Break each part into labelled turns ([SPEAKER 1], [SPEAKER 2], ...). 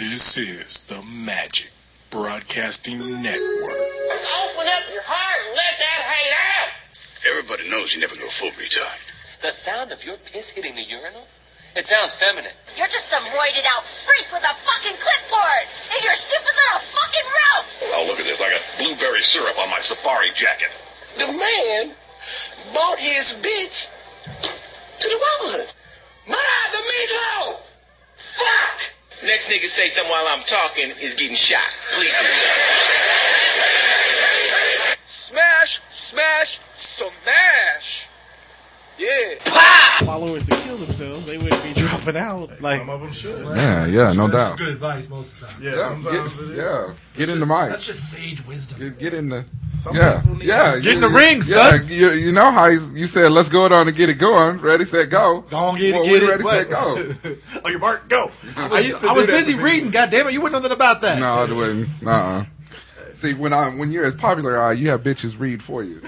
[SPEAKER 1] This is the Magic Broadcasting Network.
[SPEAKER 2] Open up your heart and let that hate out.
[SPEAKER 3] Everybody knows you never go full retard.
[SPEAKER 2] The sound of your piss hitting the urinal? It sounds feminine.
[SPEAKER 4] You're just some roided out freak with a fucking clipboard and your stupid little fucking rope.
[SPEAKER 3] Oh, look at this. I got blueberry syrup on my safari jacket.
[SPEAKER 5] the man bought his bitch to the woman.
[SPEAKER 2] Ma, the meatloaf! Fuck!
[SPEAKER 5] Next nigga say something while I'm talking is getting shot. Please do that. Smash, smash, smash. Yeah.
[SPEAKER 6] followers to kill themselves, they wouldn't be dropping out. Like,
[SPEAKER 7] Some of them should.
[SPEAKER 8] Yeah, yeah, no doubt.
[SPEAKER 9] Good advice most of the time.
[SPEAKER 7] Yeah,
[SPEAKER 8] Yeah,
[SPEAKER 7] sometimes
[SPEAKER 8] get,
[SPEAKER 7] it is.
[SPEAKER 8] yeah, get in the mic.
[SPEAKER 9] That's just sage wisdom.
[SPEAKER 8] Get, get in the.
[SPEAKER 7] Some
[SPEAKER 8] Yeah,
[SPEAKER 7] people need
[SPEAKER 8] yeah.
[SPEAKER 7] it.
[SPEAKER 6] Get in
[SPEAKER 8] you-
[SPEAKER 6] the ring,
[SPEAKER 8] yeah,
[SPEAKER 6] son.
[SPEAKER 8] You, you know how he's, you said, let's go down and get it going. Ready, set, go.
[SPEAKER 6] Go on, get it,
[SPEAKER 8] Well,
[SPEAKER 6] get
[SPEAKER 8] we
[SPEAKER 6] it,
[SPEAKER 8] Ready,
[SPEAKER 6] what?
[SPEAKER 8] set, go.
[SPEAKER 7] On Oh, your mark, go. I used to
[SPEAKER 6] I
[SPEAKER 7] do
[SPEAKER 6] was
[SPEAKER 7] that
[SPEAKER 6] busy
[SPEAKER 7] to
[SPEAKER 6] reading. God damn it, you wouldn't know nothing about that.
[SPEAKER 8] No, I wouldn't. Uh-uh. See, when I when you're as popular, uh, you have bitches read for you.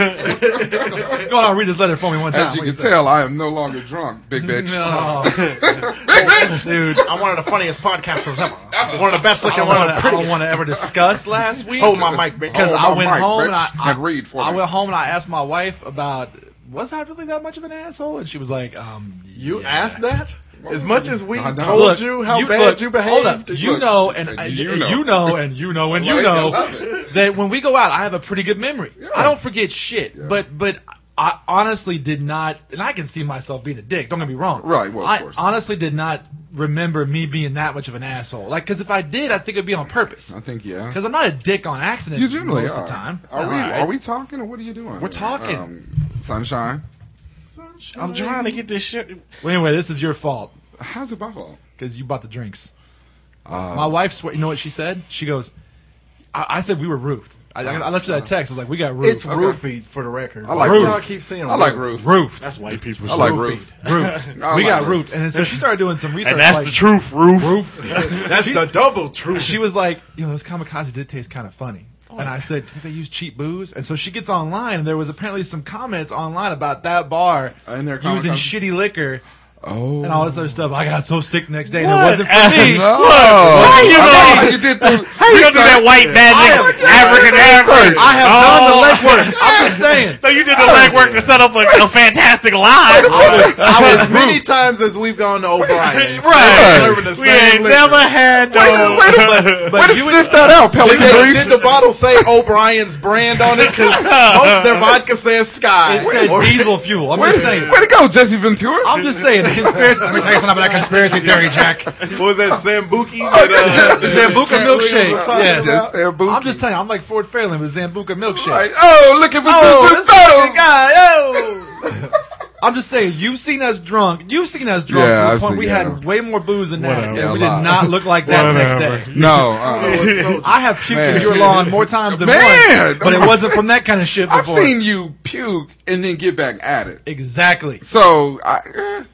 [SPEAKER 6] Go on, read this letter for me one time.
[SPEAKER 8] As you
[SPEAKER 6] What
[SPEAKER 8] can tell, I am no longer drunk, big
[SPEAKER 6] say?
[SPEAKER 8] bitch.
[SPEAKER 6] No,
[SPEAKER 8] Big bitch.
[SPEAKER 6] dude.
[SPEAKER 7] I'm one of the funniest podcasters ever. One of the best
[SPEAKER 6] I
[SPEAKER 7] looking,
[SPEAKER 6] don't
[SPEAKER 7] one of
[SPEAKER 6] wanna- I
[SPEAKER 7] the
[SPEAKER 6] don't
[SPEAKER 7] prettiest.
[SPEAKER 6] want to ever discuss last week.
[SPEAKER 7] Hold my mic, bitch.
[SPEAKER 6] because
[SPEAKER 8] Oh,
[SPEAKER 6] I
[SPEAKER 8] my
[SPEAKER 6] went
[SPEAKER 8] mic,
[SPEAKER 6] home
[SPEAKER 8] bitch.
[SPEAKER 6] and I, I,
[SPEAKER 8] And read for
[SPEAKER 6] I
[SPEAKER 8] me.
[SPEAKER 6] went home and I asked my wife about was I really that much of an asshole, and she was like, um,
[SPEAKER 7] You
[SPEAKER 6] yeah.
[SPEAKER 7] asked that? As much as we
[SPEAKER 8] I know.
[SPEAKER 7] told
[SPEAKER 6] Look,
[SPEAKER 7] you how bad
[SPEAKER 6] look,
[SPEAKER 7] you
[SPEAKER 6] Hold
[SPEAKER 7] behaved,
[SPEAKER 6] up, you
[SPEAKER 8] Look,
[SPEAKER 6] know, and
[SPEAKER 8] and
[SPEAKER 6] I-
[SPEAKER 8] you
[SPEAKER 6] you
[SPEAKER 8] know.
[SPEAKER 6] know, and you know, and you
[SPEAKER 8] Right, I
[SPEAKER 6] know
[SPEAKER 8] love it.
[SPEAKER 6] that when we go out, I have a pretty good memory. I don't forget shit,
[SPEAKER 8] Yeah.
[SPEAKER 6] but but I honestly did not, and I can see myself being a dick. Don't get me wrong.
[SPEAKER 8] Right, well, of
[SPEAKER 6] I
[SPEAKER 8] course.
[SPEAKER 6] honestly did not remember me being that much of an asshole. Like, because if I did, I think it'd be on purpose.
[SPEAKER 8] I think yeah.
[SPEAKER 6] Because I'm not a dick on accident.
[SPEAKER 8] You generally
[SPEAKER 6] most
[SPEAKER 8] are.
[SPEAKER 6] of the time.
[SPEAKER 8] Are we
[SPEAKER 6] Alright.
[SPEAKER 8] are we talking or what are you doing?
[SPEAKER 6] We're talking.
[SPEAKER 8] Um, sunshine.
[SPEAKER 6] I'm trying to get this shit. Well, anyway, this is your fault.
[SPEAKER 8] How's it my fault?
[SPEAKER 6] because you bought the drinks. My wife, swear, you know what she said? She goes, I, I said we were roofed. I, I I left you that text. I was like, we got roofed.
[SPEAKER 7] it's roofy for the record.
[SPEAKER 8] I like
[SPEAKER 7] Why do
[SPEAKER 8] roof.
[SPEAKER 7] y'all keep saying
[SPEAKER 8] I like
[SPEAKER 7] roof?
[SPEAKER 8] roof.
[SPEAKER 6] roofed.
[SPEAKER 7] That's white people.
[SPEAKER 8] I like roof.
[SPEAKER 6] roofed.
[SPEAKER 8] I
[SPEAKER 6] we
[SPEAKER 8] like
[SPEAKER 6] got
[SPEAKER 7] Oh
[SPEAKER 8] roof.
[SPEAKER 6] roofed. And then, so she started doing some research. like,
[SPEAKER 7] truth, roof.
[SPEAKER 6] Roof.
[SPEAKER 7] That's the double truth.
[SPEAKER 6] she was like, you know, those kamikaze did taste kind of funny. And I said, "Do you think they use cheap booze?" And so she gets online, and there was apparently some comments online about that bar
[SPEAKER 7] Uh,
[SPEAKER 8] And their
[SPEAKER 6] using
[SPEAKER 8] kamikaze-
[SPEAKER 6] shitty liquor
[SPEAKER 8] Oh.
[SPEAKER 6] and all this other stuff. I got so sick next day, and it wasn't for me.
[SPEAKER 8] No. Why
[SPEAKER 6] you
[SPEAKER 8] you did the, How
[SPEAKER 10] You gonna do that white magic African African?
[SPEAKER 6] I have
[SPEAKER 10] Oh.
[SPEAKER 6] done the legwork. I'm just saying.
[SPEAKER 10] No, you did the
[SPEAKER 7] Oh,
[SPEAKER 10] legwork to set up a, a fantastic line.
[SPEAKER 7] as many times as we've gone to O'Brien's.
[SPEAKER 10] Right.
[SPEAKER 7] Serving the
[SPEAKER 10] We
[SPEAKER 7] same
[SPEAKER 10] ain't
[SPEAKER 7] liquor.
[SPEAKER 10] never had no.
[SPEAKER 6] But
[SPEAKER 8] Way to
[SPEAKER 6] you
[SPEAKER 8] sniff that out, Pelly
[SPEAKER 7] Did the, did
[SPEAKER 8] Oh, Grease.
[SPEAKER 7] the bottle say O'Brien's brand on it? Because most of their vodka says Sky.
[SPEAKER 6] it said
[SPEAKER 7] Or-
[SPEAKER 6] diesel fuel. I'm
[SPEAKER 8] Way
[SPEAKER 6] just saying.
[SPEAKER 8] way to go, Jesse Ventura.
[SPEAKER 6] I'm just saying. Conspiracy. Let me tell you something about conspiracy theory, Jack.
[SPEAKER 7] what was that Sambuki? That, uh,
[SPEAKER 6] Zambuca
[SPEAKER 7] Cat Williams
[SPEAKER 6] milkshake.
[SPEAKER 7] was talking
[SPEAKER 6] Yes.
[SPEAKER 7] about?
[SPEAKER 8] Just saying, boo.
[SPEAKER 6] I'm just telling you. I'm like Ford Fairlane with Zambuca milkshake.
[SPEAKER 8] Like, oh, looking for some
[SPEAKER 6] that's
[SPEAKER 8] some
[SPEAKER 6] the
[SPEAKER 8] battle.
[SPEAKER 6] guy. Oh. I'm just saying, you've seen us drunk. You've seen us drunk
[SPEAKER 8] Yeah,
[SPEAKER 6] to the
[SPEAKER 8] I've
[SPEAKER 6] point
[SPEAKER 8] seen-
[SPEAKER 6] we
[SPEAKER 8] yeah.
[SPEAKER 6] had way more booze than that,
[SPEAKER 8] Whatever.
[SPEAKER 6] and
[SPEAKER 8] Yeah, a
[SPEAKER 6] we did
[SPEAKER 8] lot.
[SPEAKER 6] not look like that next day.
[SPEAKER 8] No, uh,
[SPEAKER 7] Told you.
[SPEAKER 6] I have puked
[SPEAKER 8] Man.
[SPEAKER 6] in your lawn more times than
[SPEAKER 8] Man,
[SPEAKER 6] once,
[SPEAKER 8] that's
[SPEAKER 6] but it
[SPEAKER 8] what I'm
[SPEAKER 6] wasn't from that kind of shit before.
[SPEAKER 8] I've seen you puke and then get back at it.
[SPEAKER 6] exactly.
[SPEAKER 8] So I, eh,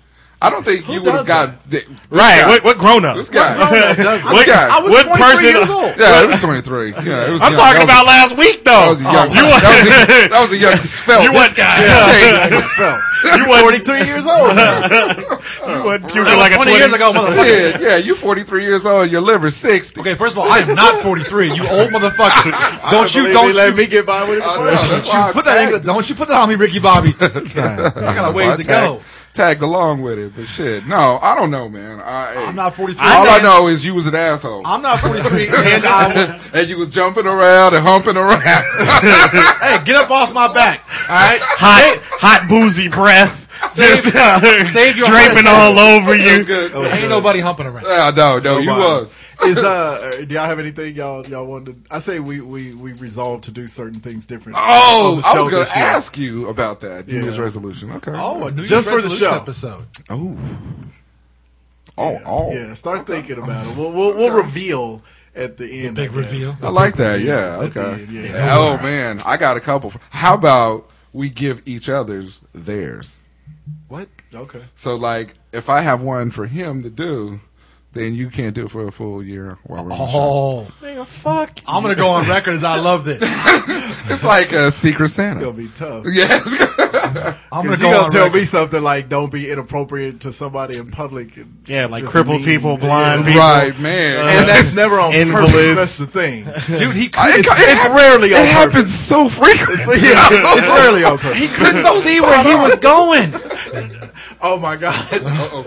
[SPEAKER 8] I don't think you would have
[SPEAKER 7] does
[SPEAKER 8] got the, this
[SPEAKER 10] Right.
[SPEAKER 8] guy-
[SPEAKER 10] What, what grown up?
[SPEAKER 8] This guy.
[SPEAKER 10] What,
[SPEAKER 8] guy. I
[SPEAKER 6] I was
[SPEAKER 10] what
[SPEAKER 6] 23
[SPEAKER 10] person?
[SPEAKER 6] years old.
[SPEAKER 8] Yeah, it was 23. Yeah, it was
[SPEAKER 10] I'm
[SPEAKER 8] young.
[SPEAKER 10] talking
[SPEAKER 8] that
[SPEAKER 10] about last week though.
[SPEAKER 8] was, That was a young.
[SPEAKER 10] you
[SPEAKER 8] guy. that, was a,
[SPEAKER 10] were
[SPEAKER 8] that was a young spell.
[SPEAKER 10] you weren't guy. You weren't
[SPEAKER 7] 43 years old.
[SPEAKER 10] you weren't cute
[SPEAKER 6] That was
[SPEAKER 10] like a
[SPEAKER 6] 20 years ago, motherfucker.
[SPEAKER 8] Yeah, yeah, you 43 years old. Your liver's 60.
[SPEAKER 6] Okay, first of all, I am not 43. You old motherfucker. Don't you?
[SPEAKER 7] Believe
[SPEAKER 6] Don't
[SPEAKER 7] me,
[SPEAKER 6] you?
[SPEAKER 7] let me get by with it.
[SPEAKER 8] I know, Uh, that's why I
[SPEAKER 6] you put that.
[SPEAKER 8] tagged
[SPEAKER 6] angle- Don't you put that on me, Ricky Bobby? I got a
[SPEAKER 8] That's why
[SPEAKER 6] ways
[SPEAKER 8] I
[SPEAKER 6] to
[SPEAKER 8] tagged-
[SPEAKER 6] go.
[SPEAKER 8] Tagged along with it, but shit. No, I don't know, man. I,
[SPEAKER 6] I'm not 43.
[SPEAKER 8] All I
[SPEAKER 6] I'm not-
[SPEAKER 8] know is you was an asshole,
[SPEAKER 6] I'm not 43, and I.
[SPEAKER 8] and you was jumping around and humping around.
[SPEAKER 6] Hey, get up off my back. All right.
[SPEAKER 10] hot, hot boozy breath,
[SPEAKER 6] Save-
[SPEAKER 10] just uh,
[SPEAKER 6] save your
[SPEAKER 10] draping
[SPEAKER 6] breath.
[SPEAKER 10] all over you.
[SPEAKER 8] Good.
[SPEAKER 6] Ain't nobody humping around.
[SPEAKER 8] Yeah, no, no, you
[SPEAKER 7] Wow.
[SPEAKER 8] was.
[SPEAKER 7] Is uh, do y'all have anything y'all y'all wanted? I say we we we resolved to do certain things different. on
[SPEAKER 8] Oh,
[SPEAKER 7] the
[SPEAKER 8] I
[SPEAKER 7] show
[SPEAKER 8] was going
[SPEAKER 7] this
[SPEAKER 8] to
[SPEAKER 7] year.
[SPEAKER 8] ask you about that New Year's
[SPEAKER 7] Yeah.
[SPEAKER 8] resolution. Okay.
[SPEAKER 6] Oh, a New Year's
[SPEAKER 7] Just for the
[SPEAKER 6] resolution
[SPEAKER 7] show.
[SPEAKER 6] episode.
[SPEAKER 8] oh, oh, oh.
[SPEAKER 7] Yeah, uh, start thinking about it. We'll we'll, we'll reveal at the end.
[SPEAKER 6] Big
[SPEAKER 7] I guess.
[SPEAKER 6] reveal.
[SPEAKER 8] I like that. Yeah.
[SPEAKER 7] at the
[SPEAKER 8] Okay.
[SPEAKER 7] end, yeah.
[SPEAKER 8] Oh man, I got a couple. How about we give each other's theirs?
[SPEAKER 6] What?
[SPEAKER 7] Okay.
[SPEAKER 8] So like, if I have one for him to do, then you can't do it for a full year while we're on the show.
[SPEAKER 6] Oh,
[SPEAKER 10] Nigga, fuck.
[SPEAKER 6] I'm gonna go on record as I love this.
[SPEAKER 8] It's like a Secret
[SPEAKER 7] It's
[SPEAKER 8] Santa.
[SPEAKER 7] gonna be tough.
[SPEAKER 8] Yeah,
[SPEAKER 6] I'm
[SPEAKER 7] You're
[SPEAKER 6] gonna go
[SPEAKER 7] gonna
[SPEAKER 6] on
[SPEAKER 7] tell
[SPEAKER 6] record.
[SPEAKER 7] me something like don't be inappropriate to somebody in public. And
[SPEAKER 10] Yeah, like
[SPEAKER 7] just
[SPEAKER 10] crippled
[SPEAKER 7] mean-
[SPEAKER 10] people, blind people.
[SPEAKER 8] right, man.
[SPEAKER 7] And that's never on purpose.
[SPEAKER 10] Invalids.
[SPEAKER 7] That's the thing.
[SPEAKER 6] dude. He
[SPEAKER 8] I-
[SPEAKER 6] could.
[SPEAKER 8] it-
[SPEAKER 7] it's rarely on
[SPEAKER 8] It happens so frequently.
[SPEAKER 7] it's rarely on purpose.
[SPEAKER 6] He couldn't see where he was going.
[SPEAKER 7] Oh my god!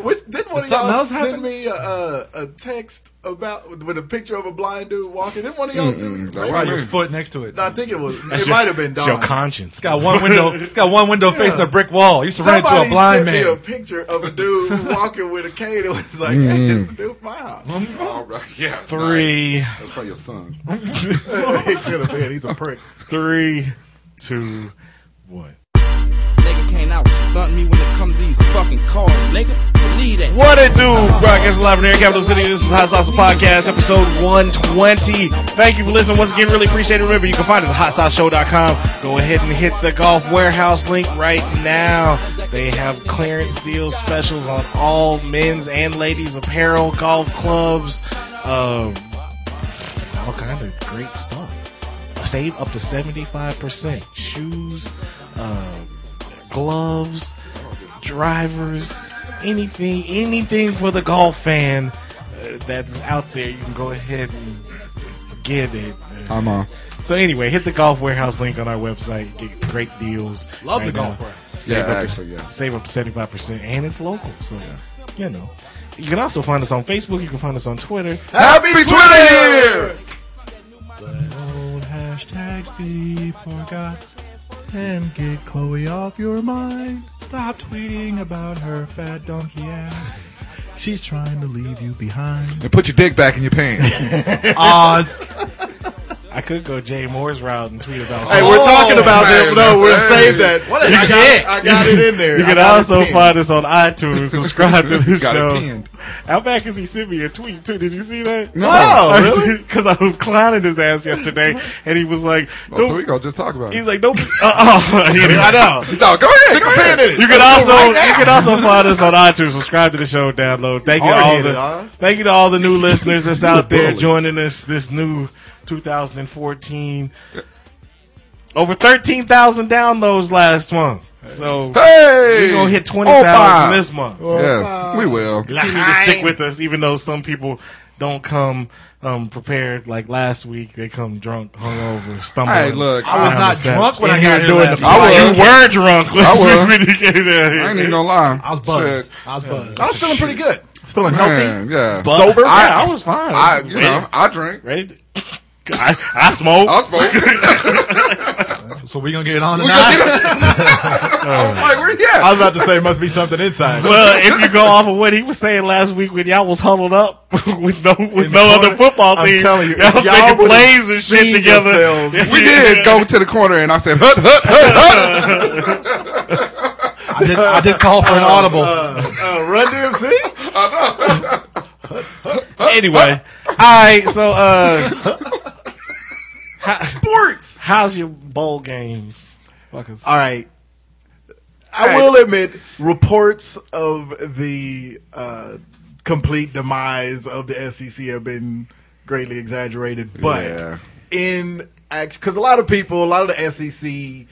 [SPEAKER 7] Which didn't one of
[SPEAKER 6] Something
[SPEAKER 7] y'all
[SPEAKER 6] else
[SPEAKER 7] send
[SPEAKER 6] happened?
[SPEAKER 7] me a, a, a text about with a picture of a blind dude walking? Didn't one of y'all send me?
[SPEAKER 8] Mm-mm,
[SPEAKER 7] maybe-
[SPEAKER 8] right.
[SPEAKER 6] Your foot next to it.
[SPEAKER 7] No, I think it was. it might have been
[SPEAKER 10] It's your
[SPEAKER 7] Don.
[SPEAKER 10] conscience.
[SPEAKER 6] It's got one window. It's got one window facing a brick wall. You used to run into
[SPEAKER 7] Somebody
[SPEAKER 6] a blind
[SPEAKER 7] sent
[SPEAKER 6] man. Mm-hmm.
[SPEAKER 7] me a picture of a dude walking with a cane. It was like, hey, it's the dude from my house.
[SPEAKER 8] All right, yeah,
[SPEAKER 10] Three,
[SPEAKER 8] nice. That's probably your son.
[SPEAKER 7] it could have been. He's a prick.
[SPEAKER 10] three, two, one.
[SPEAKER 11] Nigga can't out stunt me when it comes to these fucking cars, nigga. Believe that.
[SPEAKER 10] What it do? Broadcasting live from here in Capital City. This is Hot Sauce Podcast, episode 120. Thank you for listening. Once again, really appreciate it. Remember, you can find us at hotsauceshow.com. Go ahead and hit the Golf Warehouse link right now. They have clearance deals specials on all men's and ladies' apparel, golf clubs, um, all kind of great stuff. Save up to 75%. Shoes, um, gloves, drivers, anything, anything for the golf fan uh, that's out there, you can go ahead and get it.
[SPEAKER 8] I'm uh, on.
[SPEAKER 10] So anyway, hit the golf warehouse link on our website. Get great deals.
[SPEAKER 6] Love the
[SPEAKER 10] now.
[SPEAKER 6] golf warehouse.
[SPEAKER 10] Save
[SPEAKER 8] Yeah,
[SPEAKER 10] up to-
[SPEAKER 8] actually, yeah.
[SPEAKER 10] Save up to seventy five percent, and it's local, so you know. You can also find us on Facebook. You can find us on Twitter.
[SPEAKER 8] Happy Twitter!
[SPEAKER 6] Old hashtags be forgot.
[SPEAKER 7] And get Chloe off your mind.
[SPEAKER 6] Stop tweeting about her fat donkey ass.
[SPEAKER 7] She's trying to leave you behind.
[SPEAKER 8] And put your dick back in your pants.
[SPEAKER 6] Oz.
[SPEAKER 10] I could go Jay Moore's route and tweet about.
[SPEAKER 7] Hey,
[SPEAKER 10] something.
[SPEAKER 7] we're talking about
[SPEAKER 8] man,
[SPEAKER 7] them. No,
[SPEAKER 8] that's-
[SPEAKER 7] we'll save that.
[SPEAKER 6] What a
[SPEAKER 7] I,
[SPEAKER 6] dick.
[SPEAKER 7] got, I got it in there.
[SPEAKER 10] You
[SPEAKER 7] I
[SPEAKER 10] can
[SPEAKER 7] got it
[SPEAKER 10] also
[SPEAKER 7] pinned.
[SPEAKER 10] find us on iTunes. Subscribe to this
[SPEAKER 8] Got it
[SPEAKER 10] show.
[SPEAKER 8] pinned.
[SPEAKER 10] Outback is he sent me a tweet too. Did you see that?
[SPEAKER 8] No.
[SPEAKER 6] Wow,
[SPEAKER 10] Because I was clowning his ass yesterday, and he was like,
[SPEAKER 8] Oh, so
[SPEAKER 10] "Don't-
[SPEAKER 8] we gonna just talk about
[SPEAKER 10] He's
[SPEAKER 8] it.
[SPEAKER 10] like, don't. Uh, oh, I know.
[SPEAKER 8] No, go ahead. Go ahead.
[SPEAKER 10] You can also you can also find us on iTunes. Subscribe to the show. Download. Thank you to all
[SPEAKER 7] Hard-headed,
[SPEAKER 10] the
[SPEAKER 7] Oz.
[SPEAKER 10] thank you to all the new listeners that's out there
[SPEAKER 8] bully.
[SPEAKER 10] joining us this new 2014. Over thirteen thousand downloads last month. So
[SPEAKER 8] Hey, Oh,
[SPEAKER 10] we're gonna hit twenty
[SPEAKER 8] Opa.
[SPEAKER 10] thousand this month. So
[SPEAKER 8] Yes, we will.
[SPEAKER 10] Continue to stick with us, even though some people don't come um, prepared. Like last week, they come drunk, hungover, stumbling.
[SPEAKER 8] Hey, look,
[SPEAKER 6] I was
[SPEAKER 10] down the
[SPEAKER 6] not
[SPEAKER 10] steps.
[SPEAKER 6] drunk when
[SPEAKER 7] In
[SPEAKER 6] I
[SPEAKER 7] here
[SPEAKER 6] got here
[SPEAKER 7] doing
[SPEAKER 6] last
[SPEAKER 7] the-
[SPEAKER 6] night.
[SPEAKER 8] I
[SPEAKER 10] You were drunk last
[SPEAKER 8] I
[SPEAKER 10] week when you came down here.
[SPEAKER 8] I ain't even gonna lie.
[SPEAKER 6] I was buzzed. I was buzzed.
[SPEAKER 7] I was feeling pretty good. I was feeling healthy.
[SPEAKER 8] Man, yeah.
[SPEAKER 10] sober.
[SPEAKER 8] I-
[SPEAKER 10] yeah, I was fine.
[SPEAKER 8] I, you know, Oh. I drink.
[SPEAKER 10] ready. I, I smoke.
[SPEAKER 8] I spoke.
[SPEAKER 6] So we gonna get it on tonight.
[SPEAKER 7] Oh.
[SPEAKER 8] like, we're- yeah.
[SPEAKER 7] I was about to say, must be something inside.
[SPEAKER 10] well, if you go off of what he was saying last week when y'all was huddled up with no with
[SPEAKER 7] In
[SPEAKER 10] no
[SPEAKER 7] the
[SPEAKER 10] other
[SPEAKER 7] corner,
[SPEAKER 10] football
[SPEAKER 7] I'm
[SPEAKER 10] team,
[SPEAKER 7] telling you,
[SPEAKER 10] y'all
[SPEAKER 7] if
[SPEAKER 10] was
[SPEAKER 7] y'all
[SPEAKER 10] making
[SPEAKER 7] would've
[SPEAKER 10] plays and shit
[SPEAKER 7] seen
[SPEAKER 10] together.
[SPEAKER 7] yourselves-
[SPEAKER 8] we did go to the corner, and I said, "Hut, hut, hut, hut."
[SPEAKER 6] I did, I did call for an audible.
[SPEAKER 7] Uh, Run DMC?
[SPEAKER 10] Anyway, all right. So, uh,
[SPEAKER 7] Sports.
[SPEAKER 10] how's your bowl games? Fuckers.
[SPEAKER 7] All right. I will admit, reports of the uh, complete demise of the SEC have been greatly exaggerated, but
[SPEAKER 8] Yeah.
[SPEAKER 7] in act because a lot of people, a lot of the SEC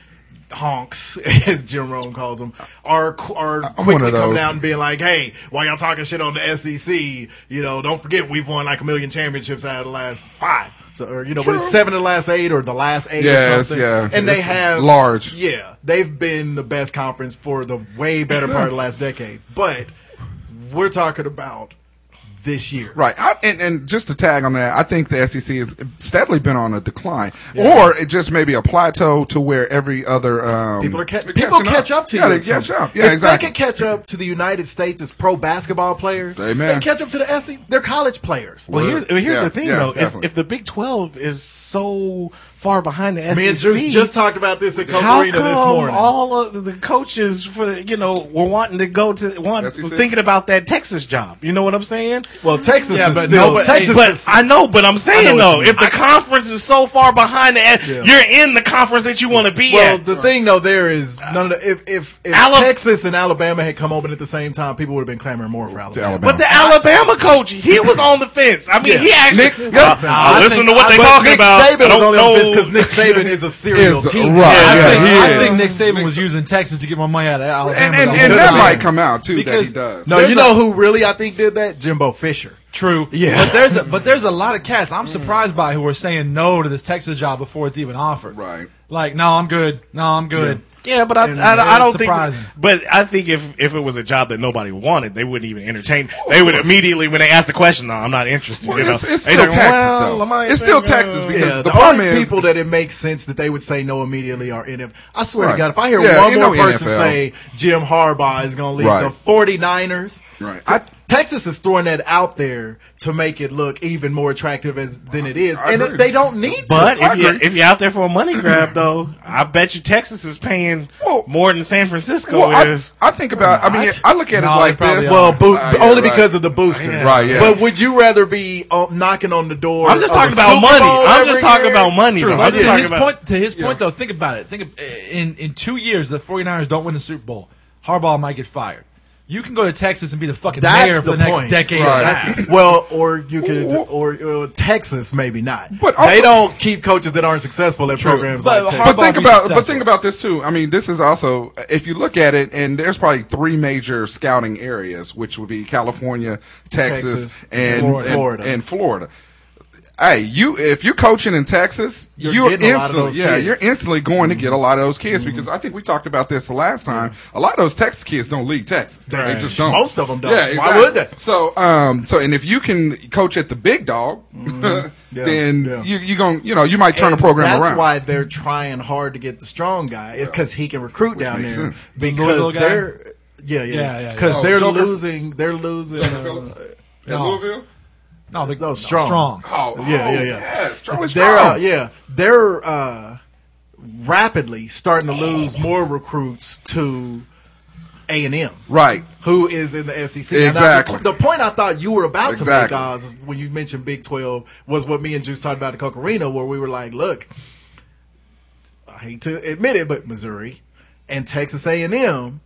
[SPEAKER 7] honks, as Jim Rome calls them, are qu- are
[SPEAKER 8] I'm one
[SPEAKER 7] quickly
[SPEAKER 8] of
[SPEAKER 7] coming
[SPEAKER 8] those.
[SPEAKER 7] out and being like, "Hey, while y'all talking shit on the SEC, you know, don't forget we've won like a million championships out of the last five, so or you know, but it's seven of the last eight or the last eight, or
[SPEAKER 8] Yes,
[SPEAKER 7] something.
[SPEAKER 8] yeah.
[SPEAKER 7] and they
[SPEAKER 8] It's
[SPEAKER 7] have
[SPEAKER 8] large.
[SPEAKER 7] yeah, they've been the best conference for the way better part of the last decade. But we're talking about this year.
[SPEAKER 8] Right, I, and and just to tag on that, I think the SEC has steadily been on a decline, or it just may be a plateau to where every other um,
[SPEAKER 7] People are ca- people catch up, to you.
[SPEAKER 8] Yeah, they
[SPEAKER 7] at some-
[SPEAKER 8] catch up. Yeah,
[SPEAKER 7] if
[SPEAKER 8] exactly.
[SPEAKER 7] they can catch up to the United States as pro basketball players,
[SPEAKER 8] Amen.
[SPEAKER 7] they can catch up to the SEC. They're college players.
[SPEAKER 10] Well, here's,
[SPEAKER 8] Word.
[SPEAKER 10] here's
[SPEAKER 8] Yeah,
[SPEAKER 10] the thing,
[SPEAKER 8] yeah,
[SPEAKER 10] though. If,
[SPEAKER 8] definitely.
[SPEAKER 10] if the Big 12 is so far behind the SEC.
[SPEAKER 7] Me and Drew just talked about this at
[SPEAKER 10] How
[SPEAKER 7] Cocorita this
[SPEAKER 10] come
[SPEAKER 7] morning.
[SPEAKER 10] All of the coaches for you know were wanting to go to want,
[SPEAKER 7] SEC?
[SPEAKER 10] thinking about that Texas job. You know what I'm saying?
[SPEAKER 7] Well, Texas
[SPEAKER 10] Yeah,
[SPEAKER 7] is
[SPEAKER 10] but
[SPEAKER 7] still
[SPEAKER 10] nobody-
[SPEAKER 7] Texas.
[SPEAKER 10] but
[SPEAKER 7] is,
[SPEAKER 10] I know, but I'm
[SPEAKER 7] I know
[SPEAKER 10] saying
[SPEAKER 7] what
[SPEAKER 10] though,
[SPEAKER 7] you mean.
[SPEAKER 10] if the conference is so far behind the, you're in the conference that you want to be
[SPEAKER 7] well,
[SPEAKER 10] at.
[SPEAKER 7] the thing though, there is none of the if if, if
[SPEAKER 10] Ala-
[SPEAKER 7] Texas and Alabama had come open at the same time, people would have been clamoring more for Alabama.
[SPEAKER 10] But the Alabama coach, he was on the fence. I mean, he actually.
[SPEAKER 7] Nick-
[SPEAKER 10] I- I,
[SPEAKER 7] I
[SPEAKER 10] listen
[SPEAKER 7] think-
[SPEAKER 10] to what
[SPEAKER 7] I-
[SPEAKER 10] they
[SPEAKER 7] but
[SPEAKER 10] talking
[SPEAKER 7] Nick
[SPEAKER 10] about.
[SPEAKER 7] Saban
[SPEAKER 10] I
[SPEAKER 7] was
[SPEAKER 10] don't
[SPEAKER 7] only on the fence
[SPEAKER 10] know.
[SPEAKER 7] 'cause Nick Saban is a serial
[SPEAKER 8] Is-
[SPEAKER 7] team.
[SPEAKER 8] right,
[SPEAKER 7] I
[SPEAKER 8] yeah,
[SPEAKER 7] think-
[SPEAKER 8] he
[SPEAKER 7] I
[SPEAKER 8] is.
[SPEAKER 7] think
[SPEAKER 6] Nick Saban was using Texas to get my money out of Alabama.
[SPEAKER 8] And, and,
[SPEAKER 6] though.
[SPEAKER 8] and that
[SPEAKER 6] Yeah.
[SPEAKER 8] might come out too
[SPEAKER 6] Because-
[SPEAKER 8] that he does.
[SPEAKER 7] No, you know who really I think did that? Jimbo Fisher.
[SPEAKER 6] True.
[SPEAKER 7] Yeah.
[SPEAKER 6] But there's a, but there's a lot of cats I'm surprised by who are saying no to this Texas job before it's even offered.
[SPEAKER 8] Right.
[SPEAKER 6] Like, no, I'm good. No, I'm good.
[SPEAKER 10] Yeah, but I,
[SPEAKER 6] And
[SPEAKER 10] I, I
[SPEAKER 6] it's
[SPEAKER 10] don't
[SPEAKER 6] surprising.
[SPEAKER 10] think. But I think if if it was a job that nobody wanted, they wouldn't even entertain. They would immediately when they ask the question, "No, I'm not interested."
[SPEAKER 8] Well,
[SPEAKER 10] you know?
[SPEAKER 8] it's, it's
[SPEAKER 10] They
[SPEAKER 8] still
[SPEAKER 10] like,
[SPEAKER 8] Texas
[SPEAKER 10] "Well,
[SPEAKER 8] though.
[SPEAKER 10] I
[SPEAKER 8] It's still
[SPEAKER 10] think, uh,
[SPEAKER 8] Texas because
[SPEAKER 7] yeah,
[SPEAKER 8] the
[SPEAKER 7] the,
[SPEAKER 8] problem
[SPEAKER 7] only
[SPEAKER 8] is
[SPEAKER 7] people that it makes sense that they would say no immediately are NFL. I swear
[SPEAKER 8] Right.
[SPEAKER 7] to God, if I hear
[SPEAKER 8] Yeah,
[SPEAKER 7] one
[SPEAKER 8] you
[SPEAKER 7] more
[SPEAKER 8] know
[SPEAKER 7] person
[SPEAKER 8] NFL.
[SPEAKER 7] say Jim Harbaugh is going to leave
[SPEAKER 8] Right.
[SPEAKER 7] the 49ers,
[SPEAKER 8] Right.
[SPEAKER 7] So Texas is throwing that out there to make it look even more attractive as than it is,
[SPEAKER 8] I
[SPEAKER 7] and
[SPEAKER 8] agree.
[SPEAKER 7] it, they don't need
[SPEAKER 10] But
[SPEAKER 7] to. I
[SPEAKER 10] if you're,
[SPEAKER 7] agree.
[SPEAKER 10] if you're out there for a money grab, though, I bet you Texas is paying more than San Francisco
[SPEAKER 8] Well, I,
[SPEAKER 10] is.
[SPEAKER 8] I think about. I mean, I look at
[SPEAKER 7] Oh,
[SPEAKER 6] No,
[SPEAKER 8] it like
[SPEAKER 6] they probably
[SPEAKER 8] this.
[SPEAKER 6] are.
[SPEAKER 7] well, boo-
[SPEAKER 8] Ah, yeah,
[SPEAKER 7] only
[SPEAKER 8] right.
[SPEAKER 7] because of the boosters,
[SPEAKER 8] Right, yeah.
[SPEAKER 7] But would you rather be uh, knocking on the door?
[SPEAKER 10] I'm just
[SPEAKER 7] of
[SPEAKER 10] talking
[SPEAKER 7] a
[SPEAKER 10] about
[SPEAKER 7] Super
[SPEAKER 10] money.
[SPEAKER 7] Bowl
[SPEAKER 10] I'm just
[SPEAKER 7] every
[SPEAKER 10] talking
[SPEAKER 7] year?
[SPEAKER 10] about money, though. I'm
[SPEAKER 6] But
[SPEAKER 10] just
[SPEAKER 6] to
[SPEAKER 10] talking
[SPEAKER 6] his
[SPEAKER 10] about-
[SPEAKER 6] point, to his point though, think about it. Think of, in in two years, the 49ers don't win the Super Bowl. Harbaugh might get fired. You can go to Texas and be the fucking mayor
[SPEAKER 7] That's
[SPEAKER 6] for the,
[SPEAKER 7] the,
[SPEAKER 6] next
[SPEAKER 7] point.
[SPEAKER 6] decade.
[SPEAKER 8] Right.
[SPEAKER 6] and a half.
[SPEAKER 7] That's- well, or you could,
[SPEAKER 8] Well-
[SPEAKER 7] or, or Texas, maybe not.
[SPEAKER 8] But
[SPEAKER 7] But
[SPEAKER 8] also-
[SPEAKER 7] they don't keep coaches that aren't successful at programs
[SPEAKER 6] But
[SPEAKER 7] like
[SPEAKER 8] But
[SPEAKER 7] Texas.
[SPEAKER 6] Harbaugh
[SPEAKER 8] think
[SPEAKER 6] be
[SPEAKER 8] about
[SPEAKER 6] successful.
[SPEAKER 8] but think about this too. I mean, this is also if you look at it, and there's probably three major scouting areas, which would be California, Texas,
[SPEAKER 7] Texas,
[SPEAKER 8] and
[SPEAKER 7] Florida.
[SPEAKER 8] and-
[SPEAKER 7] Florida.
[SPEAKER 8] and Florida. Hey, you if you're coaching in Texas, you're,
[SPEAKER 7] You're getting a lot of
[SPEAKER 8] instantly
[SPEAKER 7] those
[SPEAKER 8] yeah,
[SPEAKER 7] kids. Mm-hmm.
[SPEAKER 8] you're instantly going to get a lot of those kids because I think we talked about this the last time. A lot of those Texas kids don't leave Texas. They- They
[SPEAKER 10] Right.
[SPEAKER 8] just don't.
[SPEAKER 7] Most of them don't.
[SPEAKER 8] Yeah,
[SPEAKER 7] Why would
[SPEAKER 8] exactly.
[SPEAKER 7] they?
[SPEAKER 8] So, um, so and if you can coach at the big dog,
[SPEAKER 7] Mm-hmm. Yeah,
[SPEAKER 8] then
[SPEAKER 7] yeah.
[SPEAKER 8] you you going you know you might turn
[SPEAKER 7] And
[SPEAKER 8] a program
[SPEAKER 7] that's
[SPEAKER 8] around.
[SPEAKER 7] why they're trying hard to get the strong guy because he can recruit down
[SPEAKER 8] makes
[SPEAKER 7] there.
[SPEAKER 8] sense.
[SPEAKER 6] Louisville
[SPEAKER 7] Because
[SPEAKER 6] guy?
[SPEAKER 7] they're
[SPEAKER 6] Yeah,
[SPEAKER 7] yeah yeah
[SPEAKER 6] yeah,
[SPEAKER 7] because
[SPEAKER 8] yeah.
[SPEAKER 7] they're
[SPEAKER 8] Oh, Joker?
[SPEAKER 7] losing they're losing.
[SPEAKER 8] Joker
[SPEAKER 7] uh,
[SPEAKER 8] Phillips? At
[SPEAKER 6] No.
[SPEAKER 8] Louisville.
[SPEAKER 6] no, they,
[SPEAKER 7] no,
[SPEAKER 6] no,
[SPEAKER 7] strong.
[SPEAKER 6] strong.
[SPEAKER 8] Oh,
[SPEAKER 7] yeah,
[SPEAKER 8] oh,
[SPEAKER 7] yeah, yeah.
[SPEAKER 8] Yes, Charlie
[SPEAKER 7] they're uh,
[SPEAKER 8] Strong.
[SPEAKER 7] yeah they're uh, rapidly starting to lose more recruits to A and M.
[SPEAKER 8] Right.
[SPEAKER 7] who is in the E SEC.
[SPEAKER 8] Exactly.
[SPEAKER 7] And I- the point I thought you were about to
[SPEAKER 8] Exactly.
[SPEAKER 7] make, Oz, when you mentioned Big 12, was what me and Juice talked about at Cocorino, where we were like, look, I hate to admit it, but Missouri and Texas A&M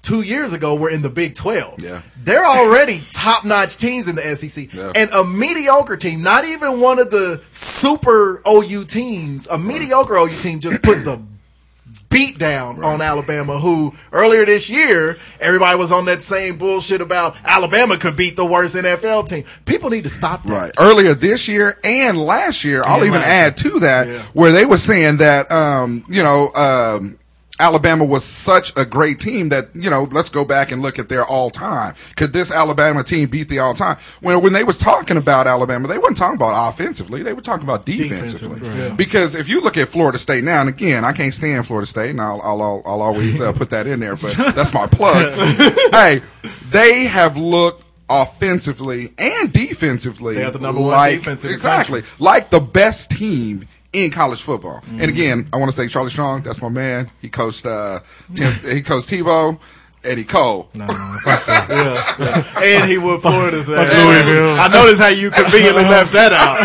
[SPEAKER 7] two years ago were in the Big 12.
[SPEAKER 8] Yeah.
[SPEAKER 7] They're already top-notch teams in the SEC.
[SPEAKER 8] Yeah.
[SPEAKER 7] And a mediocre team, not even one of the super OU teams, a mediocre OU team just put the beat down on Alabama, who earlier this year, everybody was on that same bullshit about Alabama could beat the worst NFL team. People need to stop that.
[SPEAKER 8] Right. Earlier this year and last year, I'll
[SPEAKER 7] And
[SPEAKER 8] even
[SPEAKER 7] last
[SPEAKER 8] add to that
[SPEAKER 7] Yeah.
[SPEAKER 8] where they were saying that, um, you know, um, Alabama was such a great team that, you know, let's go back and look at their all time. Could this Alabama team beat the all time? When, when they was talking about Alabama, they weren't talking about offensively. They were talking about defensively.
[SPEAKER 7] Defensively, yeah.
[SPEAKER 8] Because if you look at Florida State now, and again, I can't stand Florida State and I'll, I'll, I'll, I'll always uh, put that in there, but that's my plug. hey, they have looked offensively and defensively
[SPEAKER 7] They have the number one defense in the
[SPEAKER 8] exactly like the best team in college football.
[SPEAKER 7] Mm-hmm.
[SPEAKER 8] And again, I want to say Charlie Strong. That's my man. He coached. Uh, Tim, he coached Tebow, Eddie Cole.
[SPEAKER 7] Yeah, yeah. And he would Florida's ass.
[SPEAKER 10] Louisville.
[SPEAKER 7] I noticed how you conveniently left that out.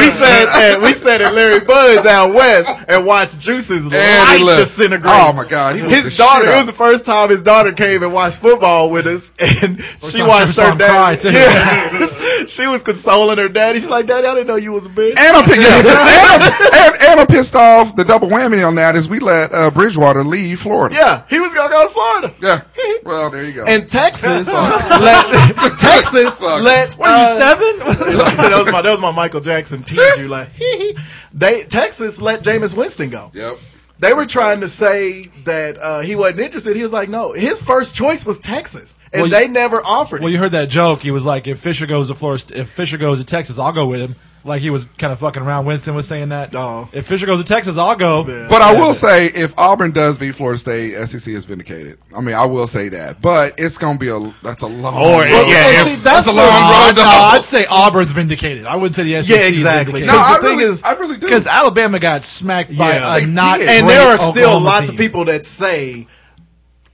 [SPEAKER 7] we said that we said that Larry Bud's out west and watched Juices
[SPEAKER 8] And he
[SPEAKER 7] life
[SPEAKER 8] left.
[SPEAKER 7] disintegrate.
[SPEAKER 8] Oh my God, he was the
[SPEAKER 7] his daughter.
[SPEAKER 8] shit
[SPEAKER 7] It
[SPEAKER 8] out.
[SPEAKER 7] was the first time his daughter came and watched football with us, and she
[SPEAKER 6] time she
[SPEAKER 7] watched
[SPEAKER 6] was
[SPEAKER 7] her
[SPEAKER 6] on cry,
[SPEAKER 7] dad.
[SPEAKER 6] too.
[SPEAKER 7] Yeah. she was consoling her daddy. She's like, "Daddy, I didn't know you was a bitch."
[SPEAKER 8] And I'm, pi- yes, and, I'm, and, and I'm pissed off. The double whammy on that is we let uh, Bridgewater leave Florida.
[SPEAKER 7] yeah, he was gonna go to Florida.
[SPEAKER 8] Yeah. Well, there you go.
[SPEAKER 7] And Texas let Texas
[SPEAKER 8] Fuck.
[SPEAKER 7] let
[SPEAKER 6] What are you
[SPEAKER 7] uh,
[SPEAKER 6] seven?
[SPEAKER 7] that was my that was my Michael Jackson tease you like hee hee. they Texas let Jameis Winston go.
[SPEAKER 8] yep.
[SPEAKER 7] They were trying to say that uh, he wasn't interested. He was like, no, his first choice was Texas,
[SPEAKER 6] Well,
[SPEAKER 7] and
[SPEAKER 6] you-
[SPEAKER 7] they never offered.
[SPEAKER 6] well,
[SPEAKER 7] it.
[SPEAKER 6] you heard that joke. He was like, if Fisher goes to Florida, St- if Fisher goes to Texas, I'll go with him. Like he was kind of fucking around. Winston was saying that.
[SPEAKER 7] Oh.
[SPEAKER 6] If Fisher goes to Texas, I'll go.
[SPEAKER 8] But I will say, if Auburn does beat Florida State, SEC is vindicated. I mean, I will say that. But it's going to be a that's a long
[SPEAKER 10] Or,
[SPEAKER 8] road.
[SPEAKER 10] yeah,
[SPEAKER 8] that's,
[SPEAKER 10] if-
[SPEAKER 8] a long
[SPEAKER 6] Nah,
[SPEAKER 8] road. to
[SPEAKER 6] nah,
[SPEAKER 8] hoe.
[SPEAKER 6] I'd say Auburn's vindicated. I wouldn't say the SEC.
[SPEAKER 7] yeah, exactly.
[SPEAKER 6] Is vindicated.
[SPEAKER 8] No,
[SPEAKER 7] Because
[SPEAKER 8] I
[SPEAKER 7] the thing
[SPEAKER 8] really-
[SPEAKER 7] is,
[SPEAKER 8] I really do.
[SPEAKER 7] because
[SPEAKER 6] Alabama got smacked by a not
[SPEAKER 7] and
[SPEAKER 6] great
[SPEAKER 7] there are still
[SPEAKER 6] Oklahoma
[SPEAKER 7] lots
[SPEAKER 6] team.
[SPEAKER 7] of people that say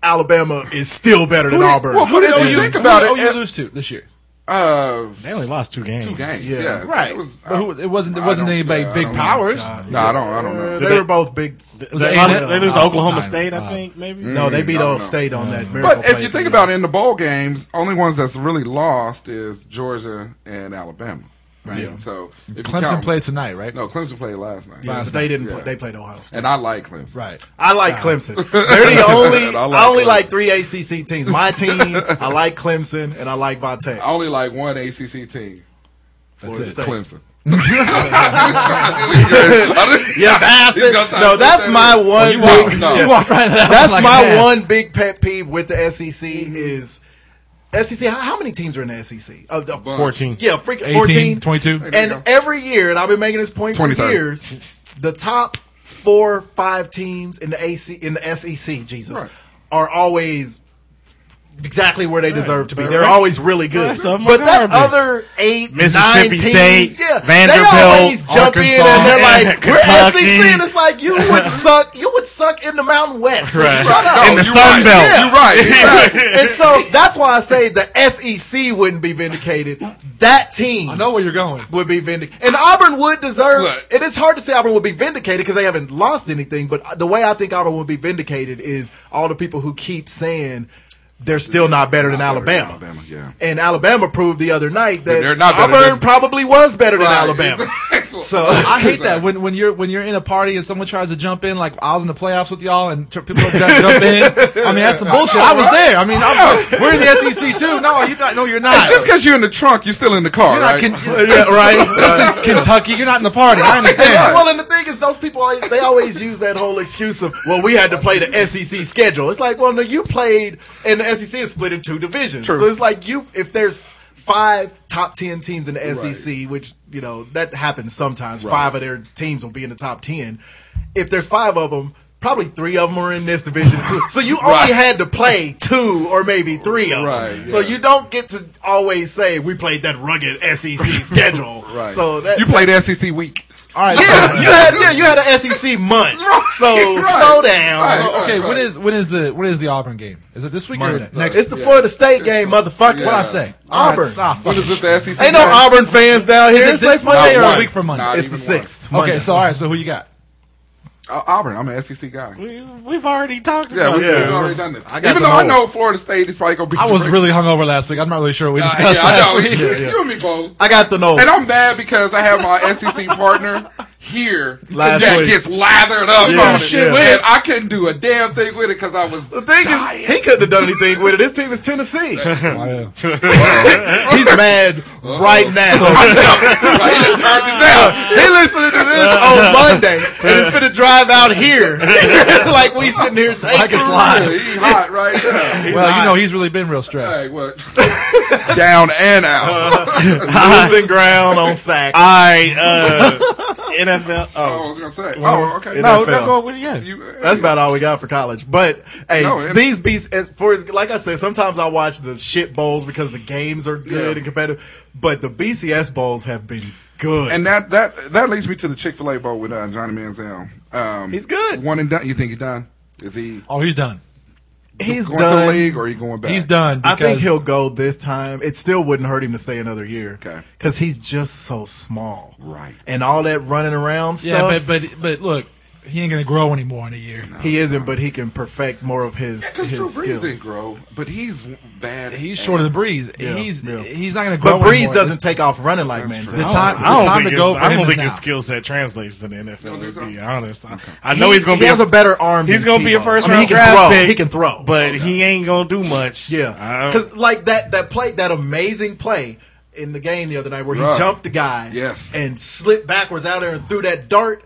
[SPEAKER 7] Alabama is still better than
[SPEAKER 8] Who did-
[SPEAKER 7] Auburn. Oh,
[SPEAKER 8] well, who did
[SPEAKER 6] Who
[SPEAKER 8] Oh, you
[SPEAKER 6] did
[SPEAKER 8] think about it?
[SPEAKER 6] who did OU lose to this year?
[SPEAKER 8] Uh,
[SPEAKER 10] They only lost two games.
[SPEAKER 8] two games.
[SPEAKER 7] Yeah.
[SPEAKER 8] Yeah,
[SPEAKER 6] Right.
[SPEAKER 8] It was.
[SPEAKER 6] but who, it wasn't. It
[SPEAKER 8] I
[SPEAKER 6] wasn't
[SPEAKER 8] don't-
[SPEAKER 6] anybody
[SPEAKER 8] yeah, I
[SPEAKER 6] big
[SPEAKER 8] don't know.
[SPEAKER 6] powers.
[SPEAKER 8] No, I don't. I don't know.
[SPEAKER 7] Uh, they were both big.
[SPEAKER 10] They,
[SPEAKER 6] it
[SPEAKER 10] they,
[SPEAKER 6] Alabama?
[SPEAKER 10] lose to
[SPEAKER 6] Uh,
[SPEAKER 10] Oklahoma
[SPEAKER 6] uh,
[SPEAKER 10] State, I
[SPEAKER 6] uh,
[SPEAKER 10] think, maybe.
[SPEAKER 7] Mm, No, they beat
[SPEAKER 8] I don't
[SPEAKER 7] Old
[SPEAKER 8] know.
[SPEAKER 7] State on that. miracle
[SPEAKER 8] But if
[SPEAKER 7] play
[SPEAKER 8] you
[SPEAKER 7] at
[SPEAKER 8] think
[SPEAKER 7] the
[SPEAKER 8] about it, in the bowl games, only ones that's really lost is Georgia and Alabama. Right. So if you
[SPEAKER 6] Clemson
[SPEAKER 8] count-
[SPEAKER 6] plays tonight, right?
[SPEAKER 8] No, Clemson played last night.
[SPEAKER 7] end. Yeah, but they didn't.
[SPEAKER 8] Yeah.
[SPEAKER 7] Play, they played Ohio State.
[SPEAKER 8] And I like Clemson.
[SPEAKER 6] Right.
[SPEAKER 7] I like Clemson. They're the only.
[SPEAKER 8] I
[SPEAKER 7] I,
[SPEAKER 8] like
[SPEAKER 7] only
[SPEAKER 8] Clemson.
[SPEAKER 7] like three ACC teams. My team. I like Clemson and I like Vontae.
[SPEAKER 8] I only like one ACC team.
[SPEAKER 7] Florida
[SPEAKER 8] It's
[SPEAKER 7] State.
[SPEAKER 8] Clemson.
[SPEAKER 7] You bastard. No, that's
[SPEAKER 8] Oh,
[SPEAKER 7] my one.
[SPEAKER 8] walked-
[SPEAKER 7] big-
[SPEAKER 8] no.
[SPEAKER 7] Yeah.
[SPEAKER 8] You
[SPEAKER 6] walked right into that
[SPEAKER 7] That's
[SPEAKER 6] one like
[SPEAKER 7] my
[SPEAKER 6] a man.
[SPEAKER 7] one big pet peeve with the SEC is SEC. How, how many teams are in the SEC? Uh, uh,
[SPEAKER 10] 14.
[SPEAKER 7] Yeah, freaking
[SPEAKER 6] 18,
[SPEAKER 7] 14.
[SPEAKER 6] 22.
[SPEAKER 7] And every year, and I've been making this point for
[SPEAKER 8] 23rd.
[SPEAKER 7] years, the top four, five teams in the AC in the SEC, Jesus,
[SPEAKER 8] Right.
[SPEAKER 7] are always exactly where they deserve to be. They're
[SPEAKER 10] Right.
[SPEAKER 7] always really good.
[SPEAKER 10] Rest of 'em are
[SPEAKER 7] But that
[SPEAKER 10] garbage.
[SPEAKER 7] other eight,
[SPEAKER 10] Mississippi
[SPEAKER 7] nine teams,
[SPEAKER 10] State,
[SPEAKER 7] yeah,
[SPEAKER 10] Vanderbilt,
[SPEAKER 7] they always jump in
[SPEAKER 10] Arkansas,
[SPEAKER 7] and they're like,
[SPEAKER 10] and
[SPEAKER 7] "We're
[SPEAKER 10] Kentucky."
[SPEAKER 7] SEC," and it's like you would suck. You would suck in the Mountain West. So
[SPEAKER 10] Right.
[SPEAKER 7] Shut up.
[SPEAKER 10] In the Sun
[SPEAKER 8] right.
[SPEAKER 10] Belt.
[SPEAKER 8] You're right. Exactly.
[SPEAKER 7] And so that's why I say the SEC wouldn't be vindicated. That team
[SPEAKER 6] I know where you're going.
[SPEAKER 7] would be vindicated. And Auburn would deserve,
[SPEAKER 8] Look.
[SPEAKER 7] and it's hard to say Auburn would be vindicated because they haven't lost anything, but the way I think Auburn would be vindicated is all the people who keep saying they're still not better than
[SPEAKER 8] better than
[SPEAKER 7] Alabama.
[SPEAKER 8] Alabama, yeah.
[SPEAKER 7] And Alabama proved the other night that
[SPEAKER 8] they're not better
[SPEAKER 7] Auburn
[SPEAKER 8] than-
[SPEAKER 7] probably was better than
[SPEAKER 8] Right.
[SPEAKER 7] Alabama.
[SPEAKER 8] Exactly.
[SPEAKER 7] So
[SPEAKER 6] I hate that when when you're when you're in a party and someone tries to jump in. Like I was in the playoffs with y'all and t- people try to jump in. I mean that's some bullshit. I was there. I mean I'm, we're in the SEC too. No, you're not. No, you're not.
[SPEAKER 8] Just because you're in the trunk, you're still in the car,
[SPEAKER 6] you're
[SPEAKER 8] right?
[SPEAKER 6] not Ken-
[SPEAKER 7] yeah, right.
[SPEAKER 6] that's in Kentucky. You're not in the party. I
[SPEAKER 7] And,
[SPEAKER 6] understand.
[SPEAKER 7] well, and the thing is, those people always- they always use that whole excuse of, "Well, we had to play the SEC schedule." It's like, well, no, you played, and the SEC is split in two divisions. So it's like you, if there's five top ten teams in the SEC, which you know that happens sometimes, five of their teams will be in the top ten. If there's five of them. Probably three of them are in this division too. So you only had to play two or maybe three of them.
[SPEAKER 8] Right,
[SPEAKER 7] So
[SPEAKER 8] yeah.
[SPEAKER 7] you don't get to always say we played that rugged SEC schedule.
[SPEAKER 8] Right.
[SPEAKER 7] So that,
[SPEAKER 8] you played SEC week.
[SPEAKER 6] All right. so-
[SPEAKER 7] yeah, you had yeah, you had an SEC month. So slow down.
[SPEAKER 6] so, okay, when is when is the when is the Auburn game? Is it this week or
[SPEAKER 7] Monday.
[SPEAKER 6] is it next?
[SPEAKER 7] It's the Florida State game, motherfucker.
[SPEAKER 6] what I say?
[SPEAKER 7] Auburn.
[SPEAKER 6] All right. Ah, fuck
[SPEAKER 8] When
[SPEAKER 6] it.
[SPEAKER 8] is it the SEC?
[SPEAKER 7] Ain't no
[SPEAKER 8] game?
[SPEAKER 7] Auburn fans down here.
[SPEAKER 6] Is it this
[SPEAKER 7] Say
[SPEAKER 6] Monday
[SPEAKER 7] fuck
[SPEAKER 6] or
[SPEAKER 7] one.
[SPEAKER 6] a week from Monday?
[SPEAKER 8] Not
[SPEAKER 7] It's the
[SPEAKER 8] even one.
[SPEAKER 7] sixth.
[SPEAKER 6] Okay, so all right, so who you got?
[SPEAKER 8] Uh, Auburn. I'm an SEC guy.
[SPEAKER 10] We, we've already talked
[SPEAKER 8] Yeah,
[SPEAKER 10] about
[SPEAKER 8] we,
[SPEAKER 10] it.
[SPEAKER 8] have already done this.
[SPEAKER 7] got
[SPEAKER 8] Even
[SPEAKER 7] the
[SPEAKER 8] though I know
[SPEAKER 7] most.
[SPEAKER 8] Florida State is probably going to be.
[SPEAKER 6] I was
[SPEAKER 8] great.
[SPEAKER 6] really hungover last week. I'm not really sure what we
[SPEAKER 8] Uh, yeah,
[SPEAKER 6] discussed
[SPEAKER 8] I
[SPEAKER 6] last
[SPEAKER 8] know.
[SPEAKER 6] week.
[SPEAKER 8] You and me both.
[SPEAKER 7] I got the nose.
[SPEAKER 8] And I'm mad because I have my SEC partner here
[SPEAKER 7] Last
[SPEAKER 8] that
[SPEAKER 7] week.
[SPEAKER 8] gets lathered up
[SPEAKER 7] Yeah,
[SPEAKER 8] on it.
[SPEAKER 7] shit.
[SPEAKER 8] And I couldn't do a damn thing with it because I was.
[SPEAKER 7] the thing is, he couldn't have done anything with it. His team is Tennessee. He's mad right now.
[SPEAKER 8] I didn't turn it down.
[SPEAKER 7] He listening to this Oh, on Monday, and it's gonna drive out here like we sitting here taking.
[SPEAKER 6] Like it's live.
[SPEAKER 8] He hot right now.
[SPEAKER 6] Well, you know, he's really been real
[SPEAKER 10] Uh,
[SPEAKER 6] stressed.
[SPEAKER 8] Hey, what? down and out.
[SPEAKER 7] Uh-huh. losing ground on sack.
[SPEAKER 10] All right. Uh, NFL.
[SPEAKER 8] Oh, I
[SPEAKER 10] Oh,
[SPEAKER 8] was gonna say. Oh, okay.
[SPEAKER 10] no,
[SPEAKER 7] NFL.
[SPEAKER 10] no, go with you.
[SPEAKER 8] You, uh,
[SPEAKER 7] That's about all we got for college. But hey,
[SPEAKER 8] No, it-
[SPEAKER 7] these beats as for as- like I said, sometimes I watch the shit bowls because the games are good
[SPEAKER 8] Yeah.
[SPEAKER 7] and competitive. But the BCS bowls have been good.
[SPEAKER 8] and that that that leads me to the Chick Fil A bowl with uh, Johnny Manziel. Um,
[SPEAKER 7] He's good.
[SPEAKER 8] One and done. You think he's done? Is he
[SPEAKER 6] Oh, he's done.
[SPEAKER 7] he's
[SPEAKER 8] going to the
[SPEAKER 7] done.
[SPEAKER 8] league or are you going back?
[SPEAKER 6] He's done.
[SPEAKER 7] I think
[SPEAKER 6] because-
[SPEAKER 7] he'll go this time. It still wouldn't hurt him to stay another year.
[SPEAKER 8] Okay.
[SPEAKER 7] Because he's just so small.
[SPEAKER 8] Right.
[SPEAKER 7] And all that running around
[SPEAKER 6] Yeah,
[SPEAKER 7] stuff.
[SPEAKER 6] but but but look, he ain't gonna grow anymore in a year.
[SPEAKER 7] he isn't, but he can perfect more of his,
[SPEAKER 8] Because Drew
[SPEAKER 7] his
[SPEAKER 8] Brees
[SPEAKER 7] skills.
[SPEAKER 8] didn't grow, but he's bad.
[SPEAKER 6] He's
[SPEAKER 8] ass.
[SPEAKER 6] shorter than Breeze.
[SPEAKER 7] Yeah,
[SPEAKER 6] he's
[SPEAKER 7] yeah.
[SPEAKER 6] he's not gonna grow.
[SPEAKER 7] But Breeze
[SPEAKER 6] anymore.
[SPEAKER 7] doesn't take off running like man.
[SPEAKER 6] The time-
[SPEAKER 10] I
[SPEAKER 6] the
[SPEAKER 10] don't
[SPEAKER 6] time
[SPEAKER 10] think,
[SPEAKER 6] to
[SPEAKER 10] his,
[SPEAKER 6] go for
[SPEAKER 10] I
[SPEAKER 6] him
[SPEAKER 10] don't
[SPEAKER 6] is
[SPEAKER 10] think
[SPEAKER 6] now.
[SPEAKER 10] his skill set translates to the NFL. To
[SPEAKER 8] so?
[SPEAKER 10] be honest, I, I know he's going to
[SPEAKER 7] He
[SPEAKER 10] be.
[SPEAKER 7] has a better arm.
[SPEAKER 10] He's
[SPEAKER 7] than
[SPEAKER 10] going to be a
[SPEAKER 7] Tebow.
[SPEAKER 10] first
[SPEAKER 7] I mean,
[SPEAKER 10] round
[SPEAKER 7] he can
[SPEAKER 10] draft
[SPEAKER 7] throw.
[SPEAKER 10] pick.
[SPEAKER 7] He can throw,
[SPEAKER 10] but he ain't going to do much.
[SPEAKER 7] Yeah,
[SPEAKER 10] I don't-
[SPEAKER 7] because like that that play, that amazing play in the game the other night where he
[SPEAKER 8] Right.
[SPEAKER 7] jumped the guy,
[SPEAKER 8] Yes.
[SPEAKER 7] and slipped backwards out there and threw that dart.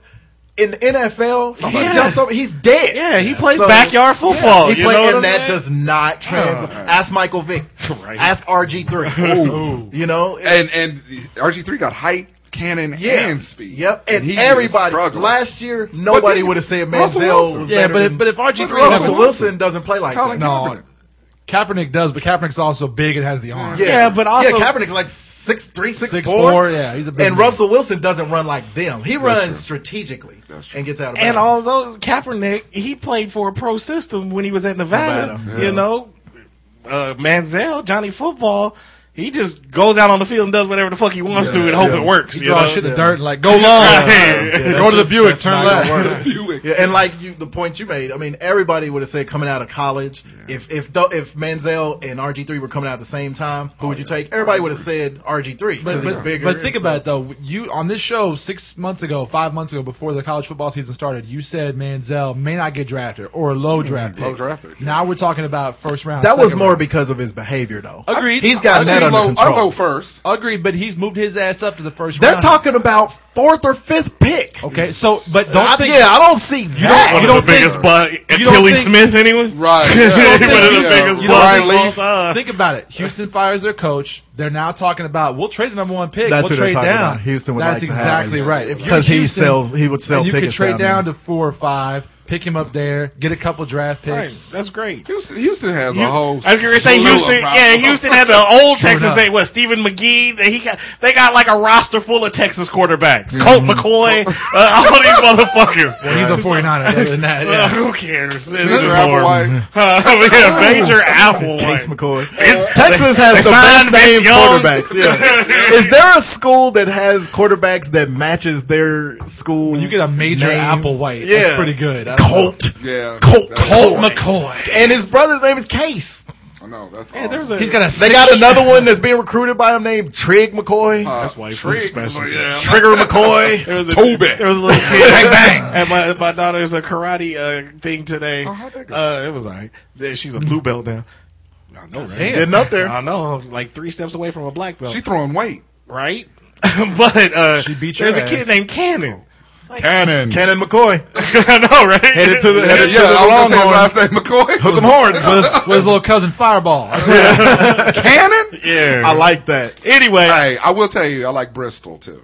[SPEAKER 7] In the NFL,
[SPEAKER 10] Yeah.
[SPEAKER 7] he jumps over. He's dead.
[SPEAKER 10] Yeah, he plays backyard football,
[SPEAKER 7] He
[SPEAKER 10] you
[SPEAKER 7] played,
[SPEAKER 10] know what
[SPEAKER 7] and
[SPEAKER 10] I'm
[SPEAKER 7] that
[SPEAKER 10] saying? Oh,
[SPEAKER 7] does not translate. Ask Michael Vick.
[SPEAKER 10] Right.
[SPEAKER 7] Ask RG three. You know,
[SPEAKER 8] And and RG three got height, cannon,
[SPEAKER 7] yeah.
[SPEAKER 8] and speed.
[SPEAKER 7] Yep, and,
[SPEAKER 8] he
[SPEAKER 7] everybody
[SPEAKER 8] struggled.
[SPEAKER 7] last year nobody
[SPEAKER 8] then
[SPEAKER 7] would have said
[SPEAKER 8] Russell
[SPEAKER 7] Manziel
[SPEAKER 8] Wilson.
[SPEAKER 7] was
[SPEAKER 6] Yeah,
[SPEAKER 7] better.
[SPEAKER 6] but
[SPEAKER 7] than-
[SPEAKER 6] but if RG three
[SPEAKER 8] Russell
[SPEAKER 7] Russell Wilson doesn't play like
[SPEAKER 8] Colin
[SPEAKER 7] that.
[SPEAKER 6] no,
[SPEAKER 8] Kaepernick.
[SPEAKER 6] Kaepernick does, but Kaepernick's also big and has the arm.
[SPEAKER 10] Yeah, but also-
[SPEAKER 7] yeah, Kaepernick's like six three, six four.
[SPEAKER 6] 6'4", yeah, he's a big
[SPEAKER 7] And
[SPEAKER 6] man.
[SPEAKER 7] Russell Wilson doesn't run like them. He
[SPEAKER 8] true.
[SPEAKER 7] runs strategically and gets out of
[SPEAKER 10] And
[SPEAKER 7] bounds.
[SPEAKER 10] although Kaepernick, he played for a pro system when he was at Nevada.
[SPEAKER 7] Nevada,
[SPEAKER 10] You know, uh, Manziel, Johnny Football, he just goes out on the field and does whatever the fuck he wants to and hope it works.
[SPEAKER 6] He
[SPEAKER 10] you know?
[SPEAKER 6] draws shit in the dirt and like go long, go to the
[SPEAKER 7] that's
[SPEAKER 6] Buick,
[SPEAKER 7] just
[SPEAKER 6] turn
[SPEAKER 7] not gonna
[SPEAKER 6] left.
[SPEAKER 7] work. Yeah, and like you, the point you made, I mean, everybody would have said coming out of college, if if tho- if Manziel and RG three were coming out at the same time, who
[SPEAKER 6] Oh,
[SPEAKER 7] would you take? Everybody would have said RG three
[SPEAKER 6] But,
[SPEAKER 7] because he's
[SPEAKER 6] but,
[SPEAKER 7] bigger.
[SPEAKER 6] but
[SPEAKER 7] and
[SPEAKER 6] think
[SPEAKER 7] stuff.
[SPEAKER 6] about it though. You on this show six months ago, five months ago, before the college football season started, you said Manziel may not get drafted or a low draft pick.
[SPEAKER 8] low draft pick, yeah.
[SPEAKER 6] Now we're talking about first round.
[SPEAKER 7] Mm-hmm. that was
[SPEAKER 6] second
[SPEAKER 7] more
[SPEAKER 6] round.
[SPEAKER 7] because of his behavior though.
[SPEAKER 6] Agreed. uh, oh,
[SPEAKER 7] He's got that
[SPEAKER 8] I
[SPEAKER 7] under
[SPEAKER 8] vote, I vote
[SPEAKER 7] control.
[SPEAKER 8] first.
[SPEAKER 6] Agreed, but he's moved his ass up to the first
[SPEAKER 7] They're
[SPEAKER 6] round.
[SPEAKER 7] talking about fourth or fifth pick.
[SPEAKER 6] Okay, so but don't
[SPEAKER 7] I-
[SPEAKER 6] think
[SPEAKER 7] yeah, I don't see that.
[SPEAKER 10] One
[SPEAKER 6] You
[SPEAKER 10] of
[SPEAKER 6] don't
[SPEAKER 10] the biggest
[SPEAKER 6] think-
[SPEAKER 10] butt,
[SPEAKER 6] you don't
[SPEAKER 10] Achilles
[SPEAKER 6] think-
[SPEAKER 10] Smith, anyone?
[SPEAKER 8] Right.
[SPEAKER 10] One of the biggest
[SPEAKER 6] You know,
[SPEAKER 10] busts
[SPEAKER 8] Brian
[SPEAKER 10] of all
[SPEAKER 8] Leaf.
[SPEAKER 10] time.
[SPEAKER 6] Think about it. Houston fires their coach. They're now talking about we'll trade the number one pick.
[SPEAKER 7] That's
[SPEAKER 6] we'll
[SPEAKER 7] who they're
[SPEAKER 6] trade
[SPEAKER 7] talking
[SPEAKER 6] down.
[SPEAKER 7] about. Houston would
[SPEAKER 6] That's
[SPEAKER 7] like to have
[SPEAKER 6] exactly
[SPEAKER 7] him.
[SPEAKER 6] right. If you're
[SPEAKER 7] 'Cause he
[SPEAKER 6] Houston,
[SPEAKER 7] sells- he would sell
[SPEAKER 6] and You could
[SPEAKER 7] tickets
[SPEAKER 6] trade
[SPEAKER 7] down
[SPEAKER 6] down
[SPEAKER 7] there.
[SPEAKER 6] to four or five, pick him up there, get a couple draft picks.
[SPEAKER 10] That's great.
[SPEAKER 8] Houston, Houston has a
[SPEAKER 10] I
[SPEAKER 8] whole.
[SPEAKER 10] was gonna say
[SPEAKER 8] slew of
[SPEAKER 10] Houston. Yeah,
[SPEAKER 8] problems.
[SPEAKER 10] Houston had the old Texas.
[SPEAKER 6] enough.
[SPEAKER 10] Say what? Stephen McGee. They, he got. They got like a roster full of Texas quarterbacks. Colt McCoy. uh, all these motherfuckers.
[SPEAKER 6] He's a 49er. Other than that,
[SPEAKER 10] Uh,
[SPEAKER 6] yeah.
[SPEAKER 10] who cares? It's
[SPEAKER 8] Mr.
[SPEAKER 10] just horrible.
[SPEAKER 8] Applewhite.
[SPEAKER 10] Uh, yeah, Major Applewhite.
[SPEAKER 7] Case McCoy.
[SPEAKER 10] It-
[SPEAKER 7] Texas
[SPEAKER 10] they-
[SPEAKER 7] has
[SPEAKER 10] they
[SPEAKER 7] the
[SPEAKER 10] signed
[SPEAKER 7] best named
[SPEAKER 10] Vince Young.
[SPEAKER 7] quarterbacks. Yeah. Is there a school that has quarterbacks that matches their school?
[SPEAKER 6] You get a major
[SPEAKER 7] names?
[SPEAKER 6] apple white.
[SPEAKER 7] Yeah.
[SPEAKER 6] That's pretty good. I don't know.
[SPEAKER 7] Colt.
[SPEAKER 8] Yeah.
[SPEAKER 7] Colt.
[SPEAKER 6] Colt
[SPEAKER 7] McCoy.
[SPEAKER 6] McCoy.
[SPEAKER 7] And his brother's name is Case.
[SPEAKER 8] I know that's
[SPEAKER 10] Yeah, there's
[SPEAKER 8] awesome.
[SPEAKER 10] a-
[SPEAKER 6] He's got a.
[SPEAKER 7] They got another one that's being recruited by him named Trig McCoy.
[SPEAKER 10] That's why he
[SPEAKER 8] Trig-
[SPEAKER 10] special.
[SPEAKER 8] yeah.
[SPEAKER 7] Trigger McCoy.
[SPEAKER 10] There Uh, was a,
[SPEAKER 8] Toby.
[SPEAKER 10] There was a little kid. bang bang. At my, at my daughter's a karate uh, thing today. uh, it was alright. Yeah, She's a blue belt now. I know, right?
[SPEAKER 7] Getting up there.
[SPEAKER 10] I know. I'm like three steps away from a black belt.
[SPEAKER 8] She throwing weight.
[SPEAKER 10] right? but uh,
[SPEAKER 6] She beat your
[SPEAKER 10] there's a kid
[SPEAKER 6] ass.
[SPEAKER 10] named Cannon.
[SPEAKER 8] Cannon.
[SPEAKER 7] Cannon McCoy.
[SPEAKER 10] I know, right?
[SPEAKER 7] Headed to the,
[SPEAKER 8] Yeah,
[SPEAKER 7] headed to
[SPEAKER 8] I was gonna
[SPEAKER 7] the
[SPEAKER 8] say when I
[SPEAKER 7] Longhorns.
[SPEAKER 8] say McCoy.
[SPEAKER 7] Hook 'em horns.
[SPEAKER 6] with his, with his little cousin Fireball.
[SPEAKER 8] Cannon.
[SPEAKER 10] yeah.
[SPEAKER 7] I like that.
[SPEAKER 10] anyway,
[SPEAKER 8] Hey, I will tell you, I like Bristol too.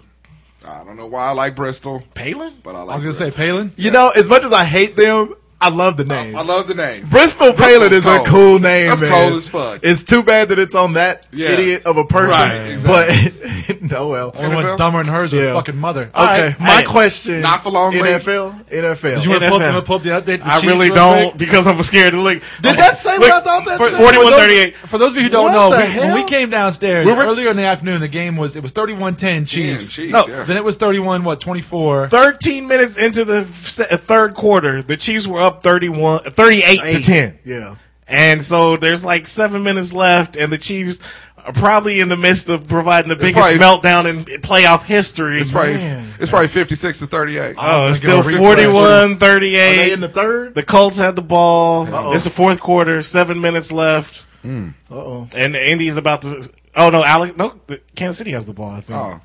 [SPEAKER 8] I don't know why I like Bristol,
[SPEAKER 10] Palin.
[SPEAKER 8] but I like.
[SPEAKER 6] I was gonna say
[SPEAKER 8] Bristol.
[SPEAKER 6] Palin.
[SPEAKER 7] You know, as much as I hate them, I love the name.
[SPEAKER 8] I love the name.
[SPEAKER 7] Bristol Palin is a
[SPEAKER 8] cold.
[SPEAKER 7] cool name.
[SPEAKER 8] That's
[SPEAKER 7] man.
[SPEAKER 8] cold as fuck.
[SPEAKER 7] It's too bad that it's on that
[SPEAKER 8] Yeah.
[SPEAKER 7] idiot of a person.
[SPEAKER 8] Right, exactly.
[SPEAKER 7] But no, well, okay.
[SPEAKER 6] Only one
[SPEAKER 8] NFL?
[SPEAKER 6] dumber than hers with
[SPEAKER 7] Yeah.
[SPEAKER 6] fucking mother.
[SPEAKER 10] Uh,
[SPEAKER 7] My
[SPEAKER 10] Hey.
[SPEAKER 7] question:
[SPEAKER 8] Not for long,
[SPEAKER 7] NFL, NFL.
[SPEAKER 6] You want to
[SPEAKER 10] NFL.
[SPEAKER 6] pull, you wanna pull up the update? The
[SPEAKER 10] I
[SPEAKER 6] Chiefs
[SPEAKER 10] really
[SPEAKER 6] real
[SPEAKER 10] don't
[SPEAKER 6] quick?
[SPEAKER 10] because I'm scared to look.
[SPEAKER 7] Did that say what I thought that
[SPEAKER 10] for-
[SPEAKER 7] said?
[SPEAKER 10] 41-38.
[SPEAKER 6] For those of you who don't
[SPEAKER 7] What
[SPEAKER 6] know,
[SPEAKER 7] the
[SPEAKER 6] we, when
[SPEAKER 7] hell?
[SPEAKER 6] we came downstairs
[SPEAKER 10] We were-
[SPEAKER 6] earlier in the afternoon, the game was it was 31-10
[SPEAKER 8] Damn,
[SPEAKER 6] Chiefs.
[SPEAKER 8] Chiefs,
[SPEAKER 10] No,
[SPEAKER 8] yeah.
[SPEAKER 6] Then it was 31 what 24.
[SPEAKER 10] 13 minutes into the se- uh, third quarter, the Chiefs were up 31, 38 to 10.
[SPEAKER 7] Yeah.
[SPEAKER 10] And so there's like seven minutes left, and the Chiefs are probably in the midst of providing the biggest
[SPEAKER 8] probably-
[SPEAKER 10] meltdown in playoff history.
[SPEAKER 8] It's probably it's probably fifty six to thirty eight.
[SPEAKER 10] oh, it's still
[SPEAKER 6] Go replay.
[SPEAKER 10] 41
[SPEAKER 7] Are they
[SPEAKER 10] 38.
[SPEAKER 7] in the third?
[SPEAKER 10] The Colts had the ball. It's the fourth quarter. Seven minutes left,
[SPEAKER 7] Uh oh.
[SPEAKER 10] and the Indy is about to. Oh no, Alex! No, the Kansas City has the ball. I think.
[SPEAKER 8] oh.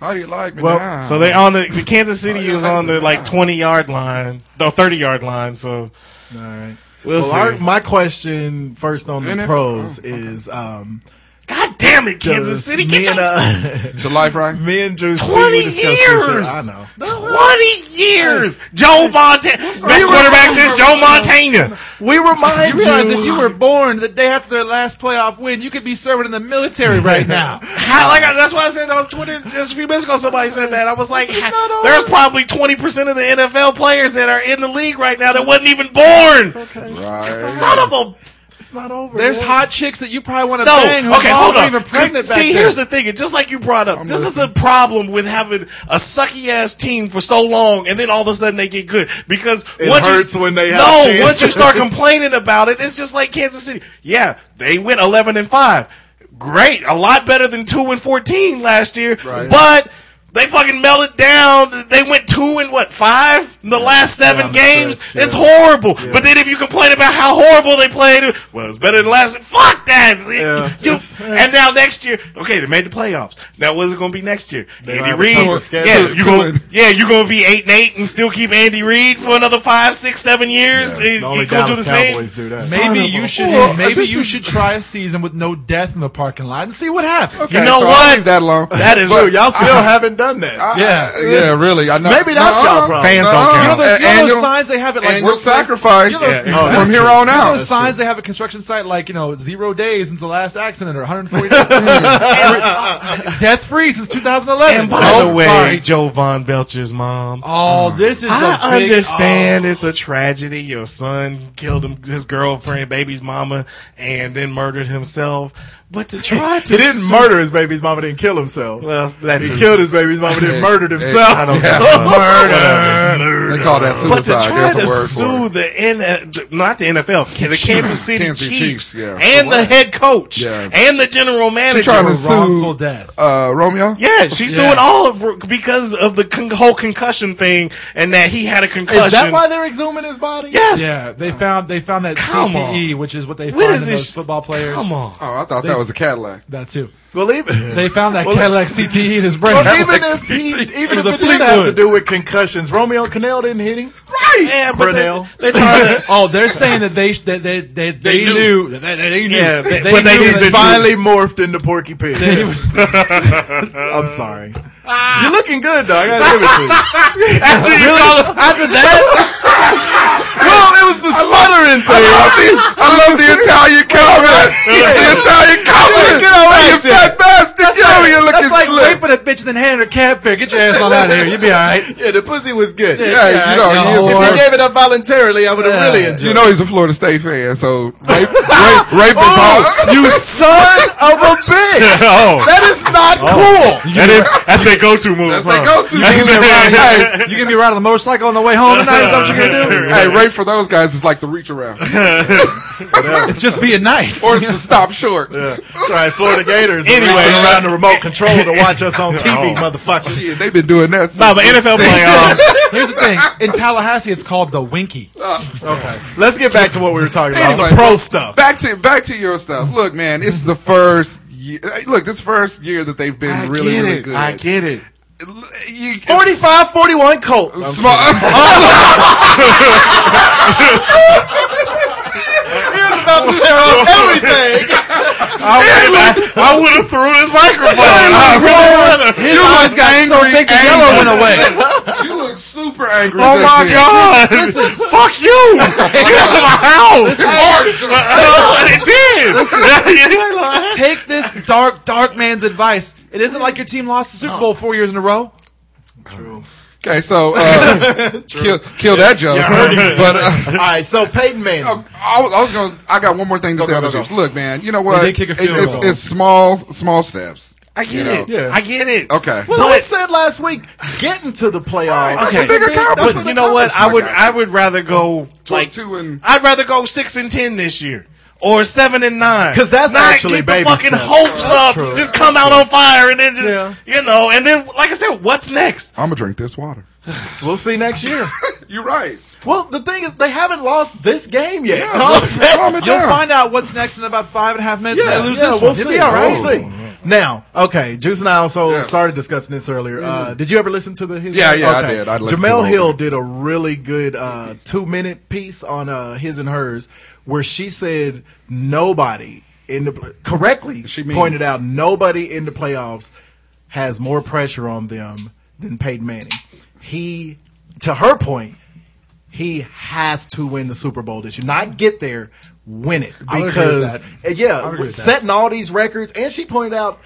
[SPEAKER 8] How do you like me
[SPEAKER 10] Well,
[SPEAKER 7] Ah.
[SPEAKER 8] now?
[SPEAKER 10] so they on the, the Kansas
[SPEAKER 7] Oh,
[SPEAKER 10] City is on the like twenty yard line, no thirty yard line. So
[SPEAKER 7] All right.
[SPEAKER 10] we'll
[SPEAKER 7] Well,
[SPEAKER 10] see.
[SPEAKER 7] our, my question first on the
[SPEAKER 8] NFL.
[SPEAKER 7] pros is um,
[SPEAKER 10] God damn it, Kansas
[SPEAKER 7] does
[SPEAKER 10] City!
[SPEAKER 7] me
[SPEAKER 10] Get your
[SPEAKER 7] and uh,
[SPEAKER 8] It's a life, right?
[SPEAKER 7] me and Drew Speed, we
[SPEAKER 10] 20
[SPEAKER 7] discussed this, uh,
[SPEAKER 10] years.
[SPEAKER 7] I know.
[SPEAKER 10] twenty years. Joe Montana, best quarterback since Joe Montana.
[SPEAKER 7] We remind
[SPEAKER 6] You realize
[SPEAKER 7] you
[SPEAKER 6] if you were born the day after their last playoff win, you could be serving in the military right now.
[SPEAKER 10] How, like I, that's why I said I was Twitter just a few minutes ago. Somebody said that I was like,
[SPEAKER 6] is not on.
[SPEAKER 10] there's probably twenty percent of the NFL players that are in the league right now that wasn't even born.
[SPEAKER 8] Right.
[SPEAKER 10] Son of a
[SPEAKER 7] It's not over.
[SPEAKER 6] There's
[SPEAKER 7] man.
[SPEAKER 6] hot chicks that you probably want to bang.
[SPEAKER 10] no.
[SPEAKER 6] whose
[SPEAKER 10] Okay,
[SPEAKER 6] moms
[SPEAKER 10] hold
[SPEAKER 6] are
[SPEAKER 10] on.
[SPEAKER 6] Even pregnant
[SPEAKER 10] See,
[SPEAKER 6] back there.
[SPEAKER 10] here's the thing. and Just like you brought up, this is the problem with having a sucky ass team for so long, and then all of a sudden they get good because
[SPEAKER 7] It
[SPEAKER 10] once
[SPEAKER 7] hurts
[SPEAKER 10] you,
[SPEAKER 7] when they have a
[SPEAKER 10] no.
[SPEAKER 7] chance.
[SPEAKER 10] Once you start complaining about it, it's just like Kansas City. Yeah, they went eleven and five. Great, a lot better than two and fourteen last year, but. They fucking melted down. They went two and what five in the last seven games. It's horrible. But then if you complain about how horrible they played, well, it's better than last. Fuck that. You- and now next year, okay, they made the playoffs. Now what's it going to be next year? Andy
[SPEAKER 7] have a
[SPEAKER 10] Reid.
[SPEAKER 7] tougher schedule.
[SPEAKER 10] Yeah, you
[SPEAKER 8] Two
[SPEAKER 10] going
[SPEAKER 8] and-
[SPEAKER 10] yeah, you going to be eight and eight and still keep Andy Reid for another five, six, seven years.
[SPEAKER 7] The
[SPEAKER 10] You-
[SPEAKER 7] only
[SPEAKER 10] you going to do the
[SPEAKER 7] Dallas
[SPEAKER 10] same?
[SPEAKER 7] Cowboys do that.
[SPEAKER 6] Maybe
[SPEAKER 8] of
[SPEAKER 6] you
[SPEAKER 8] a-
[SPEAKER 6] should.
[SPEAKER 8] Well,
[SPEAKER 6] maybe
[SPEAKER 8] this
[SPEAKER 6] you
[SPEAKER 8] is-
[SPEAKER 6] should try a season with no death in the parking lot and see what happens.
[SPEAKER 8] Okay,
[SPEAKER 10] know
[SPEAKER 8] so I'll
[SPEAKER 10] what?
[SPEAKER 8] leave that alone.
[SPEAKER 10] That is
[SPEAKER 7] Dude, y'all still haven't done that.
[SPEAKER 8] I-
[SPEAKER 6] Yeah.
[SPEAKER 8] yeah, really. I know.
[SPEAKER 7] Maybe that's
[SPEAKER 8] Nuh-uh.
[SPEAKER 7] Uh-huh. y'all problem.
[SPEAKER 10] Fans don't
[SPEAKER 6] You know
[SPEAKER 10] count.
[SPEAKER 6] those, you know those
[SPEAKER 8] Annual-
[SPEAKER 6] signs they have at like
[SPEAKER 8] annual
[SPEAKER 6] work
[SPEAKER 8] sacrifice from here
[SPEAKER 10] Oh,
[SPEAKER 8] on out.
[SPEAKER 6] those signs they have at construction site like you know zero days since the last accident or 140 days. death free since 2011.
[SPEAKER 10] And by
[SPEAKER 6] oh,
[SPEAKER 10] the way,
[SPEAKER 6] sorry.
[SPEAKER 10] Joe Von Belcher's mom.
[SPEAKER 6] oh, this is a
[SPEAKER 10] I
[SPEAKER 6] big-
[SPEAKER 10] understand it's a tragedy. Your son killed him, his girlfriend, baby's mama, and then murdered himself. But to try to
[SPEAKER 7] He didn't murder his baby's mama. Didn't kill himself.
[SPEAKER 10] Well, that
[SPEAKER 7] he
[SPEAKER 10] just-
[SPEAKER 7] killed his baby's mama. Didn't murdered
[SPEAKER 10] I
[SPEAKER 7] himself.
[SPEAKER 10] don't know. Murder.
[SPEAKER 8] They call that
[SPEAKER 10] But to
[SPEAKER 8] suicide.
[SPEAKER 10] try
[SPEAKER 8] There's a
[SPEAKER 10] to
[SPEAKER 8] word for
[SPEAKER 10] sue
[SPEAKER 8] it.
[SPEAKER 10] the N, uh, th- not the NFL, the Kansas City
[SPEAKER 8] Kansas City
[SPEAKER 10] Chiefs,
[SPEAKER 8] Chiefs, yeah.
[SPEAKER 10] and the head coach,
[SPEAKER 8] Yeah.
[SPEAKER 10] and the general manager,
[SPEAKER 8] trying to
[SPEAKER 6] a
[SPEAKER 8] sue-
[SPEAKER 6] wrongful death.
[SPEAKER 8] Uh, Romeo?
[SPEAKER 10] Yeah, she's
[SPEAKER 6] Yeah.
[SPEAKER 10] doing all of because of the con- whole concussion thing, and that he had a concussion.
[SPEAKER 7] Is that why they're exhuming his body?
[SPEAKER 10] Yes.
[SPEAKER 6] Yeah, they found they found that
[SPEAKER 10] Come on.
[SPEAKER 6] CTE, which is what they
[SPEAKER 10] What
[SPEAKER 6] find
[SPEAKER 10] is
[SPEAKER 6] in
[SPEAKER 10] this?
[SPEAKER 6] those football players.
[SPEAKER 10] Come on.
[SPEAKER 8] Oh, I thought that was a Cadillac.
[SPEAKER 6] That too.
[SPEAKER 7] Well, even
[SPEAKER 6] They found that Cadillac CTE in his brain.
[SPEAKER 7] well, even
[SPEAKER 6] E.
[SPEAKER 7] if he, even
[SPEAKER 6] It was
[SPEAKER 7] if
[SPEAKER 6] a
[SPEAKER 7] it didn't have to
[SPEAKER 6] Fleetwood.
[SPEAKER 7] do with concussions, Romeo Cannell didn't hit him.
[SPEAKER 10] Yeah, but
[SPEAKER 7] Cornell.
[SPEAKER 10] They, they tried to,
[SPEAKER 6] oh, they're saying that they that they they, they,
[SPEAKER 10] knew.
[SPEAKER 6] knew. that They, they knew.
[SPEAKER 10] Yeah, they-
[SPEAKER 6] they
[SPEAKER 10] but they
[SPEAKER 6] knew
[SPEAKER 10] didn't
[SPEAKER 6] that
[SPEAKER 7] He's
[SPEAKER 10] They-
[SPEAKER 7] finally morphed into Porky Pig.
[SPEAKER 6] he was-
[SPEAKER 7] I'm sorry. You're looking good, though. I gotta give it to you.
[SPEAKER 10] after you call him-
[SPEAKER 6] after that,
[SPEAKER 7] Well, it was the smuttering
[SPEAKER 8] I
[SPEAKER 7] thing.
[SPEAKER 8] love the, I love the Italian comment. the Italian comment.
[SPEAKER 7] Get over
[SPEAKER 8] you
[SPEAKER 7] it.
[SPEAKER 8] fat bastard. Yo, you're looking
[SPEAKER 6] that's like
[SPEAKER 8] slick.
[SPEAKER 6] raping a bitch and then handing her cab fare. Get your ass on out of here. You'll be all right.
[SPEAKER 7] Yeah, the pussy was good.
[SPEAKER 8] Hey, you know,
[SPEAKER 6] Yeah,
[SPEAKER 8] he
[SPEAKER 6] I
[SPEAKER 8] is a
[SPEAKER 6] know.
[SPEAKER 7] If
[SPEAKER 8] Florida-
[SPEAKER 7] he gave it up voluntarily, I would have
[SPEAKER 6] Yeah.
[SPEAKER 7] really enjoyed.
[SPEAKER 8] you know he's a Florida State fan, so rape, rape, rape is all.
[SPEAKER 7] you son of a bitch!
[SPEAKER 10] oh,
[SPEAKER 7] That is not cool.
[SPEAKER 10] that is that's their go-to move.
[SPEAKER 8] That's
[SPEAKER 10] huh?
[SPEAKER 8] their go-to.
[SPEAKER 10] That's
[SPEAKER 8] You
[SPEAKER 10] their-
[SPEAKER 8] can get
[SPEAKER 6] You gonna be riding the motorcycle on the way home tonight? Is that what you're gonna
[SPEAKER 8] Hey, rape for those guys is like the reach around,
[SPEAKER 6] do? It's just being nice.
[SPEAKER 8] or it's the stop short.
[SPEAKER 7] Yeah. That's right, Florida Gators are
[SPEAKER 10] Anyway. Oh.
[SPEAKER 7] reaching around the remote control to watch us on TV, motherfucker.
[SPEAKER 8] Shit, they've been doing that. Since
[SPEAKER 10] Nah, but NFL playoffs.
[SPEAKER 6] Here's the thing: in Tallahassee, it's called the Winky.
[SPEAKER 7] Let's get back to what we were talking about.
[SPEAKER 8] Anyway.
[SPEAKER 7] the pro stuff.
[SPEAKER 8] Back to back to your stuff. Look, man, it's the first. Year, hey, look, this first year that they've been
[SPEAKER 10] I
[SPEAKER 8] really,
[SPEAKER 10] get
[SPEAKER 8] really
[SPEAKER 10] it.
[SPEAKER 8] good.
[SPEAKER 10] I get it.
[SPEAKER 8] You-
[SPEAKER 7] 45-41 Colts.
[SPEAKER 8] Small.
[SPEAKER 7] about to tear up everything.
[SPEAKER 10] I would have threw this microphone.
[SPEAKER 6] His eyes got so big, the yellow went away.
[SPEAKER 8] you look super angry.
[SPEAKER 10] Oh
[SPEAKER 8] since
[SPEAKER 10] my
[SPEAKER 8] then.
[SPEAKER 10] god! Fuck you! Get out of my house! It's hard. it did.
[SPEAKER 6] Take this dark, dark man's advice. It isn't like your team lost the Super Bowl four years in a row.
[SPEAKER 8] Okay, so uh, kill, kill that joke. but uh,
[SPEAKER 7] All right, so Peyton Manning.
[SPEAKER 10] Oh.
[SPEAKER 8] I, was, I was going. I got one more thing to say
[SPEAKER 7] go,
[SPEAKER 8] about
[SPEAKER 7] go, go.
[SPEAKER 8] this. Look, man, you know what?
[SPEAKER 6] did kick a
[SPEAKER 8] It-
[SPEAKER 6] field
[SPEAKER 8] it's,
[SPEAKER 6] goal.
[SPEAKER 8] it's small, small steps.
[SPEAKER 10] I get it.
[SPEAKER 7] Yeah.
[SPEAKER 10] I get it.
[SPEAKER 8] Okay.
[SPEAKER 7] Well, I
[SPEAKER 10] But-
[SPEAKER 7] said last week, getting to the playoffs.
[SPEAKER 10] Okay.
[SPEAKER 7] is
[SPEAKER 8] That's
[SPEAKER 7] a
[SPEAKER 8] a big accomplishment.
[SPEAKER 7] that's
[SPEAKER 10] But
[SPEAKER 7] an
[SPEAKER 10] you know what? I would.
[SPEAKER 8] accomplishment, guys.
[SPEAKER 10] I would rather go like
[SPEAKER 8] two and-
[SPEAKER 10] I'd rather go six and ten this year. Or seven and nine,
[SPEAKER 7] 'Cause that's
[SPEAKER 10] Not
[SPEAKER 7] actually
[SPEAKER 10] get the
[SPEAKER 7] baby
[SPEAKER 10] fucking
[SPEAKER 7] steps.
[SPEAKER 10] hopes
[SPEAKER 7] That's
[SPEAKER 10] up,
[SPEAKER 7] true.
[SPEAKER 10] just come out on fire, and then just
[SPEAKER 7] Yeah.
[SPEAKER 10] you know, and then like I said, what's next?
[SPEAKER 8] I'm gonna drink this water.
[SPEAKER 7] We'll see next year.
[SPEAKER 8] You're right.
[SPEAKER 7] well, the thing is, they haven't lost this game yet.
[SPEAKER 8] Yeah,
[SPEAKER 7] No,
[SPEAKER 8] so
[SPEAKER 7] they-
[SPEAKER 8] calm it
[SPEAKER 6] You'll
[SPEAKER 8] down.
[SPEAKER 6] find out what's next in about five and a half minutes.
[SPEAKER 7] yeah,
[SPEAKER 6] and they lose
[SPEAKER 7] yeah,
[SPEAKER 6] this
[SPEAKER 7] we'll
[SPEAKER 6] one.
[SPEAKER 7] see.
[SPEAKER 6] You'll be all right.
[SPEAKER 7] We'll see. Now, okay, Juice and I also
[SPEAKER 8] Yes.
[SPEAKER 7] started discussing this earlier. Uh, did you ever listen to the? His
[SPEAKER 8] Yeah, yeah, I
[SPEAKER 7] Okay.
[SPEAKER 8] did. I listened to
[SPEAKER 7] Jamel
[SPEAKER 8] it.
[SPEAKER 7] Hill did a really good uh, two minute piece on uh, his and hers, where she said nobody in the correctly
[SPEAKER 8] She means-
[SPEAKER 7] pointed out nobody in the playoffs has more pressure on them than Peyton Manning. He, to her point, he has to win the Super Bowl this year. Not get there, win it.
[SPEAKER 6] would agree with
[SPEAKER 7] Because uh,
[SPEAKER 6] that.
[SPEAKER 7] yeah,
[SPEAKER 6] I would agree
[SPEAKER 7] with
[SPEAKER 6] with that.
[SPEAKER 7] setting all these records, and she pointed out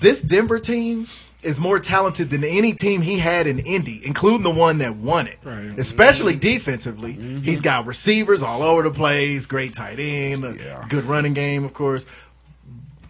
[SPEAKER 7] this Denver team is more talented than any team he had in Indy, including the one that won it.
[SPEAKER 6] Right. Mm-hmm.
[SPEAKER 7] Especially defensively, he's got receivers all over the place, great tight end, a good running game, of course.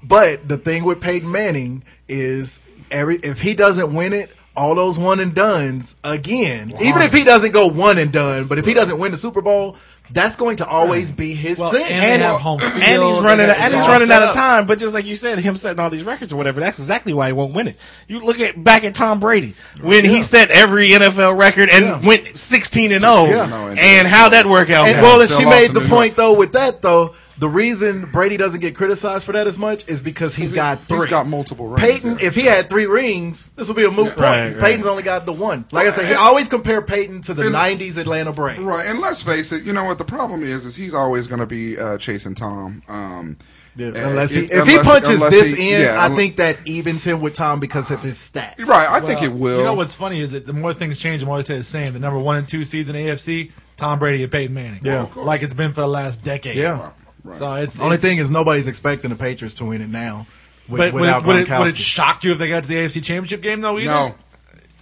[SPEAKER 7] But the thing with Peyton Manning is every if he doesn't win it, all those one and duns again. Even if he doesn't go one and done, but if he doesn't win the Super Bowl, that's going to always be his
[SPEAKER 6] Well,
[SPEAKER 7] thing.
[SPEAKER 6] and, they have home field.
[SPEAKER 10] and he's
[SPEAKER 6] They
[SPEAKER 10] running
[SPEAKER 6] have-
[SPEAKER 10] and
[SPEAKER 6] it's
[SPEAKER 10] he's
[SPEAKER 6] all
[SPEAKER 10] running
[SPEAKER 6] set
[SPEAKER 10] out of
[SPEAKER 6] up.
[SPEAKER 10] time. But just like you said, him setting all these records or whatever, that's exactly why he won't win it. You look at back at Tom Brady when he set every NFL record and
[SPEAKER 7] Yeah.
[SPEAKER 10] went sixteen and zero,
[SPEAKER 7] yeah.
[SPEAKER 10] and how that work out.
[SPEAKER 7] And
[SPEAKER 10] now.
[SPEAKER 7] well, and she
[SPEAKER 8] still
[SPEAKER 7] made
[SPEAKER 8] lost
[SPEAKER 7] the
[SPEAKER 8] to New
[SPEAKER 7] point though with that though The reason Brady doesn't get criticized for that as much is because he's got three.
[SPEAKER 8] He's got multiple rings.
[SPEAKER 7] Peyton, if he had three rings, this would be a moot point.
[SPEAKER 10] Right, right.
[SPEAKER 7] Peyton's only got the one. Like I said, he I always compare Peyton to the '90s Atlanta Braves.
[SPEAKER 8] Right, and let's face it. You know what the problem is? Is he's always going to be uh, chasing Tom. Um,
[SPEAKER 7] Yeah,
[SPEAKER 8] and
[SPEAKER 7] unless he, if he
[SPEAKER 8] unless-
[SPEAKER 7] punches
[SPEAKER 8] unless
[SPEAKER 7] this
[SPEAKER 8] he-
[SPEAKER 7] in,
[SPEAKER 8] yeah,
[SPEAKER 7] I
[SPEAKER 8] unle-
[SPEAKER 7] think that evens him with Tom because of his stats.
[SPEAKER 8] Right, I think it will.
[SPEAKER 6] You know what's funny is that the more things change, the more they stay the same. The number one and two seeds in the AFC, Tom Brady and Peyton Manning.
[SPEAKER 7] Yeah.
[SPEAKER 6] like it's been for the last decade.
[SPEAKER 7] Yeah.
[SPEAKER 6] So it's
[SPEAKER 7] Only
[SPEAKER 6] it's-
[SPEAKER 7] thing is, nobody's expecting the Patriots to win it now. With,
[SPEAKER 6] But would
[SPEAKER 7] without
[SPEAKER 6] it, would, it, would it
[SPEAKER 7] Gronkowski.
[SPEAKER 6] shock you if they got to the AFC Championship game though? Either
[SPEAKER 8] No.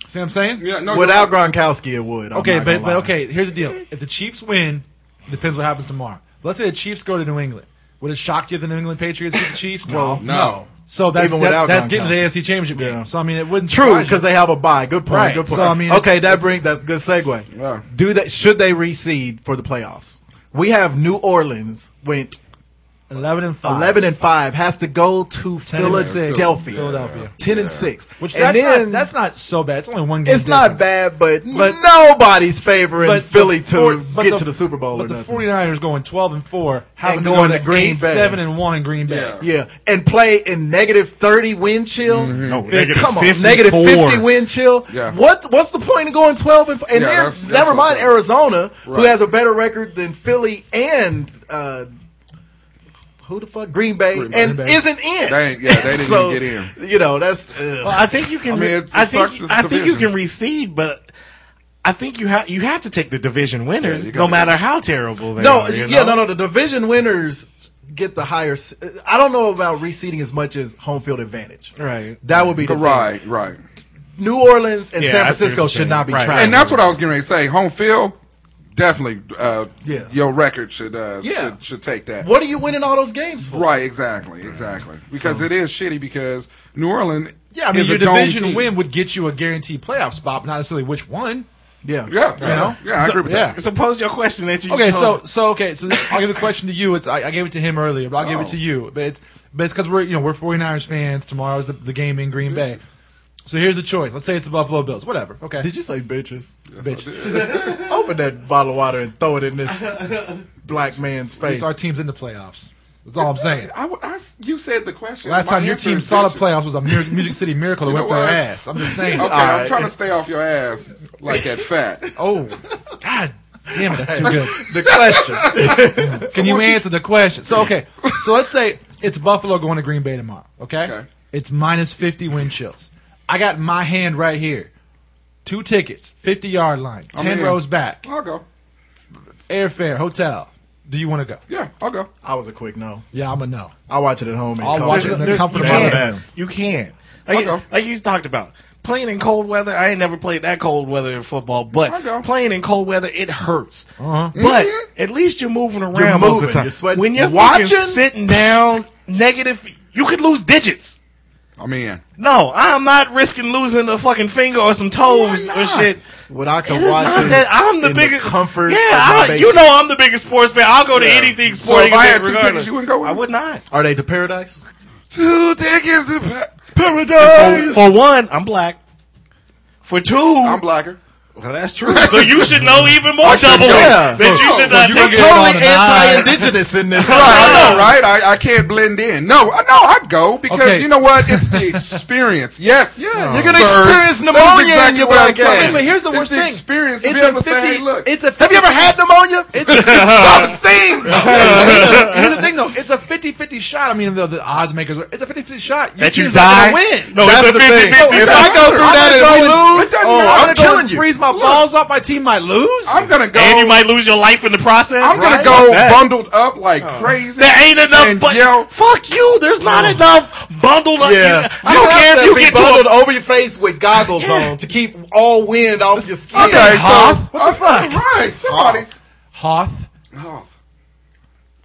[SPEAKER 6] see what I'm saying?
[SPEAKER 8] Yeah, no,
[SPEAKER 7] without Gronkowski, it would. I'm
[SPEAKER 6] Okay,
[SPEAKER 7] not
[SPEAKER 6] but,
[SPEAKER 7] gonna
[SPEAKER 6] but
[SPEAKER 7] lie.
[SPEAKER 6] okay. Here's the deal: if the Chiefs win, it depends what happens tomorrow. Let's say the Chiefs go to New England. Would it shock you if the New England Patriots beat the Chiefs?
[SPEAKER 7] Well, no.
[SPEAKER 6] So that's
[SPEAKER 7] Even
[SPEAKER 6] that-
[SPEAKER 7] without
[SPEAKER 6] that's getting to the
[SPEAKER 7] Gronkowski.
[SPEAKER 6] AFC Championship game.
[SPEAKER 7] Yeah.
[SPEAKER 6] So I mean, it wouldn't
[SPEAKER 7] True,
[SPEAKER 6] surprise you.
[SPEAKER 7] because they have a bye. Good point.
[SPEAKER 6] Right,
[SPEAKER 7] Good point.
[SPEAKER 6] so, I mean,
[SPEAKER 7] okay, that
[SPEAKER 6] it's-
[SPEAKER 7] brings that's a good segue.
[SPEAKER 8] Yeah.
[SPEAKER 7] Do that? Should they reseed for the playoffs? We have New Orleans went
[SPEAKER 6] eleven and five.
[SPEAKER 7] eleven and five has to go to
[SPEAKER 6] 10 and six.
[SPEAKER 7] Philadelphia,
[SPEAKER 6] Philadelphia.
[SPEAKER 7] ten and six,
[SPEAKER 6] Which
[SPEAKER 7] and
[SPEAKER 6] that's
[SPEAKER 7] then
[SPEAKER 6] not that's not so bad. It's only one game.
[SPEAKER 7] it's
[SPEAKER 6] difference.
[SPEAKER 7] not bad, but,
[SPEAKER 6] But-
[SPEAKER 7] nobody's favoring Philly
[SPEAKER 6] the
[SPEAKER 7] to
[SPEAKER 6] four- but
[SPEAKER 7] get to the Super Bowl
[SPEAKER 6] But
[SPEAKER 7] or
[SPEAKER 6] the
[SPEAKER 7] nothing.
[SPEAKER 6] 49ers going 12 and 4, having
[SPEAKER 7] And
[SPEAKER 6] going to, Green Bay. 7 and 1 in Green Bay.
[SPEAKER 8] Yeah.
[SPEAKER 7] Yeah, and play in negative thirty wind chill.
[SPEAKER 10] No,
[SPEAKER 7] Yeah,
[SPEAKER 10] negative
[SPEAKER 7] Come on,
[SPEAKER 10] 54.
[SPEAKER 7] negative fifty wind chill.
[SPEAKER 8] Mm-hmm. Yeah.
[SPEAKER 7] What what's the point of going twelve and and
[SPEAKER 8] Yeah,
[SPEAKER 7] they're-
[SPEAKER 8] that's- that's
[SPEAKER 7] never
[SPEAKER 8] what
[SPEAKER 7] mind
[SPEAKER 8] I'm-
[SPEAKER 7] Arizona, who
[SPEAKER 8] Right.
[SPEAKER 7] has a better record than Philly and uh, who the fuck Green Bay,
[SPEAKER 8] Green Bay.
[SPEAKER 7] and
[SPEAKER 6] Green Bay.
[SPEAKER 7] isn't in.
[SPEAKER 8] They ain't- yeah, they didn't
[SPEAKER 7] so,
[SPEAKER 8] even get
[SPEAKER 7] You know that's uh, ugh.
[SPEAKER 10] Well, I think you can.
[SPEAKER 8] I
[SPEAKER 10] I,
[SPEAKER 8] mean, it's-
[SPEAKER 10] I
[SPEAKER 8] it
[SPEAKER 10] think
[SPEAKER 8] sucks it's
[SPEAKER 10] I think you
[SPEAKER 8] division.
[SPEAKER 10] can recede, but I think you have you have to take the division winners,
[SPEAKER 8] you
[SPEAKER 10] no
[SPEAKER 8] gotta-
[SPEAKER 10] matter how terrible they
[SPEAKER 7] no
[SPEAKER 10] are. you
[SPEAKER 7] yeah
[SPEAKER 10] know?
[SPEAKER 7] no no the division winners get the higher. s- I don't know about reseeding as much as home field advantage.
[SPEAKER 10] Right.
[SPEAKER 7] That would be the thing.
[SPEAKER 8] Right, right.
[SPEAKER 7] New Orleans and
[SPEAKER 10] Yeah,
[SPEAKER 7] San
[SPEAKER 10] I see what
[SPEAKER 7] Francisco
[SPEAKER 10] you're
[SPEAKER 7] should
[SPEAKER 10] saying.
[SPEAKER 7] not be
[SPEAKER 10] Right.
[SPEAKER 7] trying.
[SPEAKER 8] And that's what I was getting ready to say. Home field, definitely. Uh,
[SPEAKER 7] Yeah.
[SPEAKER 8] your record should uh,
[SPEAKER 7] Yeah.
[SPEAKER 8] should, should take that.
[SPEAKER 7] What Mm-hmm. are you winning all those games for?
[SPEAKER 8] Right, exactly, exactly. Because it is shitty because New Orleans.
[SPEAKER 6] Yeah, I mean,
[SPEAKER 8] is
[SPEAKER 6] your
[SPEAKER 8] a dome
[SPEAKER 6] division
[SPEAKER 8] team.
[SPEAKER 6] win would get you a guaranteed playoff spot, but not necessarily which one.
[SPEAKER 7] Yeah.
[SPEAKER 8] Yeah, yeah,
[SPEAKER 6] know?
[SPEAKER 8] yeah. I agree with
[SPEAKER 6] yeah.
[SPEAKER 8] that.
[SPEAKER 10] Suppose your question that you
[SPEAKER 6] Okay,
[SPEAKER 10] told-
[SPEAKER 6] so so okay, so this, I'll give a question to you. It's I, I gave it to him earlier, but I'll give it
[SPEAKER 7] Oh.
[SPEAKER 6] to you. But it's but it's because we're you know we're 49ers fans. Tomorrow's the, the game in Green Bay. So here's the choice. Let's say it's the Buffalo Bills. Whatever. Okay.
[SPEAKER 7] Did you say bitches?
[SPEAKER 6] bitch.
[SPEAKER 7] Open that bottle of water and throw it in this black man's
[SPEAKER 6] At
[SPEAKER 7] face.
[SPEAKER 6] least our team's in the playoffs. That's all I'm saying.
[SPEAKER 8] I, would- I s- you said the question.
[SPEAKER 6] Last
[SPEAKER 8] My
[SPEAKER 6] time your
[SPEAKER 8] answer
[SPEAKER 6] team
[SPEAKER 8] is
[SPEAKER 6] saw the
[SPEAKER 8] bitches.
[SPEAKER 6] playoffs was a Mir- Music City Miracle that
[SPEAKER 8] You
[SPEAKER 6] went
[SPEAKER 8] know
[SPEAKER 6] for their
[SPEAKER 8] what?
[SPEAKER 6] ass. I'm just saying.
[SPEAKER 8] Okay,
[SPEAKER 7] Alright.
[SPEAKER 8] I'm trying to stay off your ass like that fat.
[SPEAKER 6] Oh, God damn it, that's too good.
[SPEAKER 7] the question.
[SPEAKER 6] Can you answer the question? So, okay, so let's say it's Buffalo going to Green Bay tomorrow, okay?
[SPEAKER 8] Okay.
[SPEAKER 6] It's minus 50 wind chills. I got my hand right here. Two tickets, 50 yard line, 10
[SPEAKER 8] in.
[SPEAKER 6] rows back,
[SPEAKER 8] I'll go.
[SPEAKER 6] airfare, hotel. Do you want to go?
[SPEAKER 8] Yeah, I'll go.
[SPEAKER 7] I was a quick no.
[SPEAKER 6] Yeah, I'm a no.
[SPEAKER 7] I watch it at home. And
[SPEAKER 6] I'll
[SPEAKER 7] call
[SPEAKER 6] watch it in the
[SPEAKER 10] There-
[SPEAKER 6] comfort
[SPEAKER 10] you
[SPEAKER 6] of my
[SPEAKER 7] Alabama.
[SPEAKER 10] can.
[SPEAKER 6] bed.
[SPEAKER 10] You can. Like,
[SPEAKER 8] I'll go.
[SPEAKER 10] like you talked about. Playing in cold weather, I ain't never played that cold weather in football, but
[SPEAKER 8] I'll go.
[SPEAKER 10] playing in cold weather, it hurts. But at least you're moving around most of
[SPEAKER 7] moving,
[SPEAKER 10] the time.
[SPEAKER 7] you're sweating.
[SPEAKER 10] when you're
[SPEAKER 7] Watching?
[SPEAKER 10] fucking sitting down, negative, you could lose digits.
[SPEAKER 8] I'm in.
[SPEAKER 10] No, I'm not risking losing a fucking finger or some toes or shit.
[SPEAKER 7] When I
[SPEAKER 10] It
[SPEAKER 7] can
[SPEAKER 10] is
[SPEAKER 7] watch
[SPEAKER 10] not
[SPEAKER 7] it,
[SPEAKER 10] that- I'm the
[SPEAKER 7] in
[SPEAKER 10] biggest
[SPEAKER 7] comfort.
[SPEAKER 10] Yeah,
[SPEAKER 7] of my
[SPEAKER 10] I, you
[SPEAKER 7] basement.
[SPEAKER 10] know I'm the biggest sports fan. I'll go to anything sporting.
[SPEAKER 8] if I
[SPEAKER 10] event
[SPEAKER 8] had two tickets,
[SPEAKER 10] regardless.
[SPEAKER 8] you wouldn't go with
[SPEAKER 10] I
[SPEAKER 8] me?
[SPEAKER 10] would not.
[SPEAKER 7] Are they to paradise?
[SPEAKER 8] Two tickets to pa-
[SPEAKER 10] For,
[SPEAKER 8] paradise.
[SPEAKER 10] for one, I'm black. For 2
[SPEAKER 8] I'm blacker.
[SPEAKER 10] Well, that's true. So you should know even more
[SPEAKER 8] I should
[SPEAKER 10] double
[SPEAKER 8] know.
[SPEAKER 10] that
[SPEAKER 7] Yeah.
[SPEAKER 10] you should
[SPEAKER 6] So
[SPEAKER 10] not
[SPEAKER 6] you
[SPEAKER 10] take it.
[SPEAKER 6] gonna get-
[SPEAKER 7] Totally
[SPEAKER 6] on an eye.
[SPEAKER 7] anti-indigenous in this.
[SPEAKER 8] I know, right? I, I can't blend in. No, I- no, I'd go because
[SPEAKER 6] Okay.
[SPEAKER 8] you know what? It's the experience. Yes, Oh, yes.
[SPEAKER 7] You're gonna experience pneumonia in your black ass.
[SPEAKER 6] Wait, but here's the worst
[SPEAKER 8] it's the
[SPEAKER 6] thing.
[SPEAKER 8] Experience. It's
[SPEAKER 6] It's
[SPEAKER 8] be
[SPEAKER 6] a
[SPEAKER 8] able to say,
[SPEAKER 6] 50
[SPEAKER 8] hey, look,
[SPEAKER 6] it's a
[SPEAKER 8] Have you ever had pneumonia? It's something.
[SPEAKER 6] Here's the thing, though. It's a 50-50 shot. I mean, the, the odds makers. Are, it's a 50-50 shot. Your
[SPEAKER 10] That you
[SPEAKER 6] team's not gonna
[SPEAKER 10] die?
[SPEAKER 6] win.
[SPEAKER 10] No,
[SPEAKER 7] That's
[SPEAKER 10] it's
[SPEAKER 7] the
[SPEAKER 10] a 50
[SPEAKER 7] thing. If I go through that and we lose, oh,
[SPEAKER 6] I'm,
[SPEAKER 7] I'm
[SPEAKER 6] gonna go
[SPEAKER 7] killing
[SPEAKER 6] and
[SPEAKER 7] you.
[SPEAKER 6] freeze my balls up. My team might lose.
[SPEAKER 8] I'm gonna go.
[SPEAKER 10] And you might lose your life in the process.
[SPEAKER 8] I'm gonna
[SPEAKER 10] Right?
[SPEAKER 8] go
[SPEAKER 10] Fuck that.
[SPEAKER 8] bundled up like
[SPEAKER 7] Oh.
[SPEAKER 8] crazy.
[SPEAKER 10] There ain't enough.
[SPEAKER 8] and
[SPEAKER 10] But
[SPEAKER 8] yell.
[SPEAKER 10] fuck you. There's not enough bundled up.
[SPEAKER 7] Yeah,
[SPEAKER 10] I don't care if you get
[SPEAKER 7] bundled
[SPEAKER 10] to a,
[SPEAKER 7] over your face with goggles on to keep all wind off your skin.
[SPEAKER 8] Okay, so
[SPEAKER 6] Hoth? What the fuck?
[SPEAKER 8] Right, somebody. Oh,
[SPEAKER 6] Hoth.
[SPEAKER 8] Hoth.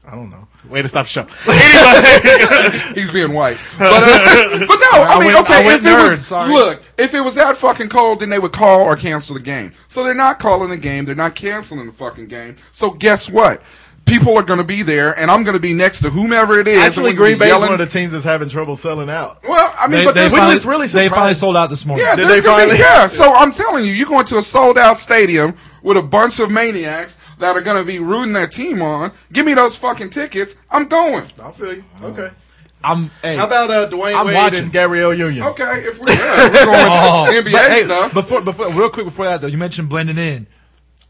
[SPEAKER 7] I don't know.
[SPEAKER 10] Way to stop the show. Anyway,
[SPEAKER 8] He's being white, but, uh, but no, I, mean,
[SPEAKER 6] went-
[SPEAKER 8] okay.
[SPEAKER 6] I went
[SPEAKER 8] if it
[SPEAKER 6] nerd,
[SPEAKER 8] was
[SPEAKER 6] sorry.
[SPEAKER 8] look, if it was that fucking cold, then they would call or cancel the game. So they're not calling the game. They're not canceling the fucking game. So guess what? people are going to be there, and I'm going to be next to whomever it is. and
[SPEAKER 7] Actually,
[SPEAKER 8] we're gonna
[SPEAKER 7] Green
[SPEAKER 8] be
[SPEAKER 7] Bay is
[SPEAKER 8] yelling-
[SPEAKER 7] one of the teams that's having trouble selling out.
[SPEAKER 8] Well, I mean,
[SPEAKER 6] They,
[SPEAKER 8] but
[SPEAKER 6] they
[SPEAKER 8] there's
[SPEAKER 6] finally,
[SPEAKER 7] is really
[SPEAKER 6] they finally
[SPEAKER 7] surprising.
[SPEAKER 6] sold out this morning.
[SPEAKER 8] Yeah,
[SPEAKER 7] Did
[SPEAKER 8] there's
[SPEAKER 7] they
[SPEAKER 8] gonna
[SPEAKER 7] finally-
[SPEAKER 8] Be, yeah. So I'm telling you, you're going to a sold out stadium with a bunch of maniacs that are going to be rooting their team on. Give me those fucking tickets. I'm going.
[SPEAKER 7] I feel you. Okay.
[SPEAKER 6] I'm. Hey,
[SPEAKER 7] How about uh, Dwayne
[SPEAKER 6] I'm
[SPEAKER 7] Wade
[SPEAKER 6] watching.
[SPEAKER 7] and Gabrielle Union?
[SPEAKER 8] Okay, if we, yeah, if we're going
[SPEAKER 6] Oh,
[SPEAKER 8] NBA
[SPEAKER 6] but, hey,
[SPEAKER 8] stuff.
[SPEAKER 6] Before, before, real quick before that though, you mentioned blending in.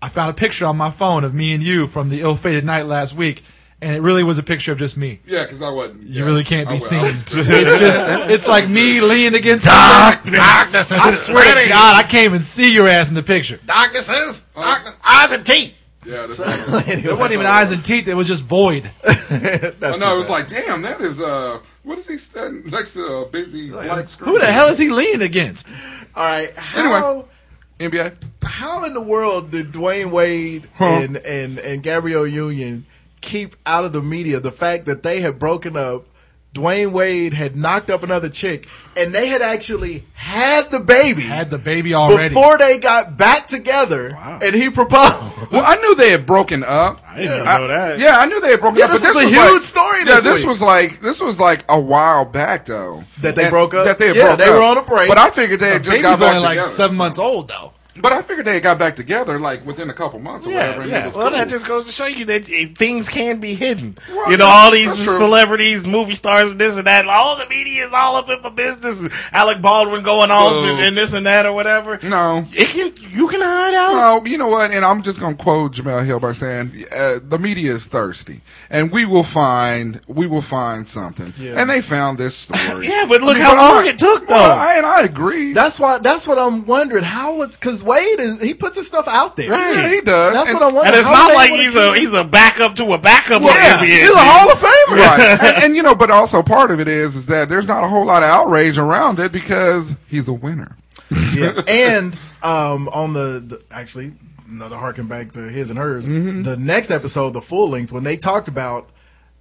[SPEAKER 6] I found a picture on my phone of me and you from the ill-fated night last week, and it really was a picture of just me.
[SPEAKER 8] yeah, because I wasn't.
[SPEAKER 6] You
[SPEAKER 8] yeah. Oh,
[SPEAKER 6] really can't
[SPEAKER 8] I
[SPEAKER 6] be
[SPEAKER 8] was-
[SPEAKER 6] seen.
[SPEAKER 8] I was-
[SPEAKER 6] it's just, it's like me leaning against darkness. darkness I swear to God, I can't even see your ass in the picture.
[SPEAKER 8] Yeah, that's
[SPEAKER 7] Anyway,
[SPEAKER 6] It wasn't even eyes and teeth; it was just void.
[SPEAKER 8] I know. It was like, damn, that is uh, what is he standing next to a busy
[SPEAKER 7] Oh,
[SPEAKER 8] black screen?
[SPEAKER 6] Who the hell is he leaning against?
[SPEAKER 7] All right. How,
[SPEAKER 8] Anyway. NBA?
[SPEAKER 7] how in the world did Dwayne Wade and, and, and Gabrielle Union keep out of the media the fact that they had broken up? Dwayne Wade had knocked up another chick, and they had actually had the baby
[SPEAKER 6] Had the baby already.
[SPEAKER 7] before they got back together, and he proposed.
[SPEAKER 8] Well, I knew they had broken up.
[SPEAKER 10] I didn't even
[SPEAKER 8] I-
[SPEAKER 10] know that.
[SPEAKER 8] Yeah, I knew they had broken
[SPEAKER 7] Yeah,
[SPEAKER 8] up.
[SPEAKER 7] this
[SPEAKER 8] but
[SPEAKER 7] is a
[SPEAKER 8] was
[SPEAKER 7] huge
[SPEAKER 8] like-
[SPEAKER 7] story
[SPEAKER 8] Yeah,
[SPEAKER 7] this
[SPEAKER 8] this
[SPEAKER 7] week.
[SPEAKER 8] was like this was like a while back though
[SPEAKER 7] That they broke up?
[SPEAKER 8] That they had
[SPEAKER 7] Yeah,
[SPEAKER 8] broke
[SPEAKER 7] they
[SPEAKER 8] up.
[SPEAKER 7] were on a break.
[SPEAKER 8] But I figured they had just
[SPEAKER 6] Baby's
[SPEAKER 8] got back
[SPEAKER 6] only like
[SPEAKER 8] together.
[SPEAKER 6] seven months old though.
[SPEAKER 8] But I figured they had got back together like within a couple months or whatever. And it was
[SPEAKER 10] Well,
[SPEAKER 8] cool.
[SPEAKER 10] that just goes to show you that eh, things can be hidden.
[SPEAKER 8] Well,
[SPEAKER 10] you know, all these
[SPEAKER 8] that's true.
[SPEAKER 10] celebrities, movie stars, and this and that. and All the media is all up in my business. Alec Baldwin going off
[SPEAKER 8] Boo.
[SPEAKER 10] and, and this and that or whatever.
[SPEAKER 8] no.
[SPEAKER 10] It can you can hide out.
[SPEAKER 8] Well, you know what? And I'm just going to quote Jamel Hill by saying, uh, "The media is thirsty, and we will find we will find something." And they found this story.
[SPEAKER 10] Yeah, but look
[SPEAKER 8] I mean,
[SPEAKER 10] how
[SPEAKER 8] I'm
[SPEAKER 10] long it took,
[SPEAKER 8] Well,
[SPEAKER 10] though.
[SPEAKER 8] I, and I agree.
[SPEAKER 7] That's why. That's what I'm wondering. How was because Wade is he puts his stuff out there.
[SPEAKER 10] Right.
[SPEAKER 8] yeah, he does.
[SPEAKER 7] That's
[SPEAKER 8] And-
[SPEAKER 7] what I'm wondering.
[SPEAKER 10] and it's
[SPEAKER 7] How
[SPEAKER 10] not
[SPEAKER 7] do they
[SPEAKER 10] like
[SPEAKER 7] wanna
[SPEAKER 10] he's a
[SPEAKER 7] keep-
[SPEAKER 10] he's a backup to a backup. on
[SPEAKER 7] yeah.
[SPEAKER 10] NBA.
[SPEAKER 7] He's a Hall of Famer.
[SPEAKER 8] right. And, and you know, but also part of it is is that there's not a whole lot of outrage around it because he's a winner.
[SPEAKER 7] yeah. And um, on the, the- actually another harken back to his and hers.
[SPEAKER 8] Mm-hmm.
[SPEAKER 7] The next episode, the full length, when they talked about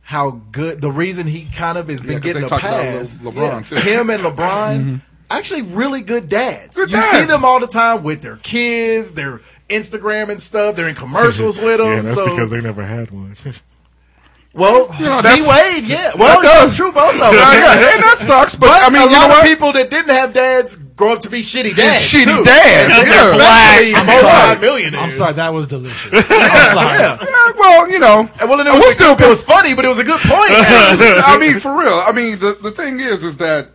[SPEAKER 7] how good the reason he kind of has
[SPEAKER 8] 'cause
[SPEAKER 7] been getting
[SPEAKER 8] they
[SPEAKER 7] a
[SPEAKER 8] talked about
[SPEAKER 7] pass,
[SPEAKER 8] Le- LeBron,
[SPEAKER 7] yeah,
[SPEAKER 8] too. Mm-hmm.
[SPEAKER 7] him and LeBron. Actually, really good dads.
[SPEAKER 8] Good
[SPEAKER 7] you
[SPEAKER 8] dads.
[SPEAKER 7] see them all the time with their kids, their Instagram and stuff. They're in commercials with them. so,
[SPEAKER 10] never had one.
[SPEAKER 7] well, D
[SPEAKER 8] that's-
[SPEAKER 7] Wade, yeah. Well,
[SPEAKER 8] does.
[SPEAKER 7] that's true. Both of them.
[SPEAKER 8] Yeah, yeah, and that sucks. But, I mean,
[SPEAKER 7] a
[SPEAKER 8] you know
[SPEAKER 7] lot
[SPEAKER 8] what?
[SPEAKER 7] of people that didn't have dads grow up to be shitty dads.
[SPEAKER 8] Shitty
[SPEAKER 7] too.
[SPEAKER 8] dads. Yeah.
[SPEAKER 7] Especially multi-millionaires.
[SPEAKER 6] I'm sorry, that was delicious. I'm sorry.
[SPEAKER 8] Yeah, well, you know,
[SPEAKER 7] And Well, and it
[SPEAKER 8] we'll
[SPEAKER 7] was, a
[SPEAKER 8] still
[SPEAKER 7] good- it was funny, but it was a good point. actually.
[SPEAKER 8] I mean, for real. I mean, the, the thing is, is that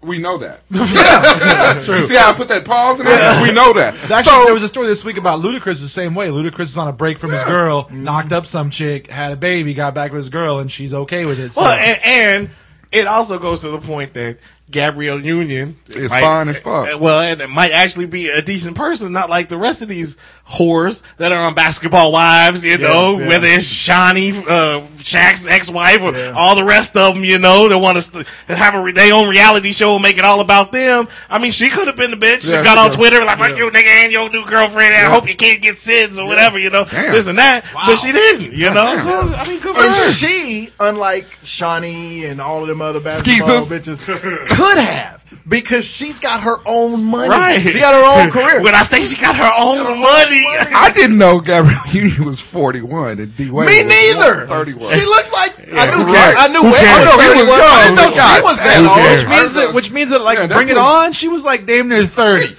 [SPEAKER 8] we know that. You see how I put that pause in there? We know that.
[SPEAKER 6] Actually,
[SPEAKER 8] so,
[SPEAKER 6] there was a story this week about Ludacris the same way. Ludacris is on a break from his girl,
[SPEAKER 8] Mm-hmm.
[SPEAKER 6] knocked up some chick, had a baby, got back with his girl, and she's okay with it. So.
[SPEAKER 10] Well, and, and it also goes to the point that Gabrielle Union
[SPEAKER 8] Is fine as fuck.
[SPEAKER 10] uh, Well, and it might actually be a decent person, not like the rest of these whores that are on Basketball Wives. You know,
[SPEAKER 7] yeah.
[SPEAKER 10] whether it's Shawnee, uh, Shaq's ex-wife, or all the rest of them. You know, they want to st- have a re- their own reality show and make it all about them. I mean, she could have been the bitch.
[SPEAKER 8] Yeah,
[SPEAKER 10] that got
[SPEAKER 8] she
[SPEAKER 10] on
[SPEAKER 8] could've.
[SPEAKER 10] Twitter like, "Fuck you, nigga, and your new girlfriend. And I hope your kid gets SIDS or whatever." You know,
[SPEAKER 8] Damn.
[SPEAKER 10] this and that. But she didn't. You know, so I mean, good for
[SPEAKER 7] And
[SPEAKER 10] her.
[SPEAKER 7] she, unlike Shawnee and all of them other basketball
[SPEAKER 8] Skeezers.
[SPEAKER 7] bitches, could have because she's got her own money.
[SPEAKER 10] Right.
[SPEAKER 7] She got her own career.
[SPEAKER 10] When I say she got her own money,
[SPEAKER 8] I didn't know Gabrielle Union was 41 and D Wade.
[SPEAKER 7] Me
[SPEAKER 8] was
[SPEAKER 7] neither.
[SPEAKER 8] 31.
[SPEAKER 7] She looks like I knew.
[SPEAKER 8] Right.
[SPEAKER 7] I knew.
[SPEAKER 8] Who
[SPEAKER 7] Wade was
[SPEAKER 8] cares? She was
[SPEAKER 7] 31. I didn't know
[SPEAKER 8] young.
[SPEAKER 7] she was that
[SPEAKER 8] Who
[SPEAKER 7] old.
[SPEAKER 8] cares?
[SPEAKER 6] which means that, which means that, like,
[SPEAKER 8] Yeah,
[SPEAKER 6] bring it
[SPEAKER 8] definitely.
[SPEAKER 6] on. She was like damn near thirty.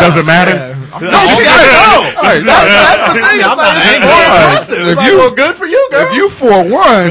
[SPEAKER 10] doesn't matter.
[SPEAKER 8] No, she got no.
[SPEAKER 7] That's, that's the thing. It's
[SPEAKER 6] I'm not
[SPEAKER 7] like, it's
[SPEAKER 6] angry.
[SPEAKER 7] more
[SPEAKER 8] All right.
[SPEAKER 7] impressive. It's
[SPEAKER 8] If
[SPEAKER 7] like,
[SPEAKER 8] you-
[SPEAKER 7] well, good for you, girl.
[SPEAKER 8] If you for one,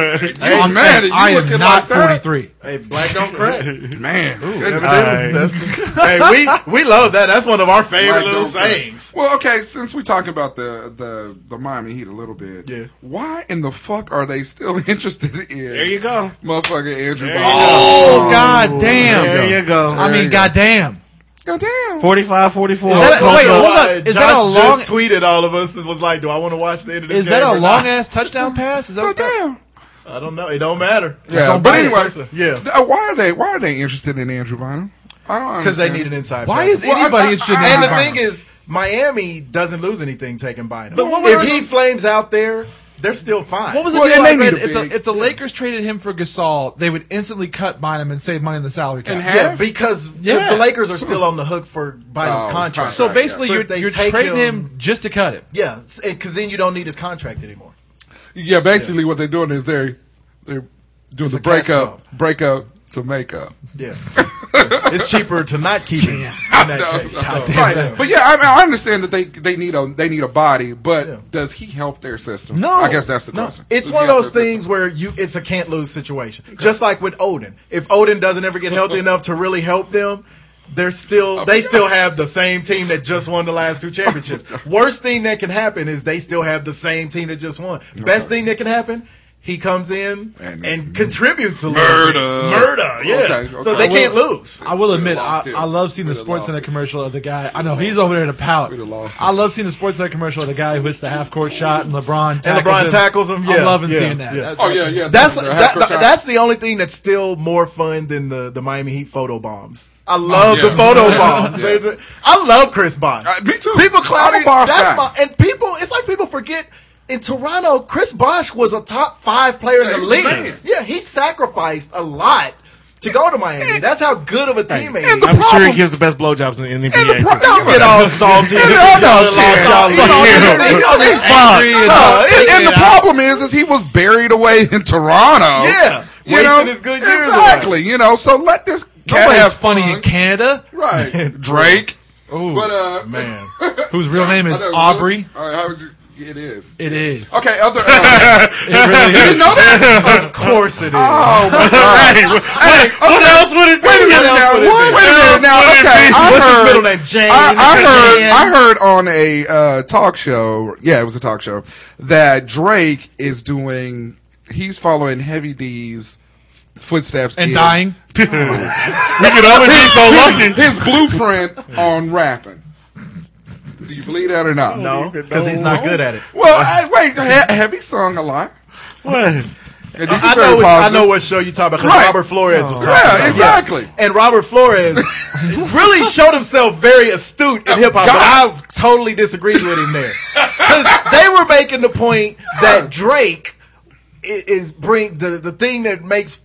[SPEAKER 6] I'm
[SPEAKER 8] you mad? and You
[SPEAKER 6] I
[SPEAKER 8] looking
[SPEAKER 6] am not
[SPEAKER 8] like that?
[SPEAKER 6] forty-three.
[SPEAKER 7] hey, black don't crack.
[SPEAKER 8] man. Good
[SPEAKER 10] Aye.
[SPEAKER 7] That's, hey, we we love that. That's one of our favorite
[SPEAKER 8] Black
[SPEAKER 7] little
[SPEAKER 8] don't crack.
[SPEAKER 7] sayings.
[SPEAKER 8] Well, okay, since we talking about the the the Miami Heat a little bit,
[SPEAKER 7] Yeah.
[SPEAKER 8] Why in the fuck are they still interested in?
[SPEAKER 10] There you go.
[SPEAKER 8] motherfucker Andrew.
[SPEAKER 10] There you
[SPEAKER 8] Bynum?
[SPEAKER 6] Oh, god damn!
[SPEAKER 10] There you go.
[SPEAKER 6] I
[SPEAKER 8] There
[SPEAKER 6] mean,
[SPEAKER 8] you go.
[SPEAKER 6] goddamn.
[SPEAKER 8] God damn.
[SPEAKER 10] 45, 44.
[SPEAKER 6] Is that- wait,
[SPEAKER 10] Tulsa.
[SPEAKER 6] hold
[SPEAKER 8] uh,
[SPEAKER 6] up. Is
[SPEAKER 7] Josh
[SPEAKER 6] that a long-
[SPEAKER 7] Just tweeted all of us and was like, "Do I want to watch the end of this
[SPEAKER 6] Is
[SPEAKER 7] game
[SPEAKER 6] that a
[SPEAKER 7] or
[SPEAKER 6] long
[SPEAKER 7] not?"
[SPEAKER 6] ass touchdown pass? Is that
[SPEAKER 8] God
[SPEAKER 6] what that?
[SPEAKER 8] damn.
[SPEAKER 7] I don't know. It don't matter.
[SPEAKER 8] Yeah,
[SPEAKER 6] don't
[SPEAKER 8] but
[SPEAKER 6] bite it,
[SPEAKER 8] anyway,
[SPEAKER 7] Tulsa. Yeah.
[SPEAKER 8] uh, Why are they? Why are they interested in Andrew Bynum? I don't
[SPEAKER 7] Because they
[SPEAKER 8] understand.
[SPEAKER 7] need an inside.
[SPEAKER 6] Why
[SPEAKER 7] pass.
[SPEAKER 6] is anybody
[SPEAKER 8] I-
[SPEAKER 6] interested? in
[SPEAKER 7] and the
[SPEAKER 6] Andrew Bynum?
[SPEAKER 7] thing is, Miami doesn't lose anything taking Bynum.
[SPEAKER 6] But what
[SPEAKER 7] if
[SPEAKER 6] was-
[SPEAKER 7] he flames out there, they're still fine.
[SPEAKER 6] What was the
[SPEAKER 8] Well,
[SPEAKER 6] deal
[SPEAKER 8] and they
[SPEAKER 6] I read?
[SPEAKER 8] need a
[SPEAKER 6] If the,
[SPEAKER 8] big-
[SPEAKER 6] if the Lakers traded him for Gasol, they would instantly cut Bynum and save money in the salary cap.
[SPEAKER 8] And have-
[SPEAKER 7] yeah, because 'cause
[SPEAKER 6] Yeah.
[SPEAKER 7] the Lakers are still on the hook for Bynum's
[SPEAKER 8] Oh,
[SPEAKER 7] contract.
[SPEAKER 6] so
[SPEAKER 8] Right, yeah.
[SPEAKER 6] basically,
[SPEAKER 7] So
[SPEAKER 6] you're,
[SPEAKER 7] if they
[SPEAKER 6] you're
[SPEAKER 7] take
[SPEAKER 6] trading him,
[SPEAKER 7] him-
[SPEAKER 6] just to cut him.
[SPEAKER 7] yeah, because then you don't need his contract anymore.
[SPEAKER 8] Yeah, basically what they're doing is they're they're doing the breakup, breakup to makeup.
[SPEAKER 7] Yeah. it's cheaper to not keep it. In that case. God damn
[SPEAKER 8] Right.
[SPEAKER 7] it.
[SPEAKER 8] But yeah, I, mean, I understand that they, they need a they need a body, but does he help their system?
[SPEAKER 7] No,
[SPEAKER 8] I guess that's the
[SPEAKER 7] no.
[SPEAKER 8] question.
[SPEAKER 7] It's
[SPEAKER 8] Does
[SPEAKER 7] one
[SPEAKER 8] he
[SPEAKER 7] of
[SPEAKER 8] help
[SPEAKER 7] those
[SPEAKER 8] their
[SPEAKER 7] things where you it's a can't lose situation. Just like with Odin, if Odin doesn't ever get healthy enough to really help them, they're still they still have the same team that just won the last two championships. Worst thing that can happen is they still have the same team that just won. Best thing that can happen. He comes in and,
[SPEAKER 8] And-
[SPEAKER 7] contributes a little bit.
[SPEAKER 8] Murder.
[SPEAKER 7] murder, yeah.
[SPEAKER 8] Okay, okay.
[SPEAKER 7] So they
[SPEAKER 8] I will-
[SPEAKER 7] can't lose.
[SPEAKER 6] I will admit,
[SPEAKER 8] lost
[SPEAKER 6] I,
[SPEAKER 8] it.
[SPEAKER 6] I love seeing the
[SPEAKER 8] We'd have
[SPEAKER 6] Sports
[SPEAKER 8] lost
[SPEAKER 6] Center
[SPEAKER 8] it.
[SPEAKER 6] commercial of the guy. I know he's over there to pout.
[SPEAKER 8] We'd have lost it.
[SPEAKER 6] I love seeing the Sports Center commercial of the guy who hits the half court shot and LeBron tackles
[SPEAKER 7] And LeBron
[SPEAKER 6] him.
[SPEAKER 7] tackles him. Yeah,
[SPEAKER 6] I'm loving
[SPEAKER 7] yeah,
[SPEAKER 6] seeing that.
[SPEAKER 7] yeah.
[SPEAKER 6] That-
[SPEAKER 8] Oh yeah, yeah.
[SPEAKER 7] That's
[SPEAKER 8] they're
[SPEAKER 7] that,
[SPEAKER 8] half-court shots.
[SPEAKER 7] that's the only thing that's still more fun than the, the Miami Heat photo bombs. I love
[SPEAKER 8] Oh, yeah.
[SPEAKER 7] the photo bombs.
[SPEAKER 8] Yeah.
[SPEAKER 7] They- I love Chris Bosh.
[SPEAKER 8] Uh, me too.
[SPEAKER 7] People
[SPEAKER 8] I'm a
[SPEAKER 7] clouding
[SPEAKER 8] Bosh
[SPEAKER 7] that's
[SPEAKER 8] guy.
[SPEAKER 7] my and people. It's like people forget in Toronto, Chris Bosh was a top five player in
[SPEAKER 8] Yeah,
[SPEAKER 7] the
[SPEAKER 8] he was
[SPEAKER 7] league.
[SPEAKER 8] the man.
[SPEAKER 7] Yeah, he sacrificed a lot to go to Miami. That's how good of a teammate.
[SPEAKER 8] and
[SPEAKER 7] he
[SPEAKER 8] the
[SPEAKER 10] I'm sure he
[SPEAKER 8] problem-
[SPEAKER 10] gives the best blowjobs in the NBA.
[SPEAKER 8] the pro-
[SPEAKER 10] too.
[SPEAKER 7] Don't get all salty.
[SPEAKER 8] And the
[SPEAKER 7] Y'all
[SPEAKER 8] other
[SPEAKER 7] done
[SPEAKER 8] shit.
[SPEAKER 7] lost y'all
[SPEAKER 8] You know,
[SPEAKER 7] fucking-
[SPEAKER 8] and-
[SPEAKER 7] Y'all done
[SPEAKER 8] and-
[SPEAKER 6] angry and-
[SPEAKER 8] no, and- and the
[SPEAKER 6] Yeah.
[SPEAKER 8] problem is, is he was buried away in Toronto.
[SPEAKER 7] Yeah.
[SPEAKER 8] you
[SPEAKER 7] Wasting
[SPEAKER 8] know
[SPEAKER 7] his good years
[SPEAKER 8] exactly. You know, so let this cat
[SPEAKER 6] Nobody's
[SPEAKER 8] have
[SPEAKER 6] funny
[SPEAKER 8] fun.
[SPEAKER 6] in Canada,
[SPEAKER 8] right? Drake, but uh,
[SPEAKER 7] Man,
[SPEAKER 6] whose real name
[SPEAKER 8] I
[SPEAKER 6] is
[SPEAKER 8] don't know.
[SPEAKER 6] Aubrey.
[SPEAKER 8] All right, how would you? It is.
[SPEAKER 6] It is.
[SPEAKER 8] Okay, other. Uh,
[SPEAKER 6] It really
[SPEAKER 8] you
[SPEAKER 6] is.
[SPEAKER 8] know that?
[SPEAKER 7] of course it is.
[SPEAKER 8] Oh my god!
[SPEAKER 10] Hey, what,
[SPEAKER 8] Hey,
[SPEAKER 10] what else would it be?
[SPEAKER 8] Wait a minute now.
[SPEAKER 7] would it
[SPEAKER 8] Wait a
[SPEAKER 7] be?
[SPEAKER 8] minute now.
[SPEAKER 10] What else would it
[SPEAKER 8] Okay,
[SPEAKER 10] be?
[SPEAKER 8] I
[SPEAKER 7] What's his
[SPEAKER 8] heard-
[SPEAKER 7] middle name? Jane.
[SPEAKER 8] I,
[SPEAKER 7] Jan?
[SPEAKER 8] I heard. I heard on a uh, talk show. Yeah, it was a talk show that Drake is doing. He's following Heavy D's footsteps
[SPEAKER 6] and
[SPEAKER 8] in
[SPEAKER 6] dying.
[SPEAKER 10] We could only be so lucky.
[SPEAKER 8] His blueprint on rapping. Do you believe that or not?
[SPEAKER 7] No, because he's not good at it.
[SPEAKER 8] Well, I, wait. He- Heavy sung a lot.
[SPEAKER 10] What?
[SPEAKER 8] I
[SPEAKER 7] I know, which, I know what show you talking about because
[SPEAKER 8] Right. Oh.
[SPEAKER 7] Robert Flores was talking
[SPEAKER 8] Yeah,
[SPEAKER 7] about it.
[SPEAKER 8] exactly.
[SPEAKER 7] And Robert Flores really showed himself very astute in hip hop, but
[SPEAKER 8] God.
[SPEAKER 7] I totally disagreed with him there because they were making the point that Drake i- is bring the the thing that makes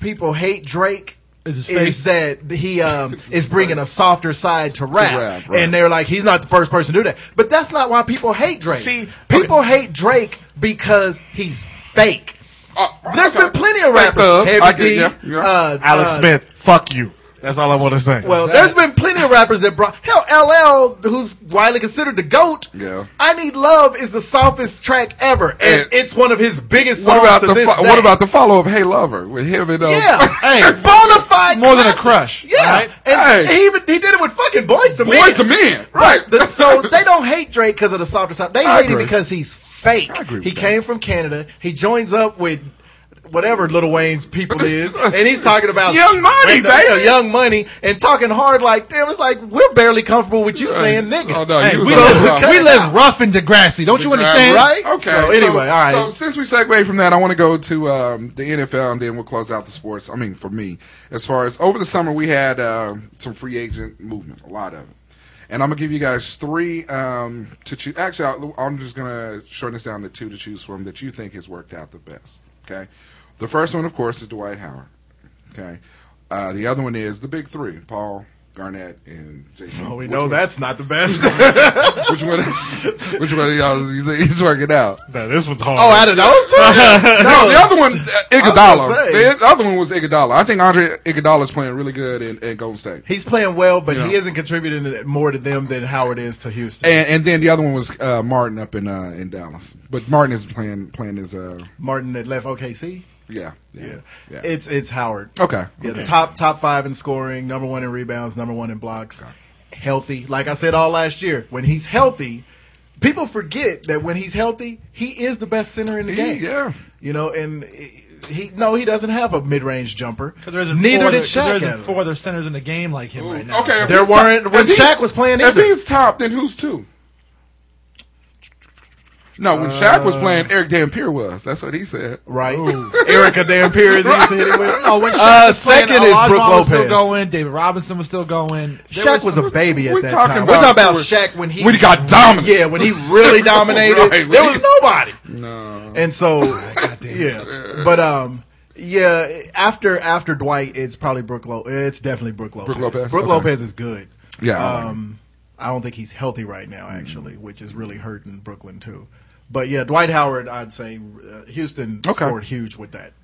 [SPEAKER 7] people hate Drake.
[SPEAKER 6] Is his face.
[SPEAKER 7] Is that he um, is bringing a softer side to rap,
[SPEAKER 8] rap, right.
[SPEAKER 7] and they're like he's not the first person to do that, but that's not why people hate Drake.
[SPEAKER 10] See,
[SPEAKER 7] people hate Drake because he's fake. There's been plenty of
[SPEAKER 8] Like
[SPEAKER 7] rappers.
[SPEAKER 8] Thug. I
[SPEAKER 7] Heavy
[SPEAKER 8] get-
[SPEAKER 7] D,
[SPEAKER 8] yeah, yeah.
[SPEAKER 7] uh,
[SPEAKER 10] Alex
[SPEAKER 7] uh,
[SPEAKER 10] Smith, fuck you. That's all I want to say.
[SPEAKER 7] Well, there's been plenty of rappers that brought hell. LL, who's widely considered the goat.
[SPEAKER 8] Yeah.
[SPEAKER 7] I need love is the softest track ever, and
[SPEAKER 8] And-
[SPEAKER 7] it's one of his biggest songs
[SPEAKER 8] What about
[SPEAKER 7] to
[SPEAKER 8] the
[SPEAKER 7] this
[SPEAKER 8] fo-
[SPEAKER 7] day.
[SPEAKER 8] What about the follow up? Hey, lover, with him and uh,
[SPEAKER 7] yeah?
[SPEAKER 6] Hey,
[SPEAKER 7] bona fide
[SPEAKER 6] more than a
[SPEAKER 7] classics.
[SPEAKER 6] crush,
[SPEAKER 7] Yeah,
[SPEAKER 6] right?
[SPEAKER 7] and
[SPEAKER 8] Hey.
[SPEAKER 7] he even he did it with fucking boys to
[SPEAKER 8] Boys to Men, right?
[SPEAKER 7] The- so they don't hate Drake because of the softer side. They
[SPEAKER 8] I
[SPEAKER 7] hate him
[SPEAKER 8] agree.
[SPEAKER 7] because he's fake.
[SPEAKER 8] I agree with
[SPEAKER 7] He
[SPEAKER 8] that.
[SPEAKER 7] came from Canada. He joins up with whatever Little Wayne's people is, and he's talking about
[SPEAKER 8] Young Money,
[SPEAKER 7] straight up,
[SPEAKER 8] baby.
[SPEAKER 7] yeah, Young Money, and talking hard like damn. It's like we're barely comfortable with you saying nigga.
[SPEAKER 8] Oh no,
[SPEAKER 6] Hey,
[SPEAKER 8] you
[SPEAKER 6] we,
[SPEAKER 8] was
[SPEAKER 7] so-
[SPEAKER 6] live, we live rough in Degrassi. Don't you understand?
[SPEAKER 7] Right?
[SPEAKER 8] Okay.
[SPEAKER 7] So anyway, all right.
[SPEAKER 8] So since we segue from that, I want to go to um, the NFL and then we'll close out the sports. I mean, for me, as far as over the summer, we had uh, some free agent movement, a lot of it. And I'm gonna give you guys three um, to choose. Actually, I- I'm just gonna shorten this down to two to choose from that you think has worked out the best. Okay. The first one, of course, is Dwight Howard. Okay. Uh, the other one is the big three: Paul, Garnett, and Jason.
[SPEAKER 7] Oh, we
[SPEAKER 8] Which
[SPEAKER 7] know
[SPEAKER 8] one-
[SPEAKER 7] that's not the best.
[SPEAKER 8] Oh, Which one? Which one of y'all is, is working out?
[SPEAKER 10] No, this one's hard.
[SPEAKER 7] oh, out of those two,
[SPEAKER 8] No, the other one, uh,
[SPEAKER 7] gonna
[SPEAKER 8] Iguodala.
[SPEAKER 7] say.
[SPEAKER 8] The other one was Iguodala. I think Andre Iguodala is playing really good in, in Golden State.
[SPEAKER 7] he's playing well, but he
[SPEAKER 8] Yeah.
[SPEAKER 7] isn't contributing to- more to them than Howard is to Houston.
[SPEAKER 8] And, and then the other one was uh, Martin up in uh, in Dallas. But Martin is playing playing his uh
[SPEAKER 7] Martin that left OKC.
[SPEAKER 8] yeah yeah
[SPEAKER 7] Yeah. It's it's Howard.
[SPEAKER 8] Okay.
[SPEAKER 7] Yeah, top top five in scoring, number one in rebounds, number one in blocks. Healthy. Like I said all last year, when he's healthy, people forget that when he's healthy, he is the best center in the
[SPEAKER 8] He-
[SPEAKER 7] game.
[SPEAKER 8] yeah.
[SPEAKER 7] You know, and he no, he doesn't have a mid range jumper.
[SPEAKER 6] Because there isn't
[SPEAKER 7] Neither
[SPEAKER 6] four
[SPEAKER 7] did
[SPEAKER 6] other- 'cause There
[SPEAKER 7] Shaq.
[SPEAKER 6] isn't
[SPEAKER 7] have
[SPEAKER 6] four other centers in the game like him right now.
[SPEAKER 8] Okay, if
[SPEAKER 7] There
[SPEAKER 8] he's
[SPEAKER 7] weren't-
[SPEAKER 8] top-
[SPEAKER 7] when
[SPEAKER 8] if he's-
[SPEAKER 7] Shaq was playing
[SPEAKER 8] If
[SPEAKER 7] either.
[SPEAKER 8] he's top, then who's two? No, when Shaq
[SPEAKER 10] Uh.
[SPEAKER 8] was playing, Eric Dampier was. That's what he said.
[SPEAKER 7] it, Right. Erica Dampier is easy to hit with.
[SPEAKER 6] Oh, when Shaq
[SPEAKER 7] Uh,
[SPEAKER 6] was playing,
[SPEAKER 7] second is
[SPEAKER 6] Olajuwon
[SPEAKER 7] Brook
[SPEAKER 6] was Still
[SPEAKER 7] Lopez.
[SPEAKER 6] going, David Robinson was still going. There
[SPEAKER 7] Shaq was a baby at
[SPEAKER 8] we're
[SPEAKER 7] that
[SPEAKER 8] talking
[SPEAKER 7] time.
[SPEAKER 8] about-
[SPEAKER 7] we're talking about
[SPEAKER 8] we're-
[SPEAKER 7] Shaq when he
[SPEAKER 8] when he got dominant.
[SPEAKER 7] Yeah, when he really dominated.
[SPEAKER 8] Right, when
[SPEAKER 7] there
[SPEAKER 8] he-
[SPEAKER 7] was nobody.
[SPEAKER 8] No, Oh,
[SPEAKER 7] And so, yeah, but um, yeah. After after Dwight, it's probably Brook Lopez. It's definitely Brook Lopez.
[SPEAKER 8] Brook Lopez, okay.
[SPEAKER 7] Lopez is good.
[SPEAKER 8] Yeah, I like Mm-hmm.
[SPEAKER 7] Um, I don't think he's healthy right now, actually, which is really hurting Brooklyn too. But yeah, Dwight Howard, I'd say uh, Houston
[SPEAKER 8] Okay.
[SPEAKER 7] scored huge with that.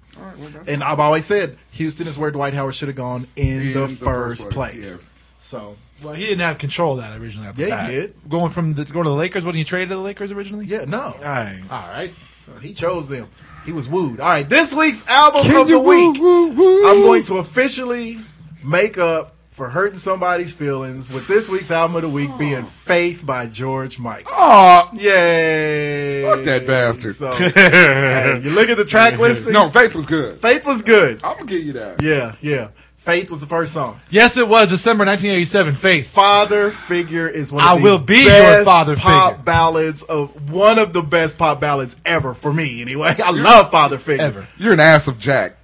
[SPEAKER 7] And I've always said Houston is where Dwight Howard should have gone in, the, first, place.
[SPEAKER 8] yes.
[SPEAKER 7] So
[SPEAKER 6] Well, he didn't have control of that originally. After
[SPEAKER 7] Yeah, he
[SPEAKER 6] that.
[SPEAKER 7] did.
[SPEAKER 6] Going from the going to the Lakers, wasn't he traded to the Lakers originally?
[SPEAKER 7] yeah, no,
[SPEAKER 6] Dang. All right.
[SPEAKER 7] So he chose them. He was wooed. All right, this week's album of the
[SPEAKER 8] you woo,
[SPEAKER 7] week. I'm going to officially make up for hurting somebody's feelings with this week's album of the
[SPEAKER 8] Oh.
[SPEAKER 7] week being "Faith" by George Michael.
[SPEAKER 8] Aw,
[SPEAKER 7] Yay!
[SPEAKER 8] Fuck that bastard.
[SPEAKER 7] So, hey, you look at the track list.
[SPEAKER 8] no, Faith was good.
[SPEAKER 7] Faith was good.
[SPEAKER 8] I'm gonna give you that.
[SPEAKER 7] Yeah, yeah. Faith was the first song.
[SPEAKER 6] Yes, it was December 1987. Faith.
[SPEAKER 7] Father figure is one. Of
[SPEAKER 6] I
[SPEAKER 7] the
[SPEAKER 6] will be your
[SPEAKER 7] best
[SPEAKER 6] father
[SPEAKER 7] pop
[SPEAKER 6] figure.
[SPEAKER 7] ballads of one of the best pop ballads ever for me. Anyway, I love Father figure.
[SPEAKER 6] Ever.
[SPEAKER 8] You're an ass of Jack.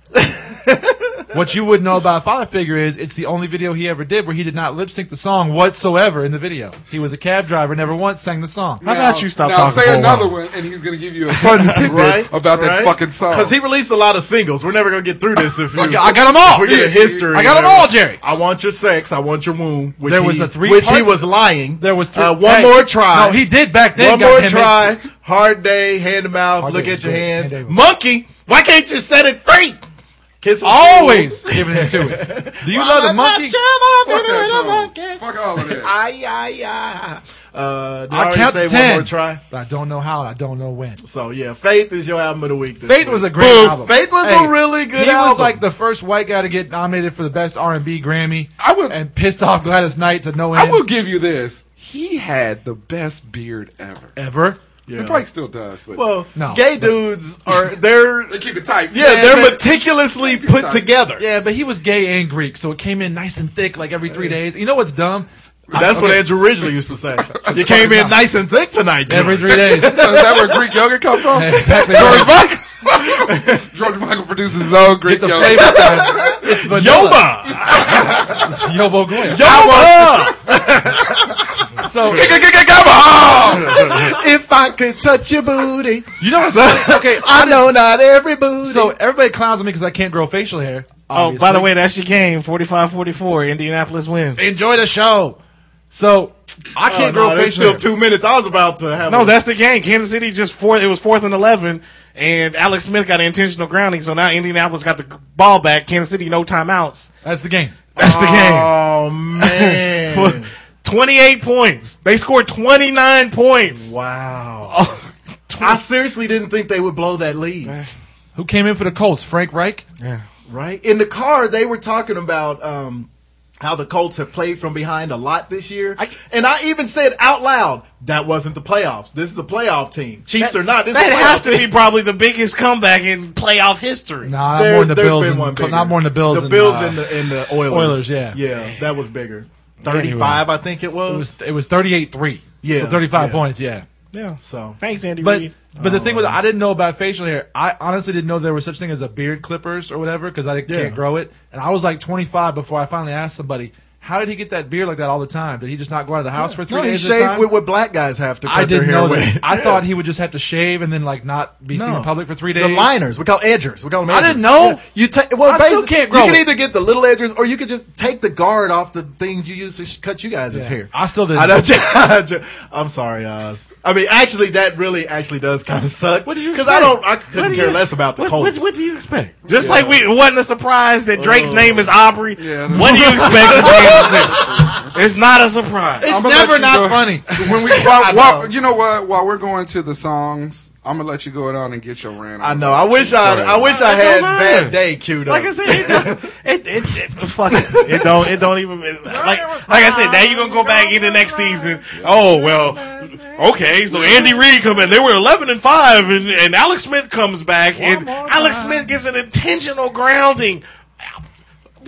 [SPEAKER 6] What you wouldn't know about Father Figure is it's the only video he ever did where he did not lip sync the song whatsoever in the video. He was a cab driver, never once sang the song.
[SPEAKER 10] How about you stop
[SPEAKER 8] now
[SPEAKER 10] talking? for
[SPEAKER 8] say
[SPEAKER 10] a
[SPEAKER 8] another
[SPEAKER 10] while?
[SPEAKER 8] one, and he's gonna give you a fun tidbit about that fucking song.
[SPEAKER 7] Because he released a lot of singles. We're never gonna get through this if you.
[SPEAKER 6] I got 'em all.
[SPEAKER 7] We're getting history.
[SPEAKER 6] I got 'em all, Jerry.
[SPEAKER 7] I want your sex. I want your womb. Which
[SPEAKER 6] There
[SPEAKER 7] he,
[SPEAKER 6] was a three
[SPEAKER 7] Which he
[SPEAKER 6] parts-
[SPEAKER 7] was lying.
[SPEAKER 6] There was three-
[SPEAKER 7] uh, one
[SPEAKER 6] hey,
[SPEAKER 7] more try.
[SPEAKER 6] no, he did back then,
[SPEAKER 7] One more
[SPEAKER 6] goddammit.
[SPEAKER 7] try. Hard day. Hand to mouth.
[SPEAKER 6] Hard
[SPEAKER 7] look
[SPEAKER 6] Day
[SPEAKER 7] at
[SPEAKER 6] was
[SPEAKER 7] your
[SPEAKER 6] good.
[SPEAKER 7] hands.
[SPEAKER 6] Hand Day was-
[SPEAKER 7] Monkey. Why can't you set it free? Kiss him.
[SPEAKER 6] Always giving it to it. Do you love the monkey?
[SPEAKER 8] Fuck that song. Fuck all of that.
[SPEAKER 7] Ay ay ay. Uh, did I,
[SPEAKER 6] I
[SPEAKER 7] already
[SPEAKER 6] count
[SPEAKER 7] say
[SPEAKER 6] to ten.
[SPEAKER 7] one more try.
[SPEAKER 6] But I don't know how. and I don't know when.
[SPEAKER 7] So yeah, Faith is your album of the week. This
[SPEAKER 6] Faith
[SPEAKER 7] week.
[SPEAKER 6] was a great
[SPEAKER 7] Boom.
[SPEAKER 6] album.
[SPEAKER 7] Faith was
[SPEAKER 6] Hey,
[SPEAKER 7] a really good
[SPEAKER 6] He
[SPEAKER 7] album.
[SPEAKER 6] was like the first white guy to get nominated for the best R and B Grammy.
[SPEAKER 8] I would-
[SPEAKER 6] and pissed off Gladys Knight to no end.
[SPEAKER 8] I will give you this. He had the best beard ever.
[SPEAKER 6] ever.
[SPEAKER 8] He probably still does, but
[SPEAKER 7] Well,
[SPEAKER 6] No,
[SPEAKER 7] gay
[SPEAKER 6] but-
[SPEAKER 7] dudes are they're
[SPEAKER 8] they keep it tight.
[SPEAKER 7] yeah
[SPEAKER 6] Yeah,
[SPEAKER 7] they're
[SPEAKER 6] but-
[SPEAKER 7] meticulously put together.
[SPEAKER 6] Yeah, but he was gay and Greek, so it came in nice and thick, like every three days. You know what's dumb?
[SPEAKER 7] That's what Andrew Ridgely used to say. you came in nice and thick tonight, Jim.
[SPEAKER 6] Every three days.
[SPEAKER 8] So is that where Greek yogurt come from?
[SPEAKER 6] exactly.
[SPEAKER 8] George Michael. George Michael produces his own Greek
[SPEAKER 6] Get the
[SPEAKER 8] yogurt.
[SPEAKER 6] flavor. out. It's vanilla.
[SPEAKER 7] Yoba,
[SPEAKER 6] It's Yobo Gwen.
[SPEAKER 7] Yoba.
[SPEAKER 6] So
[SPEAKER 7] if I could touch your booty,
[SPEAKER 6] you know what's okay.
[SPEAKER 7] I know not every booty.
[SPEAKER 6] So everybody clowns on me because I can't grow facial hair.
[SPEAKER 10] Oh, by
[SPEAKER 6] obviously.
[SPEAKER 10] the way, that's your game. 45-44, Indianapolis win.
[SPEAKER 6] enjoy the show. So I
[SPEAKER 7] oh,
[SPEAKER 6] can't
[SPEAKER 7] no,
[SPEAKER 6] grow
[SPEAKER 7] there's
[SPEAKER 6] facial
[SPEAKER 7] still
[SPEAKER 6] hair.
[SPEAKER 7] two minutes. I was about to have
[SPEAKER 10] No,
[SPEAKER 7] a-
[SPEAKER 10] that's the game. Kansas City just fourth. It was fourth and eleven, and Alex Smith got an intentional grounding. So now Indianapolis got the ball back. Kansas City no timeouts.
[SPEAKER 6] That's the game.
[SPEAKER 10] That's the game.
[SPEAKER 7] Oh man!
[SPEAKER 10] Twenty-eight points. They scored twenty-nine points.
[SPEAKER 7] wow. I seriously didn't think they would blow that lead.
[SPEAKER 6] Who came in for the Colts? Frank Reich.
[SPEAKER 7] Right in the car, they were talking about um, how the Colts have played from behind a lot this year,
[SPEAKER 10] I-
[SPEAKER 7] and I even said out loud that wasn't the playoffs. This is the playoff team, Chiefs or not. This is
[SPEAKER 10] that
[SPEAKER 7] the
[SPEAKER 10] has
[SPEAKER 7] playoff
[SPEAKER 10] to
[SPEAKER 7] team.
[SPEAKER 10] be probably the biggest comeback in playoff history.
[SPEAKER 6] Nah, not
[SPEAKER 7] There's-
[SPEAKER 6] more than the
[SPEAKER 7] there's
[SPEAKER 6] Bills.
[SPEAKER 7] been
[SPEAKER 6] And,
[SPEAKER 7] one bigger.
[SPEAKER 6] not more than the Bills.
[SPEAKER 7] The
[SPEAKER 6] and,
[SPEAKER 7] Bills
[SPEAKER 6] uh,
[SPEAKER 7] and, the and the Oilers.
[SPEAKER 6] Oilers, yeah.
[SPEAKER 7] yeah, that was bigger. Thirty-five, I think it was.
[SPEAKER 6] It was it was thirty eight three.
[SPEAKER 7] Yeah,
[SPEAKER 6] so thirty five
[SPEAKER 7] yeah.
[SPEAKER 6] points. Yeah,
[SPEAKER 10] Yeah.
[SPEAKER 7] so
[SPEAKER 10] Thanks, Andy
[SPEAKER 6] but
[SPEAKER 10] Reid.
[SPEAKER 6] but the thing was, I didn't know about facial hair. I honestly didn't know there was such thing as a beard clippers or whatever because I didn't-
[SPEAKER 7] Yeah.
[SPEAKER 6] can't grow it. And I was like twenty five before I finally asked somebody. How did he get that beard like that all the time? Did he just not go out of the house for three
[SPEAKER 7] no, he
[SPEAKER 6] days? at a
[SPEAKER 7] shaved
[SPEAKER 6] time?
[SPEAKER 7] with what black guys have to cut
[SPEAKER 6] I didn't
[SPEAKER 7] their hair
[SPEAKER 6] know
[SPEAKER 7] with.
[SPEAKER 6] that. I thought he would just have to shave and then like not be seen in public for three days.
[SPEAKER 7] The liners, we call edgers. We call them.
[SPEAKER 6] I
[SPEAKER 7] edgers.
[SPEAKER 6] didn't know.
[SPEAKER 7] Yeah. You take well,
[SPEAKER 6] I still
[SPEAKER 7] basi-
[SPEAKER 6] can't
[SPEAKER 7] You
[SPEAKER 6] grow
[SPEAKER 7] can
[SPEAKER 6] it.
[SPEAKER 7] either get the little edgers, or you could just take the guard off the things you use to sh- cut you guys' hair.
[SPEAKER 6] I still didn't.
[SPEAKER 7] I know, I know- I'm sorry, Oz. I mean, actually, that really actually does kind of suck.
[SPEAKER 10] What do you
[SPEAKER 7] Because
[SPEAKER 10] expect?
[SPEAKER 7] I don't. I couldn't
[SPEAKER 10] What do
[SPEAKER 7] care
[SPEAKER 10] you-
[SPEAKER 7] less about the
[SPEAKER 10] what,
[SPEAKER 7] Colts.
[SPEAKER 10] What, what do you expect? Just like we, it wasn't a surprise that Drake's
[SPEAKER 7] Oh.
[SPEAKER 10] name is Aubrey.
[SPEAKER 8] Yeah.
[SPEAKER 10] what do you expect from Kansas City? It's not a surprise.
[SPEAKER 6] It's
[SPEAKER 8] I'ma let
[SPEAKER 6] never
[SPEAKER 8] you
[SPEAKER 6] not
[SPEAKER 8] go.
[SPEAKER 6] funny.
[SPEAKER 8] When we, while,
[SPEAKER 7] I
[SPEAKER 8] while-
[SPEAKER 7] know.
[SPEAKER 8] you know what? While we're going to the songs, I'm gonna let you go down and get your rant.
[SPEAKER 7] I know. I wish I. I wish I
[SPEAKER 10] It don't
[SPEAKER 7] had
[SPEAKER 10] matter.
[SPEAKER 7] bad day queued up.
[SPEAKER 10] Like I said, it don't, it, it, it, fuck it. It don't, it don't even, it- like, like I said, now you're gonna go back into next season. Oh, well, okay, so Andy Reid come in. They were 11 and 5, and, and Alex Smith comes back, and Alex Smith gets an intentional grounding.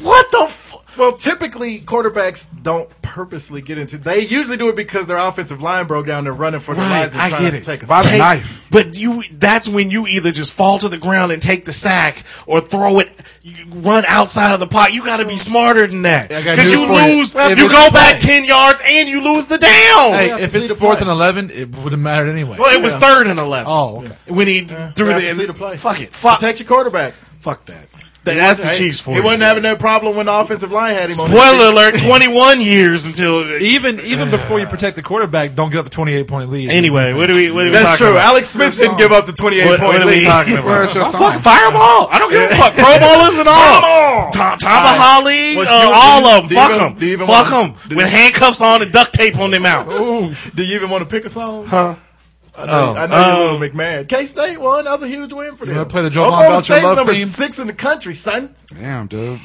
[SPEAKER 10] What the fuck?
[SPEAKER 7] Well, typically quarterbacks don't purposely get into. They usually do it because their offensive line broke down. They're running for their
[SPEAKER 10] Right,
[SPEAKER 7] lives. and
[SPEAKER 10] I
[SPEAKER 7] trying
[SPEAKER 10] get
[SPEAKER 7] to
[SPEAKER 10] it.
[SPEAKER 7] Take a
[SPEAKER 8] By the
[SPEAKER 7] sack.
[SPEAKER 8] knife.
[SPEAKER 10] But you, that's when you either just fall to the ground and take the sack or throw it, you run outside of the pot. You gotta be smarter than that.
[SPEAKER 6] I got
[SPEAKER 10] Cause
[SPEAKER 6] news
[SPEAKER 10] you
[SPEAKER 6] for you.
[SPEAKER 10] lose,
[SPEAKER 6] If
[SPEAKER 10] you
[SPEAKER 6] it's
[SPEAKER 10] go
[SPEAKER 6] a
[SPEAKER 10] back
[SPEAKER 6] play.
[SPEAKER 10] 10 yards and you lose the down.
[SPEAKER 7] have
[SPEAKER 6] Hey,
[SPEAKER 7] to
[SPEAKER 6] if
[SPEAKER 7] see
[SPEAKER 6] it's
[SPEAKER 7] the
[SPEAKER 6] fourth
[SPEAKER 7] play.
[SPEAKER 6] and eleven, it wouldn't mattered anyway.
[SPEAKER 10] Well, it was third and eleven.
[SPEAKER 6] Oh, okay.
[SPEAKER 10] When he threw
[SPEAKER 7] You have
[SPEAKER 10] the,
[SPEAKER 7] to see the play.
[SPEAKER 10] fuck it, fuck,
[SPEAKER 7] Protect your quarterback.
[SPEAKER 10] fuck that. That- That's the Chiefs for
[SPEAKER 7] He
[SPEAKER 10] you.
[SPEAKER 7] wasn't having that problem when the offensive line had him. on his
[SPEAKER 10] Spoiler
[SPEAKER 7] feet.
[SPEAKER 10] alert: twenty-one years until.
[SPEAKER 6] Even even before you protect the quarterback, don't give up a 28 point lead.
[SPEAKER 10] Anyway, what do we? What are we talking
[SPEAKER 7] That's true.
[SPEAKER 10] About?
[SPEAKER 7] Alex Smith didn't give up the twenty-eight
[SPEAKER 10] What,
[SPEAKER 7] point
[SPEAKER 10] what are we
[SPEAKER 7] lead.
[SPEAKER 10] talking about?
[SPEAKER 8] Where's your
[SPEAKER 10] Fuck
[SPEAKER 8] sign?
[SPEAKER 10] Fireball! I don't give a fuck. Pro bowlers and all. Tom, Tom Holly,
[SPEAKER 7] Was
[SPEAKER 10] uh,
[SPEAKER 7] you-
[SPEAKER 10] all of them.
[SPEAKER 7] do you
[SPEAKER 10] Fuck
[SPEAKER 7] even-
[SPEAKER 10] them.
[SPEAKER 7] do you even
[SPEAKER 10] Fuck
[SPEAKER 7] want-
[SPEAKER 10] them. With handcuffs on and duct tape on their mouth.
[SPEAKER 7] Do you even want to pick a song?
[SPEAKER 8] Huh?
[SPEAKER 7] I know,
[SPEAKER 10] Oh.
[SPEAKER 7] I know
[SPEAKER 10] Um,
[SPEAKER 7] you're a little McMahon. K State won. That was a huge win for them.
[SPEAKER 6] wanna play the Joe
[SPEAKER 7] Oklahoma
[SPEAKER 6] Von Belcher
[SPEAKER 7] State's
[SPEAKER 6] love
[SPEAKER 7] number
[SPEAKER 6] theme?
[SPEAKER 7] six in the country, son.
[SPEAKER 8] Damn, dude.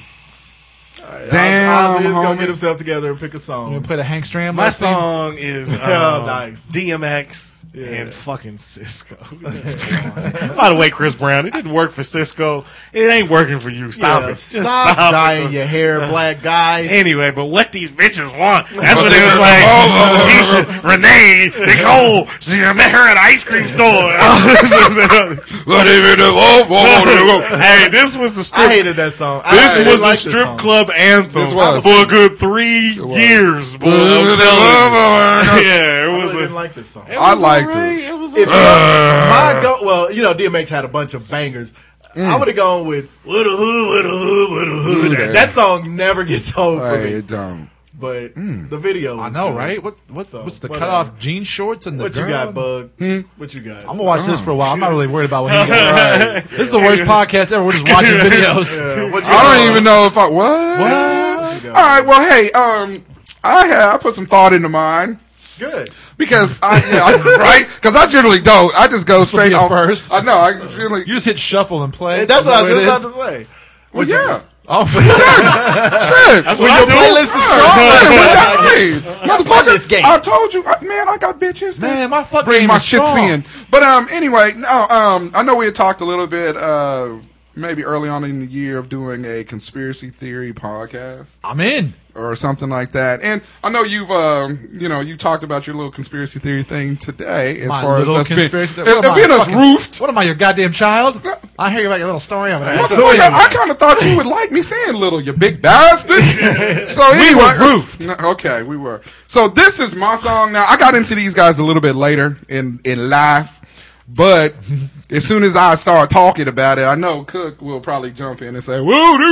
[SPEAKER 7] Ozzy
[SPEAKER 8] Damn,
[SPEAKER 7] is gonna
[SPEAKER 8] homie.
[SPEAKER 7] get himself together and pick a
[SPEAKER 6] You
[SPEAKER 7] song.
[SPEAKER 6] play the Hank Stram.
[SPEAKER 10] My
[SPEAKER 6] last team?
[SPEAKER 10] song is um,
[SPEAKER 7] Yeah, nice.
[SPEAKER 10] DMX and fucking Cisco. By the way, Chris Brown, it didn't work for Cisco. It ain't working for you. Stop
[SPEAKER 7] Yeah,
[SPEAKER 10] it. Just
[SPEAKER 7] stop,
[SPEAKER 10] stop,
[SPEAKER 7] dyeing
[SPEAKER 10] it.
[SPEAKER 7] your hair black, guys.
[SPEAKER 10] Anyway, but what these bitches want, that's what they was like. Oh, Tisha, Renee, Nicole, see, I met her at an ice cream store.
[SPEAKER 8] Let it be the- oh, whoa, whoa, whoa, whoa.
[SPEAKER 10] hey, this was the strip.
[SPEAKER 7] I hated that song. I
[SPEAKER 10] This
[SPEAKER 7] didn't
[SPEAKER 10] was
[SPEAKER 7] like
[SPEAKER 10] a
[SPEAKER 7] this
[SPEAKER 10] strip
[SPEAKER 7] song.
[SPEAKER 10] club anthem
[SPEAKER 8] This was.
[SPEAKER 10] for a good three years, boy. I'm telling you. Yeah, it
[SPEAKER 7] I
[SPEAKER 10] was.
[SPEAKER 7] really
[SPEAKER 10] A,
[SPEAKER 7] didn't like this song.
[SPEAKER 8] I liked it.
[SPEAKER 7] If my go, well, you know, DMX had a bunch of bangers. I would have gone with "What a Who, What a Who, What a Who." Mm. That, that song never gets old for
[SPEAKER 8] Hey,
[SPEAKER 7] me.
[SPEAKER 8] it don't.
[SPEAKER 7] But the video, was
[SPEAKER 6] I know,
[SPEAKER 7] good.
[SPEAKER 6] right? What what's what's the
[SPEAKER 7] whatever.
[SPEAKER 6] cutoff? Jean shorts and the
[SPEAKER 7] What you
[SPEAKER 6] girl?
[SPEAKER 7] got, Bug? What you got?
[SPEAKER 6] I'm gonna watch this for a while. I'm not really worried about what he got. This is the worst podcast ever. We're just watching videos.
[SPEAKER 7] Uh, what you got,
[SPEAKER 8] I
[SPEAKER 7] Bug?
[SPEAKER 8] don't even know if I what. All right, well, hey, um, I had I put some thought into mine.
[SPEAKER 7] Good.
[SPEAKER 8] Because I, yeah, I- right? Because I generally don't. I just go straight
[SPEAKER 6] be a
[SPEAKER 8] on
[SPEAKER 6] first.
[SPEAKER 8] I know. I generally.
[SPEAKER 6] You just hit shuffle and play.
[SPEAKER 7] That's what I was
[SPEAKER 6] Is that
[SPEAKER 7] just about to say.
[SPEAKER 8] well, yeah.
[SPEAKER 6] Oh,
[SPEAKER 8] Shit.
[SPEAKER 10] when your
[SPEAKER 7] playlist is
[SPEAKER 8] All
[SPEAKER 7] strong.
[SPEAKER 8] right, man, what that mean? Motherfucker,
[SPEAKER 7] this game.
[SPEAKER 8] I told you, I- man, I got bitches.
[SPEAKER 6] man, my fucking
[SPEAKER 8] bring
[SPEAKER 6] game
[SPEAKER 8] my
[SPEAKER 6] is
[SPEAKER 8] shit
[SPEAKER 6] strong.
[SPEAKER 8] in. But um, anyway, no, um, I know we had talked a little bit, uh, maybe early on in the year of doing a conspiracy theory podcast
[SPEAKER 6] I'm in.
[SPEAKER 8] or something like that. And I know you've, um, you know, you talked about your little conspiracy theory thing today, as
[SPEAKER 6] My
[SPEAKER 8] far as
[SPEAKER 6] little
[SPEAKER 8] us being,
[SPEAKER 6] conspiracy.
[SPEAKER 8] and-
[SPEAKER 6] what
[SPEAKER 8] and
[SPEAKER 6] am I,
[SPEAKER 8] being us
[SPEAKER 6] fucking-
[SPEAKER 8] roofed.
[SPEAKER 6] What am I, your goddamn child? I hear you about your little story. I'm like,
[SPEAKER 8] Motherfucker, I kind of thought you would like me saying little, you big bastard. so anyway,
[SPEAKER 6] roofed.
[SPEAKER 8] No, okay, we were. So this is my song. Now I got into these guys a little bit later in in life, but as soon as I start talking about it, I know Cook will probably jump in and say, "Well, they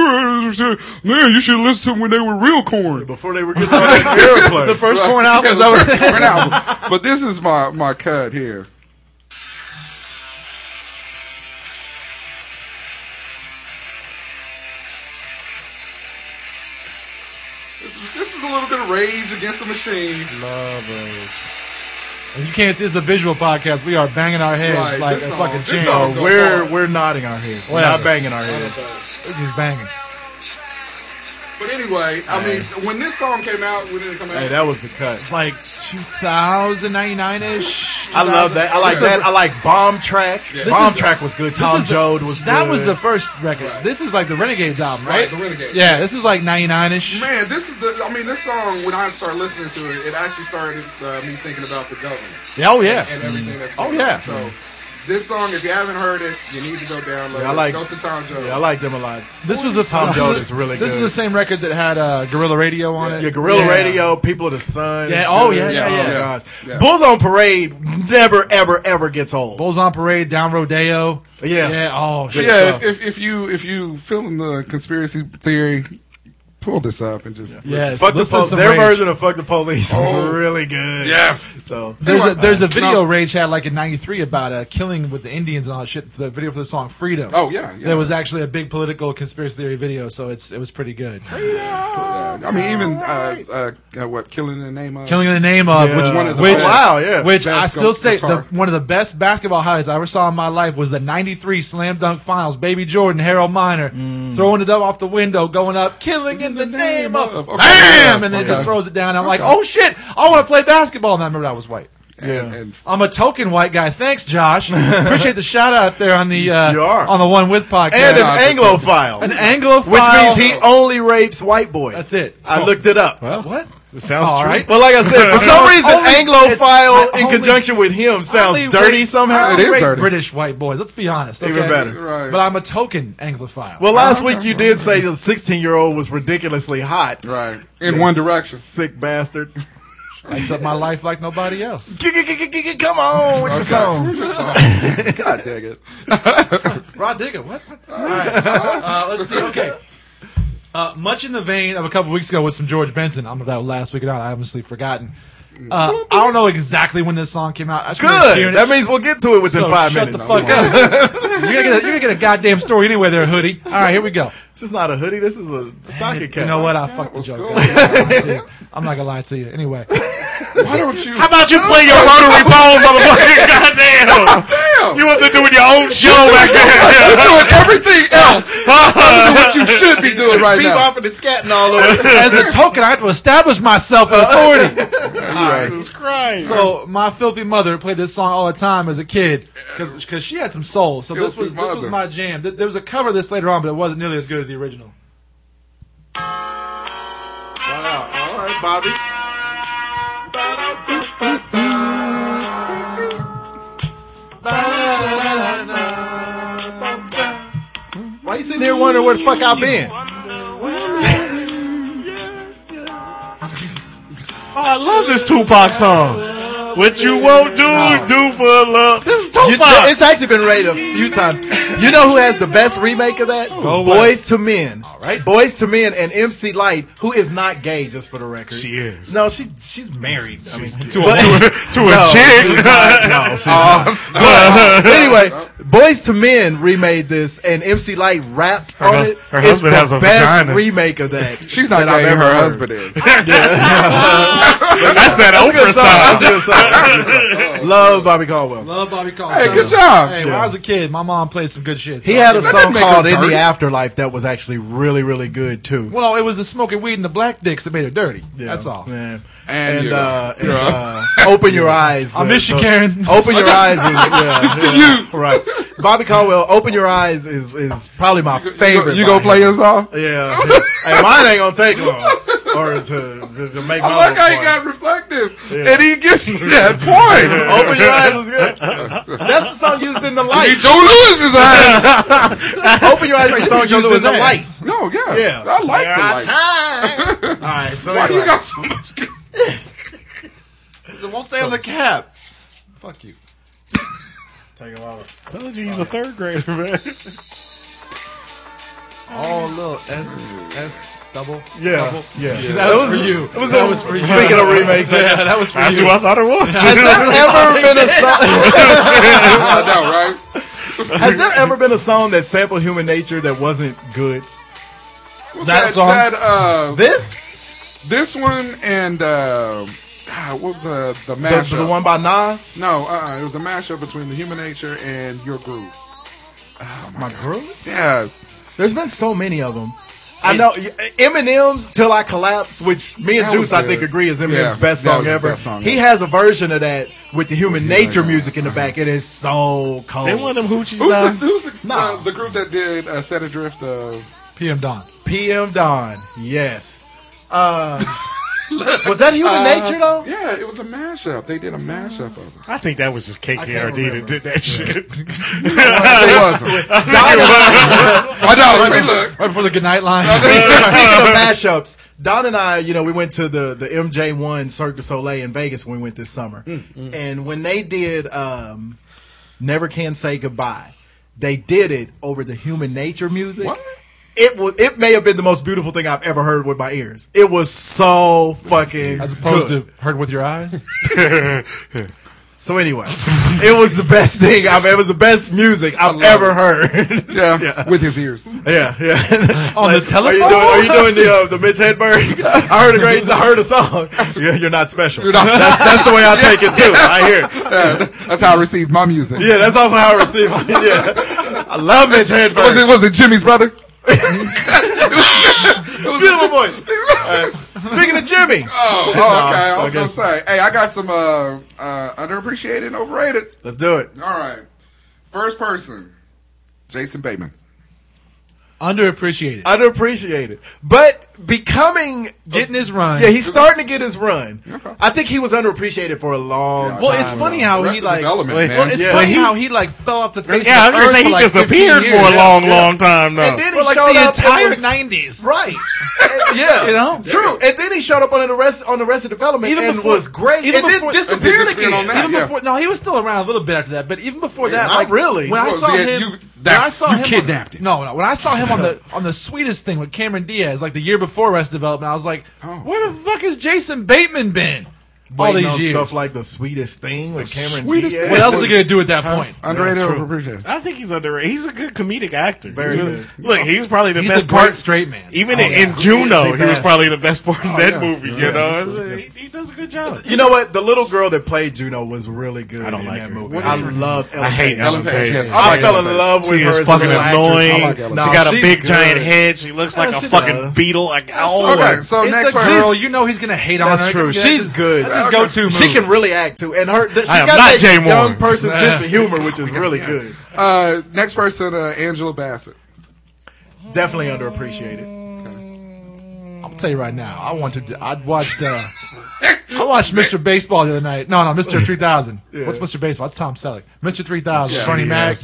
[SPEAKER 8] were, man, you should listen to them when they were real corn."
[SPEAKER 7] Before they were getting on that airplane.
[SPEAKER 6] the first corn
[SPEAKER 8] Yeah,
[SPEAKER 6] out was
[SPEAKER 8] the
[SPEAKER 6] over.
[SPEAKER 8] first corn album. But this is my my cut here. This is, this is a little bit of Rage Against the Machine.
[SPEAKER 6] You can't see. This is a visual podcast. We are banging our heads
[SPEAKER 8] Right,
[SPEAKER 6] like a
[SPEAKER 8] this song-
[SPEAKER 6] fucking
[SPEAKER 8] this
[SPEAKER 6] jam.
[SPEAKER 8] song-
[SPEAKER 7] Oh, we're we're nodding our heads. We're not
[SPEAKER 6] Whatever.
[SPEAKER 7] banging our heads.
[SPEAKER 6] This is banging.
[SPEAKER 8] But anyway, I mean, when this song came out, when did it come out?
[SPEAKER 7] Hey, that was the cut.
[SPEAKER 6] It's like 2099 ish.
[SPEAKER 7] I love that. I like that. I like bomb track. Bomb
[SPEAKER 6] This is-
[SPEAKER 7] track was good. Tom
[SPEAKER 6] is the-
[SPEAKER 7] Joad was good.
[SPEAKER 6] That was the first record. This is like the Renegades album, right?
[SPEAKER 8] Right, the Renegades.
[SPEAKER 6] Yeah, this is like 99 ish.
[SPEAKER 8] Man, this is the. I mean, this song. When I started listening to it, it actually started uh, me thinking about the government.
[SPEAKER 6] Oh, yeah.
[SPEAKER 8] and everything
[SPEAKER 7] Mm.
[SPEAKER 8] that's
[SPEAKER 6] Oh,
[SPEAKER 8] going
[SPEAKER 6] yeah.
[SPEAKER 8] on. So this song, if you haven't heard it, you need to go download
[SPEAKER 7] Yeah, I
[SPEAKER 8] it.
[SPEAKER 7] like-
[SPEAKER 8] Go to Tom Jones.
[SPEAKER 7] Yeah, I like them a lot.
[SPEAKER 6] This was the
[SPEAKER 7] Tom
[SPEAKER 6] this
[SPEAKER 7] Jones
[SPEAKER 6] was-
[SPEAKER 7] is really
[SPEAKER 6] This is
[SPEAKER 7] good.
[SPEAKER 6] the same record that had uh, Gorilla Radio on it.
[SPEAKER 7] Yeah, Gorilla
[SPEAKER 6] Yeah.
[SPEAKER 7] Radio, People of the Sun.
[SPEAKER 6] Yeah, oh, yeah,
[SPEAKER 8] yeah,
[SPEAKER 7] Oh,
[SPEAKER 8] yeah.
[SPEAKER 7] my gosh.
[SPEAKER 8] Yeah.
[SPEAKER 7] Bulls on Parade never, ever, ever gets old.
[SPEAKER 6] Bulls on Parade, Down Rodeo.
[SPEAKER 7] Yeah.
[SPEAKER 6] Yeah, oh, shit.
[SPEAKER 8] yeah,
[SPEAKER 6] Yeah.
[SPEAKER 8] if, if, if you if you feeling the conspiracy theory, pull this up and just
[SPEAKER 6] Yes,
[SPEAKER 7] Fuck the
[SPEAKER 6] listen to
[SPEAKER 7] police.
[SPEAKER 6] some
[SPEAKER 7] Their
[SPEAKER 6] Rage.
[SPEAKER 7] version of Fuck the Police was
[SPEAKER 8] Oh.
[SPEAKER 7] really good.
[SPEAKER 8] Yes.
[SPEAKER 7] So
[SPEAKER 6] There's a, there's a video
[SPEAKER 8] No.
[SPEAKER 6] Rage had like in '93 about uh, killing with the Indians and all that shit. The video for the song "Freedom."
[SPEAKER 8] Oh, yeah, yeah.
[SPEAKER 6] there was actually a big political conspiracy theory video, so it's it was pretty good.
[SPEAKER 8] Yeah, I mean, even uh, uh, uh, what killing the name of
[SPEAKER 6] Killing in the name of
[SPEAKER 7] Yeah.
[SPEAKER 6] which
[SPEAKER 8] One of the
[SPEAKER 6] which
[SPEAKER 8] best.
[SPEAKER 7] Wow, yeah.
[SPEAKER 6] which
[SPEAKER 8] Best
[SPEAKER 6] I still say the,
[SPEAKER 8] guitar.
[SPEAKER 6] one of the best basketball highlights I ever saw in my life was the '93 slam dunk finals. Baby Jordan, Harold Miner throwing it up off the window, going up, killing in the name of,
[SPEAKER 8] Okay.
[SPEAKER 6] bam, and then
[SPEAKER 8] Okay.
[SPEAKER 6] just throws it down. I'm like, oh shit, I want to play basketball. And I remember I was white.
[SPEAKER 8] and, and
[SPEAKER 6] I'm a token white guy. Thanks, Josh. Appreciate the shout out there on the uh,
[SPEAKER 7] You are.
[SPEAKER 6] on the one with podcast.
[SPEAKER 7] and
[SPEAKER 8] I
[SPEAKER 7] it's Anglophile,
[SPEAKER 6] an Anglophile,
[SPEAKER 7] which means he only rapes white boys.
[SPEAKER 6] That's it.
[SPEAKER 7] I looked it up.
[SPEAKER 6] Well, what?
[SPEAKER 10] It sounds
[SPEAKER 6] All
[SPEAKER 10] true.
[SPEAKER 6] right.
[SPEAKER 7] But like I said, for some reason,
[SPEAKER 6] Only-
[SPEAKER 7] Anglophile
[SPEAKER 6] it's-
[SPEAKER 7] in
[SPEAKER 6] only-
[SPEAKER 7] conjunction with him sounds
[SPEAKER 6] Only
[SPEAKER 7] dirty
[SPEAKER 6] white-
[SPEAKER 7] somehow.
[SPEAKER 8] It is
[SPEAKER 6] Great
[SPEAKER 8] dirty.
[SPEAKER 6] British white boys. Let's be honest.
[SPEAKER 7] Even
[SPEAKER 6] okay?
[SPEAKER 7] better.
[SPEAKER 8] Right.
[SPEAKER 6] But I'm a token Anglophile.
[SPEAKER 7] Well, last week you did say the 16 year old was ridiculously hot.
[SPEAKER 8] right in one direction.
[SPEAKER 7] Sick bastard.
[SPEAKER 6] Lights up my life like nobody else.
[SPEAKER 7] Come on with your song.
[SPEAKER 8] God dang it.
[SPEAKER 6] Rod Digger, what? what? All right. Uh, let's see. Okay. Uh, much in the vein of a couple weeks ago with some George Benson. I'm that was last week or not. I obviously forgotten. Uh, I don't know exactly when this song came out. I just remember hearing
[SPEAKER 7] Good.
[SPEAKER 6] it.
[SPEAKER 7] That means we'll get to it within
[SPEAKER 6] So
[SPEAKER 7] five
[SPEAKER 6] shut
[SPEAKER 7] minutes.
[SPEAKER 6] the fuck up. you're, gonna get a, you're gonna get a goddamn story anyway, there, hoodie. All right, here we go.
[SPEAKER 7] This is not a hoodie. This is a stocking cap.
[SPEAKER 6] You know what? I fucked the joke. up. I'm not gonna lie to you. I'm not gonna lie to you. Anyway,
[SPEAKER 8] Why don't you?
[SPEAKER 10] How about you play your rotary phone, motherfucker? Goddamn.
[SPEAKER 8] Damn!
[SPEAKER 10] You up there doing your own show back there.
[SPEAKER 8] You're doing everything else other than what you should be doing right now.
[SPEAKER 7] Bebopping and scatting all over.
[SPEAKER 6] as a token, I have to establish myself as authority.
[SPEAKER 10] Jesus Christ.
[SPEAKER 6] So my filthy mother played this song all the time as a kid because she had some soul. So this
[SPEAKER 8] Filthy
[SPEAKER 6] was this
[SPEAKER 8] mother.
[SPEAKER 6] was my jam. Th- There was a cover of this later on, but it wasn't nearly as good as the original.
[SPEAKER 7] All right, Bobby. Why you sitting here wondering where the fuck I've been?
[SPEAKER 10] I love this Tupac song. What you won't do, do for love. This is
[SPEAKER 7] You-
[SPEAKER 10] Tupac.
[SPEAKER 7] it's actually been rated a few times. You know who has the best remake of that? Boys to Men. All
[SPEAKER 6] right.
[SPEAKER 7] Boys to Men and MC Light, who is not gay, just for the record.
[SPEAKER 10] She is.
[SPEAKER 7] No, she she's married. I mean,
[SPEAKER 6] To a-
[SPEAKER 7] but-
[SPEAKER 10] to a, to a
[SPEAKER 7] No,
[SPEAKER 10] chick.
[SPEAKER 7] no, she's not. Oh, But, anyway, Boys to Men remade this, and MC Light rapped on
[SPEAKER 10] hu-
[SPEAKER 7] it.
[SPEAKER 10] her
[SPEAKER 7] it's
[SPEAKER 10] husband
[SPEAKER 7] the
[SPEAKER 10] has a
[SPEAKER 7] best
[SPEAKER 10] vagina.
[SPEAKER 7] remake of that.
[SPEAKER 8] She's not
[SPEAKER 7] that I've
[SPEAKER 8] gay.
[SPEAKER 7] ever
[SPEAKER 8] Her
[SPEAKER 7] heard.
[SPEAKER 8] husband is.
[SPEAKER 10] That's that Oprah
[SPEAKER 7] Good song.
[SPEAKER 10] style.
[SPEAKER 7] That's a good song. That's a good song. Love Bobby Caldwell.
[SPEAKER 6] Love Bobby Collins.
[SPEAKER 8] Hey, good job.
[SPEAKER 6] Hey, when I was a kid, my mom played some good shit.
[SPEAKER 7] He
[SPEAKER 6] so-
[SPEAKER 7] had a
[SPEAKER 8] That
[SPEAKER 7] song
[SPEAKER 8] didn't make
[SPEAKER 7] called
[SPEAKER 8] her
[SPEAKER 7] "In the
[SPEAKER 8] dirty.
[SPEAKER 7] Afterlife" that was actually really, really good too.
[SPEAKER 6] well, it was the smoking weed and the black dicks that made her dirty. That's all.
[SPEAKER 7] Man.
[SPEAKER 8] And
[SPEAKER 7] And,
[SPEAKER 8] you're-
[SPEAKER 7] uh, and, uh, open your eyes.
[SPEAKER 6] I
[SPEAKER 7] the-
[SPEAKER 6] miss you,
[SPEAKER 7] the-
[SPEAKER 6] Karen.
[SPEAKER 7] Open your eyes. Is, yeah, yeah, right? Bobby Caldwell. Open your eyes is is probably my
[SPEAKER 8] You,
[SPEAKER 7] favorite.
[SPEAKER 8] you gonna
[SPEAKER 7] by
[SPEAKER 8] play
[SPEAKER 7] him.
[SPEAKER 8] your song?
[SPEAKER 7] Yeah. hey, mine ain't gonna take long, or to to, to make my.
[SPEAKER 8] I like
[SPEAKER 7] little
[SPEAKER 8] how he
[SPEAKER 7] point.
[SPEAKER 8] got reflective, and he gets that point.
[SPEAKER 7] Open your eyes is good. That's the song used in the
[SPEAKER 8] Hey,
[SPEAKER 7] light.
[SPEAKER 8] Joe Lewis's ass.
[SPEAKER 7] Open your eyes is the song
[SPEAKER 6] Joe
[SPEAKER 7] used in the
[SPEAKER 6] Louis'
[SPEAKER 7] light.
[SPEAKER 6] ass.
[SPEAKER 8] No, yeah,
[SPEAKER 7] Yeah.
[SPEAKER 8] I like the light.
[SPEAKER 7] Time. All right. So
[SPEAKER 8] Why do
[SPEAKER 7] anyway.
[SPEAKER 8] you got so much? good-
[SPEAKER 6] It won't stay on the cap. Fuck you.
[SPEAKER 7] Take a wallet.
[SPEAKER 10] Told you he's a third grader, man.
[SPEAKER 6] All little Oh, S S double.
[SPEAKER 7] Yeah. Yeah.
[SPEAKER 6] That, was, for you.
[SPEAKER 7] It was
[SPEAKER 6] that
[SPEAKER 7] a-
[SPEAKER 6] was for you.
[SPEAKER 7] Speaking of remakes,
[SPEAKER 6] yeah, that was for
[SPEAKER 10] That's
[SPEAKER 6] you.
[SPEAKER 10] who I thought it was.
[SPEAKER 7] Has
[SPEAKER 8] I know,
[SPEAKER 7] there ever been a song?
[SPEAKER 8] right?
[SPEAKER 7] Has there ever been a song that sampled human nature that wasn't good?
[SPEAKER 6] that, song.
[SPEAKER 8] That, uh,
[SPEAKER 7] This,
[SPEAKER 8] this one and uh, God, what was uh, the
[SPEAKER 7] the,
[SPEAKER 8] mashup?
[SPEAKER 7] the one by Nas,
[SPEAKER 8] No, uh, it was a mashup between the human nature and your groove.
[SPEAKER 7] my girl.
[SPEAKER 8] Yeah,
[SPEAKER 7] There's been so many of them. I know Eminem's "Till I Collapse," which me and
[SPEAKER 8] That was
[SPEAKER 7] Juice I
[SPEAKER 8] good.
[SPEAKER 7] think agree is
[SPEAKER 8] Yeah,
[SPEAKER 7] Eminem's best
[SPEAKER 8] that
[SPEAKER 7] song
[SPEAKER 8] was his
[SPEAKER 7] ever.
[SPEAKER 8] best song
[SPEAKER 7] he
[SPEAKER 8] ever.
[SPEAKER 7] has a version of that with the human nature
[SPEAKER 8] nature.
[SPEAKER 7] music in the back. It is so cold.
[SPEAKER 10] They want them hoochies
[SPEAKER 8] who's the
[SPEAKER 10] now.
[SPEAKER 8] who's the,
[SPEAKER 7] Nah.
[SPEAKER 8] uh, the group that did uh, set adrift of?
[SPEAKER 6] PM Don.
[SPEAKER 7] PM Don, yes. Uh, was that human nature though?
[SPEAKER 8] Yeah, it was a mashup. They did a mashup of it.
[SPEAKER 10] I think that was just KKRD that did that shit.
[SPEAKER 8] It wasn't. I know. See, look.
[SPEAKER 6] Right before the goodnight line.
[SPEAKER 7] Speaking of mashups, Don and I, you know, we went to the the MJ1 Cirque du Soleil in Vegas when we went this summer,
[SPEAKER 6] Mm,
[SPEAKER 7] and when they did um, "Never Can Say Goodbye," they did it over the Human Nature music.
[SPEAKER 8] What?
[SPEAKER 7] It was. It may have been the most beautiful thing I've ever heard with my ears. It was so fucking.
[SPEAKER 6] As opposed
[SPEAKER 7] good.
[SPEAKER 6] to heard with your eyes.
[SPEAKER 7] So anyway, it was the best thing I've. It was the best music I've ever heard.
[SPEAKER 8] Yeah, with his ears.
[SPEAKER 7] Yeah, yeah.
[SPEAKER 6] On the
[SPEAKER 7] Are you
[SPEAKER 6] telephone?
[SPEAKER 7] doing, are you doing the uh, the Mitch Hedberg? I heard a great, I heard a song. Yeah, you're not special. that's that's the way I take it too. I hear. it.
[SPEAKER 8] That's how I received my music.
[SPEAKER 7] Yeah, that's also how I receive. it. Yeah, I love Mitch Hedberg.
[SPEAKER 8] Was it was it Jimmy's brother?
[SPEAKER 7] Beautiful voice. All right. Speaking of Jimmy,
[SPEAKER 8] Oh,
[SPEAKER 7] Nah,
[SPEAKER 8] oh okay. I
[SPEAKER 7] I
[SPEAKER 8] was gonna
[SPEAKER 7] guess-
[SPEAKER 8] say, hey, I got some uh, uh, underappreciated and overrated.
[SPEAKER 7] let's do it.
[SPEAKER 8] All right, first person, Jason Bateman.
[SPEAKER 6] Underappreciated.
[SPEAKER 7] Underappreciated, but becoming
[SPEAKER 6] getting his run.
[SPEAKER 7] Yeah, he's starting to get his run. I think he was underappreciated for a long. time.
[SPEAKER 6] Well, it's funny how he
[SPEAKER 8] Arrested
[SPEAKER 6] like.
[SPEAKER 8] development,
[SPEAKER 6] Well,
[SPEAKER 8] man.
[SPEAKER 6] it's
[SPEAKER 7] Yeah.
[SPEAKER 6] funny
[SPEAKER 7] He-
[SPEAKER 6] how he like fell off the face.
[SPEAKER 10] Yeah, I'm
[SPEAKER 6] of the
[SPEAKER 10] gonna say
[SPEAKER 6] earth
[SPEAKER 10] he
[SPEAKER 6] for, like, 15
[SPEAKER 10] disappeared for
[SPEAKER 6] years.
[SPEAKER 10] a long, long time now.
[SPEAKER 7] And then he
[SPEAKER 6] For like
[SPEAKER 7] showed
[SPEAKER 6] the
[SPEAKER 7] up and
[SPEAKER 6] entire
[SPEAKER 7] was-
[SPEAKER 6] '90s.
[SPEAKER 7] Right. And- yeah.
[SPEAKER 6] You know?
[SPEAKER 7] True. And then he showed up on the rest on the rest of development
[SPEAKER 6] Even
[SPEAKER 7] and
[SPEAKER 6] before-
[SPEAKER 7] was great.
[SPEAKER 6] even
[SPEAKER 7] and
[SPEAKER 6] before-
[SPEAKER 7] then disappeared
[SPEAKER 8] and disappeared on
[SPEAKER 7] again.
[SPEAKER 8] that.
[SPEAKER 6] Even
[SPEAKER 8] Yeah.
[SPEAKER 6] before, no, he was still around a little bit after that. But even before that,
[SPEAKER 7] Not
[SPEAKER 6] like
[SPEAKER 7] really.
[SPEAKER 6] When I
[SPEAKER 8] Well,
[SPEAKER 6] saw
[SPEAKER 8] yeah,
[SPEAKER 6] him,
[SPEAKER 8] you-
[SPEAKER 6] when I
[SPEAKER 8] that's-
[SPEAKER 6] saw
[SPEAKER 8] you
[SPEAKER 6] him on-
[SPEAKER 8] kidnapped him.
[SPEAKER 6] No, no. When I saw him on the on the sweetest thing with Cameron Diaz, like the year before Rest Development, I was like, where the fuck has Jason Bateman been all
[SPEAKER 7] Waiting
[SPEAKER 6] these
[SPEAKER 7] on
[SPEAKER 6] years?
[SPEAKER 7] stuff like the sweetest thing with Cameron
[SPEAKER 8] Sweetest
[SPEAKER 7] Diaz.
[SPEAKER 8] Thing.
[SPEAKER 6] what else is he gonna do at that point?
[SPEAKER 8] Underrated, overappreciated.
[SPEAKER 10] I think he's underrated. He's a good comedic actor.
[SPEAKER 7] Very
[SPEAKER 10] He's really-
[SPEAKER 7] good.
[SPEAKER 10] Look, he was probably the
[SPEAKER 6] He's a
[SPEAKER 10] best
[SPEAKER 6] great
[SPEAKER 10] part.
[SPEAKER 6] straight man.
[SPEAKER 10] Even
[SPEAKER 6] Oh,
[SPEAKER 10] in,
[SPEAKER 6] yeah.
[SPEAKER 10] in Juno,
[SPEAKER 7] He's
[SPEAKER 10] he
[SPEAKER 7] the
[SPEAKER 10] was
[SPEAKER 7] best.
[SPEAKER 10] probably the best Oh, part in that
[SPEAKER 8] yeah.
[SPEAKER 10] movie. You know, It's- he, he does a good job.
[SPEAKER 7] You know what? The little girl that played Juno was really good
[SPEAKER 10] don't
[SPEAKER 7] in
[SPEAKER 10] like
[SPEAKER 7] that
[SPEAKER 10] her.
[SPEAKER 7] movie.
[SPEAKER 8] What
[SPEAKER 7] I
[SPEAKER 8] is her-
[SPEAKER 7] love Ellen
[SPEAKER 10] I hate
[SPEAKER 7] Page.
[SPEAKER 10] Ellen
[SPEAKER 8] Ellen
[SPEAKER 10] Page.
[SPEAKER 8] Page, yes.
[SPEAKER 7] I,
[SPEAKER 8] like
[SPEAKER 7] fell
[SPEAKER 8] Ellen
[SPEAKER 7] in
[SPEAKER 8] Page.
[SPEAKER 7] love with
[SPEAKER 10] She
[SPEAKER 7] her.
[SPEAKER 10] is
[SPEAKER 7] as a
[SPEAKER 10] fucking
[SPEAKER 7] little actress. I
[SPEAKER 10] annoying.
[SPEAKER 7] like
[SPEAKER 10] she
[SPEAKER 7] Ellen Page.
[SPEAKER 10] got a
[SPEAKER 7] She's
[SPEAKER 10] big giant
[SPEAKER 7] good.
[SPEAKER 10] head. She looks like
[SPEAKER 7] Yes,
[SPEAKER 10] a
[SPEAKER 7] she
[SPEAKER 10] fucking
[SPEAKER 7] does.
[SPEAKER 10] beetle. Like oh,
[SPEAKER 8] Okay, so
[SPEAKER 6] it's
[SPEAKER 8] next
[SPEAKER 6] a
[SPEAKER 8] person.
[SPEAKER 6] girl. You know he's gonna hate on
[SPEAKER 7] That's
[SPEAKER 6] her.
[SPEAKER 7] true.
[SPEAKER 6] Yeah,
[SPEAKER 7] She's good.
[SPEAKER 6] That's his go-to move.
[SPEAKER 7] She can really act too, and her she's
[SPEAKER 10] I am
[SPEAKER 7] got
[SPEAKER 10] not
[SPEAKER 7] that
[SPEAKER 10] Jay Moore.
[SPEAKER 7] young person sense of humor, which is really good.
[SPEAKER 8] Uh, next person, uh, Angela Bassett.
[SPEAKER 7] Definitely underappreciated.
[SPEAKER 6] I'll tell you right now. I want to. I watched. Uh, I watched Mr. Baseball the other night. No, no, Mr. 3000. What's Mr. Baseball? That's Tom Selleck. Mr. 3000. Bernie Mac.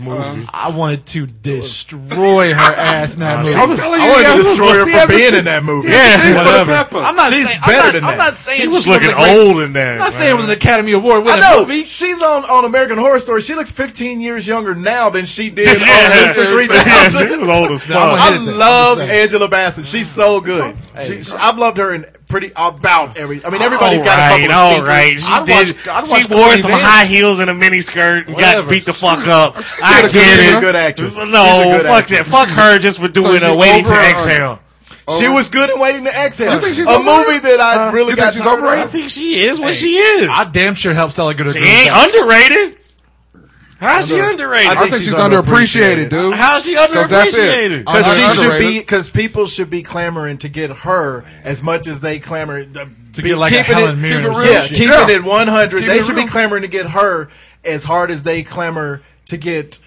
[SPEAKER 6] I wanted to destroy her ass in that movie.
[SPEAKER 8] I'm telling
[SPEAKER 7] I
[SPEAKER 8] you,
[SPEAKER 7] wanted to
[SPEAKER 8] yeah,
[SPEAKER 7] destroy her
[SPEAKER 8] she
[SPEAKER 7] for
[SPEAKER 8] has a
[SPEAKER 7] being
[SPEAKER 8] thing-
[SPEAKER 7] in that movie.
[SPEAKER 10] Yeah.
[SPEAKER 8] thing for the
[SPEAKER 10] whatever.
[SPEAKER 8] pepper.
[SPEAKER 6] I'm not
[SPEAKER 7] She's
[SPEAKER 6] saying,
[SPEAKER 7] better
[SPEAKER 6] I'm not,
[SPEAKER 7] than
[SPEAKER 6] I'm
[SPEAKER 7] that.
[SPEAKER 6] not saying
[SPEAKER 10] she was
[SPEAKER 6] a
[SPEAKER 10] looking
[SPEAKER 6] great-
[SPEAKER 10] old in that.
[SPEAKER 6] I'm not saying it was an
[SPEAKER 10] man.
[SPEAKER 6] Academy Award
[SPEAKER 7] I
[SPEAKER 6] winning
[SPEAKER 7] know.
[SPEAKER 6] movie.
[SPEAKER 7] She's on, on American Horror Story. She looks 15 years younger now than she did
[SPEAKER 10] Yeah,
[SPEAKER 7] on Mr.
[SPEAKER 10] yeah,
[SPEAKER 7] 3000.
[SPEAKER 10] she was old as fuck.
[SPEAKER 6] I'm gonna-
[SPEAKER 7] I
[SPEAKER 6] Hit it, though.
[SPEAKER 7] love
[SPEAKER 6] I'm just saying.
[SPEAKER 7] Angela Bassett. She's so good. She, she- I've loved her in pretty about every. I mean, everybody's
[SPEAKER 10] all
[SPEAKER 7] got a couple
[SPEAKER 10] right,
[SPEAKER 7] of
[SPEAKER 10] all
[SPEAKER 7] stinkers.
[SPEAKER 10] right. She
[SPEAKER 6] I'd
[SPEAKER 10] did.
[SPEAKER 6] watch- I'd
[SPEAKER 10] she
[SPEAKER 6] watch
[SPEAKER 10] wore
[SPEAKER 6] Coney
[SPEAKER 10] some
[SPEAKER 6] Vance.
[SPEAKER 10] high heels and a miniskirt and
[SPEAKER 6] Whatever.
[SPEAKER 10] got beat the fuck up.
[SPEAKER 7] She's
[SPEAKER 10] I
[SPEAKER 7] a good- She's a
[SPEAKER 10] get it.
[SPEAKER 7] good actress. She's a
[SPEAKER 10] No,
[SPEAKER 7] good
[SPEAKER 10] fuck that.
[SPEAKER 7] actress.
[SPEAKER 10] Fuck her just for doing
[SPEAKER 8] you
[SPEAKER 10] a waiting
[SPEAKER 8] over
[SPEAKER 10] to
[SPEAKER 8] her or-
[SPEAKER 10] exhale.
[SPEAKER 7] She was good in Waiting to Exhale.
[SPEAKER 8] think she's
[SPEAKER 7] a
[SPEAKER 8] overrated?
[SPEAKER 7] movie that I really
[SPEAKER 8] you
[SPEAKER 7] got
[SPEAKER 8] think she's
[SPEAKER 7] tired of.
[SPEAKER 10] I
[SPEAKER 8] overrated?
[SPEAKER 10] think she is what she is.
[SPEAKER 6] I damn sure helped Stella get her
[SPEAKER 10] she
[SPEAKER 6] groove
[SPEAKER 10] ain't
[SPEAKER 6] back.
[SPEAKER 10] underrated. How's she underrated?
[SPEAKER 7] I
[SPEAKER 8] I think she's underappreciated, dude.
[SPEAKER 10] How's she
[SPEAKER 8] that's
[SPEAKER 10] underappreciated?
[SPEAKER 8] it.
[SPEAKER 7] Because she should
[SPEAKER 8] Underrated.
[SPEAKER 7] be, because people should be clamoring to get her as much as they clamor the,
[SPEAKER 6] To get like a
[SPEAKER 7] keeping
[SPEAKER 6] Helen
[SPEAKER 7] it,
[SPEAKER 6] Mirren
[SPEAKER 8] keep it
[SPEAKER 6] or
[SPEAKER 8] real.
[SPEAKER 7] yeah,
[SPEAKER 6] some shit.
[SPEAKER 7] keeping
[SPEAKER 8] Yeah.
[SPEAKER 7] it one hundred.
[SPEAKER 8] Keep
[SPEAKER 7] They
[SPEAKER 8] it
[SPEAKER 7] should
[SPEAKER 8] real.
[SPEAKER 7] be clamoring to get her as hard as they clamor to get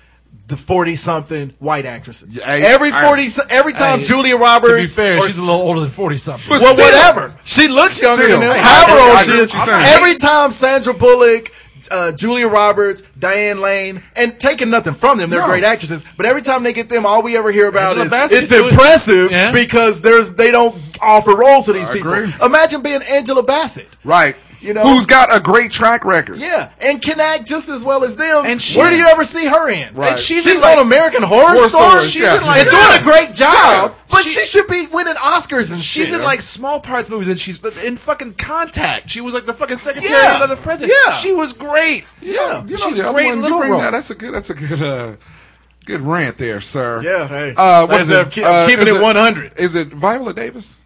[SPEAKER 7] the forty something white actresses.
[SPEAKER 8] Yeah, hey,
[SPEAKER 7] every
[SPEAKER 8] I-
[SPEAKER 7] forty, so- every time
[SPEAKER 6] Hey,
[SPEAKER 7] Julia
[SPEAKER 6] To be
[SPEAKER 7] Roberts
[SPEAKER 6] fair,
[SPEAKER 7] or
[SPEAKER 6] she's a little older than 40 something.
[SPEAKER 8] But
[SPEAKER 7] well,
[SPEAKER 8] still-
[SPEAKER 7] whatever. She looks younger
[SPEAKER 8] Still.
[SPEAKER 7] than
[SPEAKER 8] Hey,
[SPEAKER 7] them.
[SPEAKER 8] I
[SPEAKER 7] However
[SPEAKER 8] agree-
[SPEAKER 7] old
[SPEAKER 8] I
[SPEAKER 7] she
[SPEAKER 8] agree
[SPEAKER 7] is.
[SPEAKER 8] with what you're saying.
[SPEAKER 7] Every time Sandra Bullock, uh, Julia Roberts, Diane Lane, and taking nothing from them, they're
[SPEAKER 8] No.
[SPEAKER 7] great actresses. But every time they get them, all we ever hear about
[SPEAKER 6] Angela
[SPEAKER 7] is
[SPEAKER 6] Bassett
[SPEAKER 7] it's
[SPEAKER 6] do it.
[SPEAKER 7] impressive
[SPEAKER 6] Yeah.
[SPEAKER 7] because there's they don't offer roles to these
[SPEAKER 8] I
[SPEAKER 7] people.
[SPEAKER 8] agree.
[SPEAKER 7] Imagine being Angela Bassett.
[SPEAKER 8] Right.
[SPEAKER 7] You know-
[SPEAKER 8] who's got a great track record?
[SPEAKER 7] Yeah, and can act just as well as them.
[SPEAKER 6] And she-
[SPEAKER 7] Where do you ever see her in?
[SPEAKER 8] Right. And
[SPEAKER 7] she's,
[SPEAKER 8] she's
[SPEAKER 6] in, like-
[SPEAKER 7] on American Horror,
[SPEAKER 8] Horror
[SPEAKER 7] Story.
[SPEAKER 8] Stories, yeah.
[SPEAKER 6] in, like-
[SPEAKER 7] and doing a great job,
[SPEAKER 8] Yeah.
[SPEAKER 7] but she, should be winning Oscars and shit.
[SPEAKER 6] She's in like small parts movies, and she's in fucking Contact. She was like the fucking secretary
[SPEAKER 7] Yeah.
[SPEAKER 6] of the president.
[SPEAKER 7] Yeah.
[SPEAKER 6] She was great.
[SPEAKER 7] yeah,
[SPEAKER 8] You know,
[SPEAKER 6] She's
[SPEAKER 8] the other
[SPEAKER 6] great
[SPEAKER 8] one, you
[SPEAKER 6] little
[SPEAKER 8] bring
[SPEAKER 6] role.
[SPEAKER 8] that- that's a good. That's a good. Uh, good rant there, sir.
[SPEAKER 7] Yeah, hey.
[SPEAKER 8] Uh, what
[SPEAKER 7] Like I
[SPEAKER 8] is
[SPEAKER 7] said,
[SPEAKER 8] it?
[SPEAKER 7] I'm keep-
[SPEAKER 8] Uh,
[SPEAKER 7] keeping
[SPEAKER 8] is
[SPEAKER 7] it 100.
[SPEAKER 8] Is it Viola Davis?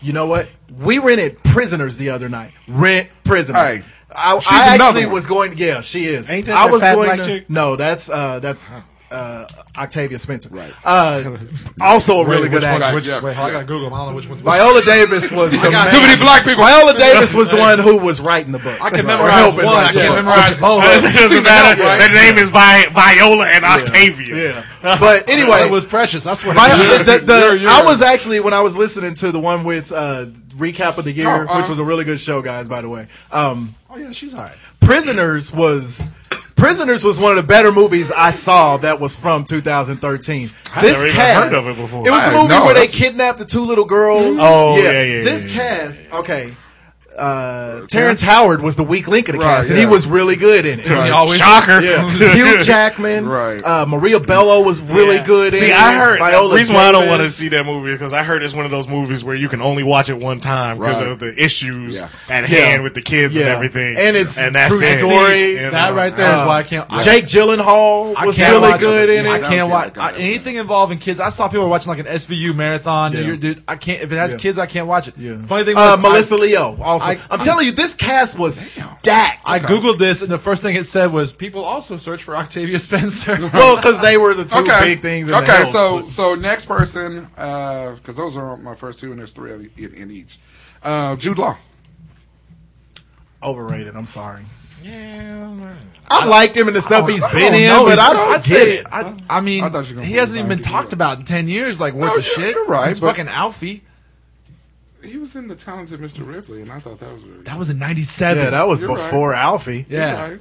[SPEAKER 7] You know what? We rented Prisoners the other night. Rent Prisoners.
[SPEAKER 8] Hey,
[SPEAKER 7] I,
[SPEAKER 8] she's
[SPEAKER 7] I
[SPEAKER 8] another
[SPEAKER 7] actually
[SPEAKER 8] one.
[SPEAKER 7] was going. Yeah, she is.
[SPEAKER 10] Ain't that
[SPEAKER 7] I
[SPEAKER 10] the
[SPEAKER 7] was
[SPEAKER 10] fat
[SPEAKER 7] going.
[SPEAKER 10] black
[SPEAKER 7] to,
[SPEAKER 10] chick?
[SPEAKER 7] No, that's uh, that's uh, Octavia Spencer. Right. Uh, also a really good actress.
[SPEAKER 8] Yeah,
[SPEAKER 6] Wait, hold on, I gotta Google. 'em. I don't know which one.
[SPEAKER 7] Viola Davis was the
[SPEAKER 8] Too
[SPEAKER 7] man.
[SPEAKER 8] many black people.
[SPEAKER 7] Viola Davis was the one who was writing the book.
[SPEAKER 6] I can
[SPEAKER 7] Or
[SPEAKER 6] memorize
[SPEAKER 7] helping
[SPEAKER 6] one.
[SPEAKER 7] write
[SPEAKER 6] I
[SPEAKER 7] the
[SPEAKER 6] can't
[SPEAKER 7] book.
[SPEAKER 6] memorize both.
[SPEAKER 10] It doesn't matter.
[SPEAKER 8] right?
[SPEAKER 10] Their name is Vi- Viola and Octavia.
[SPEAKER 7] Yeah. But anyway,
[SPEAKER 6] It was precious. I swear. to God.
[SPEAKER 7] My, the, the-
[SPEAKER 8] You're- you're-
[SPEAKER 7] I was actually when I was listening to the one with uh, recap of the year,
[SPEAKER 8] Oh, uh-huh.
[SPEAKER 7] which was a really good show, guys. By the way, um,
[SPEAKER 6] Oh yeah, she's alright.
[SPEAKER 7] Prisoners was Prisoners was one of the better movies I saw that was from 2013.
[SPEAKER 10] I've
[SPEAKER 7] this
[SPEAKER 10] never even
[SPEAKER 7] cast,
[SPEAKER 10] heard of it before.
[SPEAKER 7] was the
[SPEAKER 8] I
[SPEAKER 7] movie
[SPEAKER 8] know,
[SPEAKER 7] where they
[SPEAKER 8] that's-
[SPEAKER 7] kidnapped the two little girls.
[SPEAKER 10] Oh, yeah, yeah,
[SPEAKER 7] This
[SPEAKER 10] yeah, yeah.
[SPEAKER 7] cast, okay. Uh, Terrence Howard was the weak link of the
[SPEAKER 8] Right,
[SPEAKER 7] cast,
[SPEAKER 8] yeah.
[SPEAKER 7] and he was really good in it.
[SPEAKER 6] They always-
[SPEAKER 10] Shocker.
[SPEAKER 7] Yeah. Hugh Jackman,
[SPEAKER 8] Right.
[SPEAKER 7] uh, Maria Bello was really
[SPEAKER 10] Yeah.
[SPEAKER 7] good.
[SPEAKER 10] See,
[SPEAKER 7] in
[SPEAKER 10] I
[SPEAKER 7] it.
[SPEAKER 10] heard
[SPEAKER 7] Viola
[SPEAKER 10] the reason why I don't
[SPEAKER 7] Davis.
[SPEAKER 10] want to see that movie because I heard it's one of those movies where you can only watch it one time because
[SPEAKER 8] Right.
[SPEAKER 10] of the issues
[SPEAKER 8] Yeah.
[SPEAKER 10] at
[SPEAKER 7] Yeah.
[SPEAKER 10] hand with the kids and
[SPEAKER 7] Yeah.
[SPEAKER 10] everything,
[SPEAKER 7] And it's
[SPEAKER 10] that's
[SPEAKER 7] true
[SPEAKER 10] it. uh,
[SPEAKER 7] story.
[SPEAKER 10] You
[SPEAKER 6] That
[SPEAKER 10] know?
[SPEAKER 6] right there is why I can't. I,
[SPEAKER 7] Uh, Jake Gyllenhaal
[SPEAKER 6] I
[SPEAKER 7] was
[SPEAKER 6] can't
[SPEAKER 7] really
[SPEAKER 6] watch
[SPEAKER 7] good
[SPEAKER 6] it.
[SPEAKER 7] in
[SPEAKER 6] I
[SPEAKER 7] it.
[SPEAKER 6] can't watch I,
[SPEAKER 8] Yeah.
[SPEAKER 6] anything involving kids. I saw people watching like an SVU marathon.
[SPEAKER 7] Yeah.
[SPEAKER 6] You're- Dude, I can't. If it has
[SPEAKER 7] Yeah.
[SPEAKER 6] kids, I can't watch it.
[SPEAKER 7] Yeah.
[SPEAKER 6] Funny thing
[SPEAKER 7] uh,
[SPEAKER 6] was, I-
[SPEAKER 7] Melissa Leo. Also, I,
[SPEAKER 6] I-
[SPEAKER 7] am telling you, this cast was stacked.
[SPEAKER 6] I googled this, and the first thing it said was, "People also search for Octavia Spencer."
[SPEAKER 7] well, because they were the two
[SPEAKER 8] Okay.
[SPEAKER 7] big things. In
[SPEAKER 8] okay.
[SPEAKER 7] the hill.
[SPEAKER 8] so so next person, because those are my first two, and there's three of you in, in each. Uh, Jude Law.
[SPEAKER 7] overrated. I'm sorry. I liked him in the stuff he's been in,
[SPEAKER 6] No,
[SPEAKER 7] but I
[SPEAKER 6] he's-
[SPEAKER 7] don't
[SPEAKER 6] I'd
[SPEAKER 7] get
[SPEAKER 6] say-
[SPEAKER 7] it.
[SPEAKER 6] I, I mean,
[SPEAKER 8] I thought you were gonna
[SPEAKER 6] he
[SPEAKER 8] put
[SPEAKER 6] hasn't
[SPEAKER 8] it
[SPEAKER 6] even
[SPEAKER 8] back.
[SPEAKER 6] been talked about in ten years, like worth
[SPEAKER 8] No,
[SPEAKER 6] of
[SPEAKER 8] you're-
[SPEAKER 6] shit.
[SPEAKER 8] you're right,
[SPEAKER 6] Since
[SPEAKER 8] but-
[SPEAKER 6] fucking Alfie.
[SPEAKER 8] He was in the talented Mr. Ripley, and I thought that was really.
[SPEAKER 6] That was in '97.
[SPEAKER 7] Yeah, that was
[SPEAKER 8] You're
[SPEAKER 7] before
[SPEAKER 8] right.
[SPEAKER 7] Alfie.
[SPEAKER 8] You're
[SPEAKER 6] Yeah.
[SPEAKER 8] right.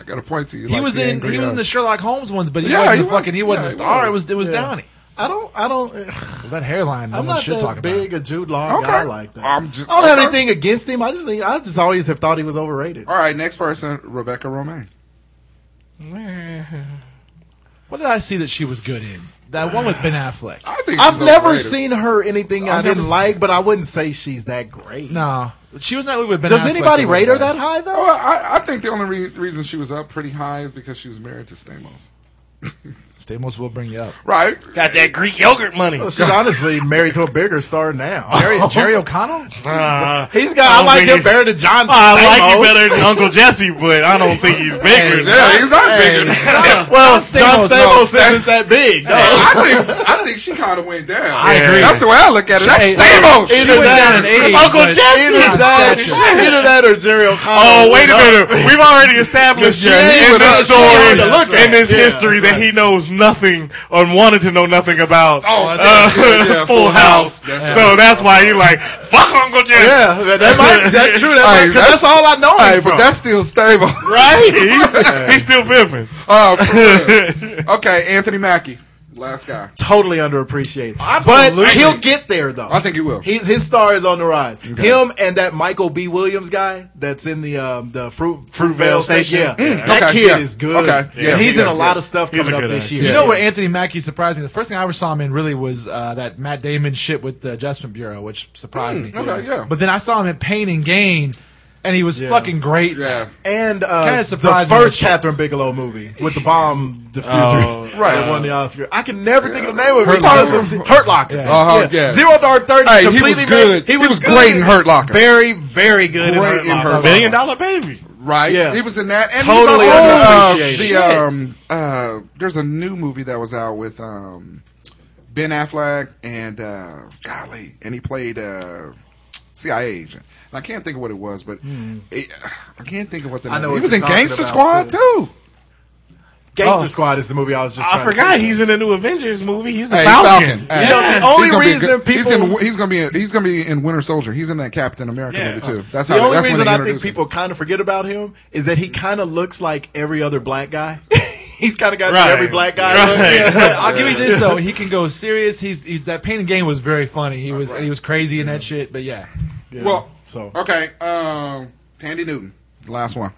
[SPEAKER 8] I got a point to you.
[SPEAKER 6] He
[SPEAKER 8] like
[SPEAKER 6] was
[SPEAKER 8] the
[SPEAKER 6] in.
[SPEAKER 8] angry
[SPEAKER 6] He was in
[SPEAKER 7] uh,
[SPEAKER 8] eye.
[SPEAKER 6] the Sherlock Holmes ones, but he
[SPEAKER 8] Yeah,
[SPEAKER 6] wasn't
[SPEAKER 8] he
[SPEAKER 6] a fucking. He
[SPEAKER 8] was.
[SPEAKER 6] wasn't
[SPEAKER 8] Yeah,
[SPEAKER 6] a
[SPEAKER 8] he
[SPEAKER 6] star. It
[SPEAKER 8] was.
[SPEAKER 6] was. It was
[SPEAKER 7] Yeah.
[SPEAKER 6] Downey.
[SPEAKER 7] I don't. I don't.
[SPEAKER 6] That hairline. No
[SPEAKER 7] I'm
[SPEAKER 6] one
[SPEAKER 7] not
[SPEAKER 6] should
[SPEAKER 7] that
[SPEAKER 6] talk about.
[SPEAKER 7] big
[SPEAKER 6] it.
[SPEAKER 7] a Jude Law guy like that.
[SPEAKER 8] I'm just,
[SPEAKER 7] I don't have
[SPEAKER 8] okay.
[SPEAKER 7] anything against him. I just think I just always have thought he was overrated.
[SPEAKER 8] All right, next person, Rebecca Romaine.
[SPEAKER 6] What did I see that she was good in? That one with Ben Affleck.
[SPEAKER 8] I think
[SPEAKER 7] I've
[SPEAKER 8] she's
[SPEAKER 7] never
[SPEAKER 8] overrated.
[SPEAKER 7] seen her anything I
[SPEAKER 6] I've never
[SPEAKER 7] didn't
[SPEAKER 6] seen-
[SPEAKER 7] like, but I wouldn't say she's that great.
[SPEAKER 6] No, she was not with Ben.
[SPEAKER 7] Does
[SPEAKER 6] Affleck
[SPEAKER 7] anybody
[SPEAKER 6] in
[SPEAKER 7] rate her that high though?
[SPEAKER 8] Oh, I, I think the only re- reason she was up pretty high is because she was married to Stamos.
[SPEAKER 6] Stamos will bring you up.
[SPEAKER 8] Right?
[SPEAKER 10] Got that Greek yogurt money.
[SPEAKER 7] Well, she's honestly married to a bigger star now.
[SPEAKER 6] Jerry, Jerry O'Connell.
[SPEAKER 10] Uh,
[SPEAKER 7] He's got. I
[SPEAKER 10] don't
[SPEAKER 7] like
[SPEAKER 10] think
[SPEAKER 7] him
[SPEAKER 10] he's-
[SPEAKER 7] better than John.
[SPEAKER 10] I like you
[SPEAKER 7] Stamos.
[SPEAKER 10] better than Uncle Jesse, but I don't think he's bigger.
[SPEAKER 8] Yeah, he's not bigger. than that.
[SPEAKER 7] Well, John
[SPEAKER 8] Stamos, no,
[SPEAKER 7] Stamos
[SPEAKER 8] Stam-
[SPEAKER 7] isn't that big. No.
[SPEAKER 8] I think I think she kind of went down. I
[SPEAKER 10] agree.
[SPEAKER 8] That's the way I look at it. That's Stamos. She
[SPEAKER 7] Either
[SPEAKER 8] went
[SPEAKER 7] that,
[SPEAKER 8] down.
[SPEAKER 10] It's Uncle
[SPEAKER 7] either
[SPEAKER 10] Jesse.
[SPEAKER 7] that, either that, or Jerry
[SPEAKER 10] Oh,
[SPEAKER 7] O'Connell.
[SPEAKER 10] wait a minute. We've already established
[SPEAKER 7] Yeah,
[SPEAKER 10] in
[SPEAKER 7] he would
[SPEAKER 10] this
[SPEAKER 7] have- she would have looked
[SPEAKER 10] story, in
[SPEAKER 7] at it.
[SPEAKER 10] this
[SPEAKER 7] Yeah,
[SPEAKER 10] history, that he knows nothing or wanted to know nothing about
[SPEAKER 8] Oh,
[SPEAKER 10] uh,
[SPEAKER 8] that's good. Yeah,
[SPEAKER 10] Full House.
[SPEAKER 8] That's
[SPEAKER 10] So that's why you're like, fuck Uncle Jesse.
[SPEAKER 7] Yeah, that- that might, that's true. That
[SPEAKER 8] Hey,
[SPEAKER 7] might, 'cause that's,
[SPEAKER 8] that's-
[SPEAKER 7] all I know.
[SPEAKER 8] Hey,
[SPEAKER 7] him
[SPEAKER 8] but
[SPEAKER 7] from.
[SPEAKER 8] that's still stable.
[SPEAKER 10] Right? He- he's still pimping.
[SPEAKER 8] Oh, for real. okay, Anthony Mackie, last guy.
[SPEAKER 7] totally underappreciated.
[SPEAKER 6] Absolutely.
[SPEAKER 7] But he'll get there though.
[SPEAKER 8] I think he will.
[SPEAKER 7] He's, his star is on the rise. Him and that Michael B. Williams guy that's in the um, the Fruit Fruitvale Station. Yeah, that
[SPEAKER 8] Mm. Okay,
[SPEAKER 7] kid
[SPEAKER 8] yeah.
[SPEAKER 7] is good.
[SPEAKER 8] Okay,
[SPEAKER 7] And
[SPEAKER 8] yeah,
[SPEAKER 7] he's
[SPEAKER 8] yes,
[SPEAKER 7] in a lot
[SPEAKER 8] yes.
[SPEAKER 7] of stuff
[SPEAKER 10] He's a
[SPEAKER 7] coming up
[SPEAKER 10] good
[SPEAKER 7] this
[SPEAKER 10] actor.
[SPEAKER 7] year.
[SPEAKER 6] You know where Anthony Mackie surprised me? The first thing I ever saw him in really was uh, that Matt Damon shit with the Adjustment Bureau, which
[SPEAKER 7] Hmm,
[SPEAKER 6] surprised me.
[SPEAKER 8] okay, yeah.
[SPEAKER 6] But then I saw him in Pain and Gain, and he was fucking great.
[SPEAKER 8] Yeah.
[SPEAKER 7] and
[SPEAKER 6] Kinda
[SPEAKER 7] uh, the
[SPEAKER 6] surprised me
[SPEAKER 7] first
[SPEAKER 6] that she-
[SPEAKER 7] Catherine Bigelow movie with the bomb diffusers
[SPEAKER 8] Oh, right.
[SPEAKER 7] that won the Oscar. I can never think of the name of it.
[SPEAKER 8] Hurt
[SPEAKER 7] We talked
[SPEAKER 8] Locker.
[SPEAKER 7] about Hurt Locker.
[SPEAKER 6] Yeah.
[SPEAKER 8] Uh-huh, yeah.
[SPEAKER 7] Zero Dark Thirty.
[SPEAKER 8] Hey, he was
[SPEAKER 7] completely
[SPEAKER 8] good.
[SPEAKER 7] made-
[SPEAKER 8] He was great in Hurt Locker.
[SPEAKER 7] Very, very good in
[SPEAKER 8] Great
[SPEAKER 7] Hurt
[SPEAKER 8] in
[SPEAKER 7] Locker.
[SPEAKER 8] Hurt Locker.
[SPEAKER 10] Million Dollar Baby.
[SPEAKER 8] Right?
[SPEAKER 7] Yeah.
[SPEAKER 8] He was in that. And
[SPEAKER 7] Totally
[SPEAKER 8] he was
[SPEAKER 7] underappreciated.
[SPEAKER 8] in, uh, the um uh there's a new movie that was out with um Ben Affleck and uh golly, and he played uh CIA agent. And I can't think of what it was, but it, I can't think of what the name.
[SPEAKER 7] Hmm. know
[SPEAKER 8] he
[SPEAKER 7] what
[SPEAKER 8] was
[SPEAKER 7] you're
[SPEAKER 8] in
[SPEAKER 7] talking
[SPEAKER 8] Gangster
[SPEAKER 7] about,
[SPEAKER 8] Squad
[SPEAKER 7] too.
[SPEAKER 8] too.
[SPEAKER 7] Gangster
[SPEAKER 6] Oh.
[SPEAKER 7] Squad is the movie I was just.
[SPEAKER 10] I
[SPEAKER 7] trying to
[SPEAKER 10] forgot
[SPEAKER 7] think of.
[SPEAKER 10] he's in the new Avengers movie. He's the
[SPEAKER 8] Hey,
[SPEAKER 10] Falcon.
[SPEAKER 8] Falcon. Hey.
[SPEAKER 10] You know, the
[SPEAKER 8] He's
[SPEAKER 10] only
[SPEAKER 8] gonna be a
[SPEAKER 10] reason
[SPEAKER 8] good- he's
[SPEAKER 7] people-
[SPEAKER 8] in, he's gonna be in, he's gonna be in Winter Soldier. He's in that Captain America
[SPEAKER 10] Yeah.
[SPEAKER 8] movie too. That's
[SPEAKER 7] The
[SPEAKER 8] how.
[SPEAKER 7] only
[SPEAKER 8] that's when
[SPEAKER 7] reason
[SPEAKER 8] they
[SPEAKER 7] I think
[SPEAKER 8] introduced him.
[SPEAKER 7] people kind of forget about him is that he kind of looks like every other black guy. he's kind of got the
[SPEAKER 10] Right.
[SPEAKER 7] every black guy.
[SPEAKER 10] Right.
[SPEAKER 7] Look. Yeah.
[SPEAKER 6] But I'll give you this though, he can go serious. He's he, that Pain and Gain was very funny. He was he was crazy in that shit. But yeah,
[SPEAKER 8] Well,
[SPEAKER 7] So-
[SPEAKER 8] okay, um, Tandy Newton, the last one.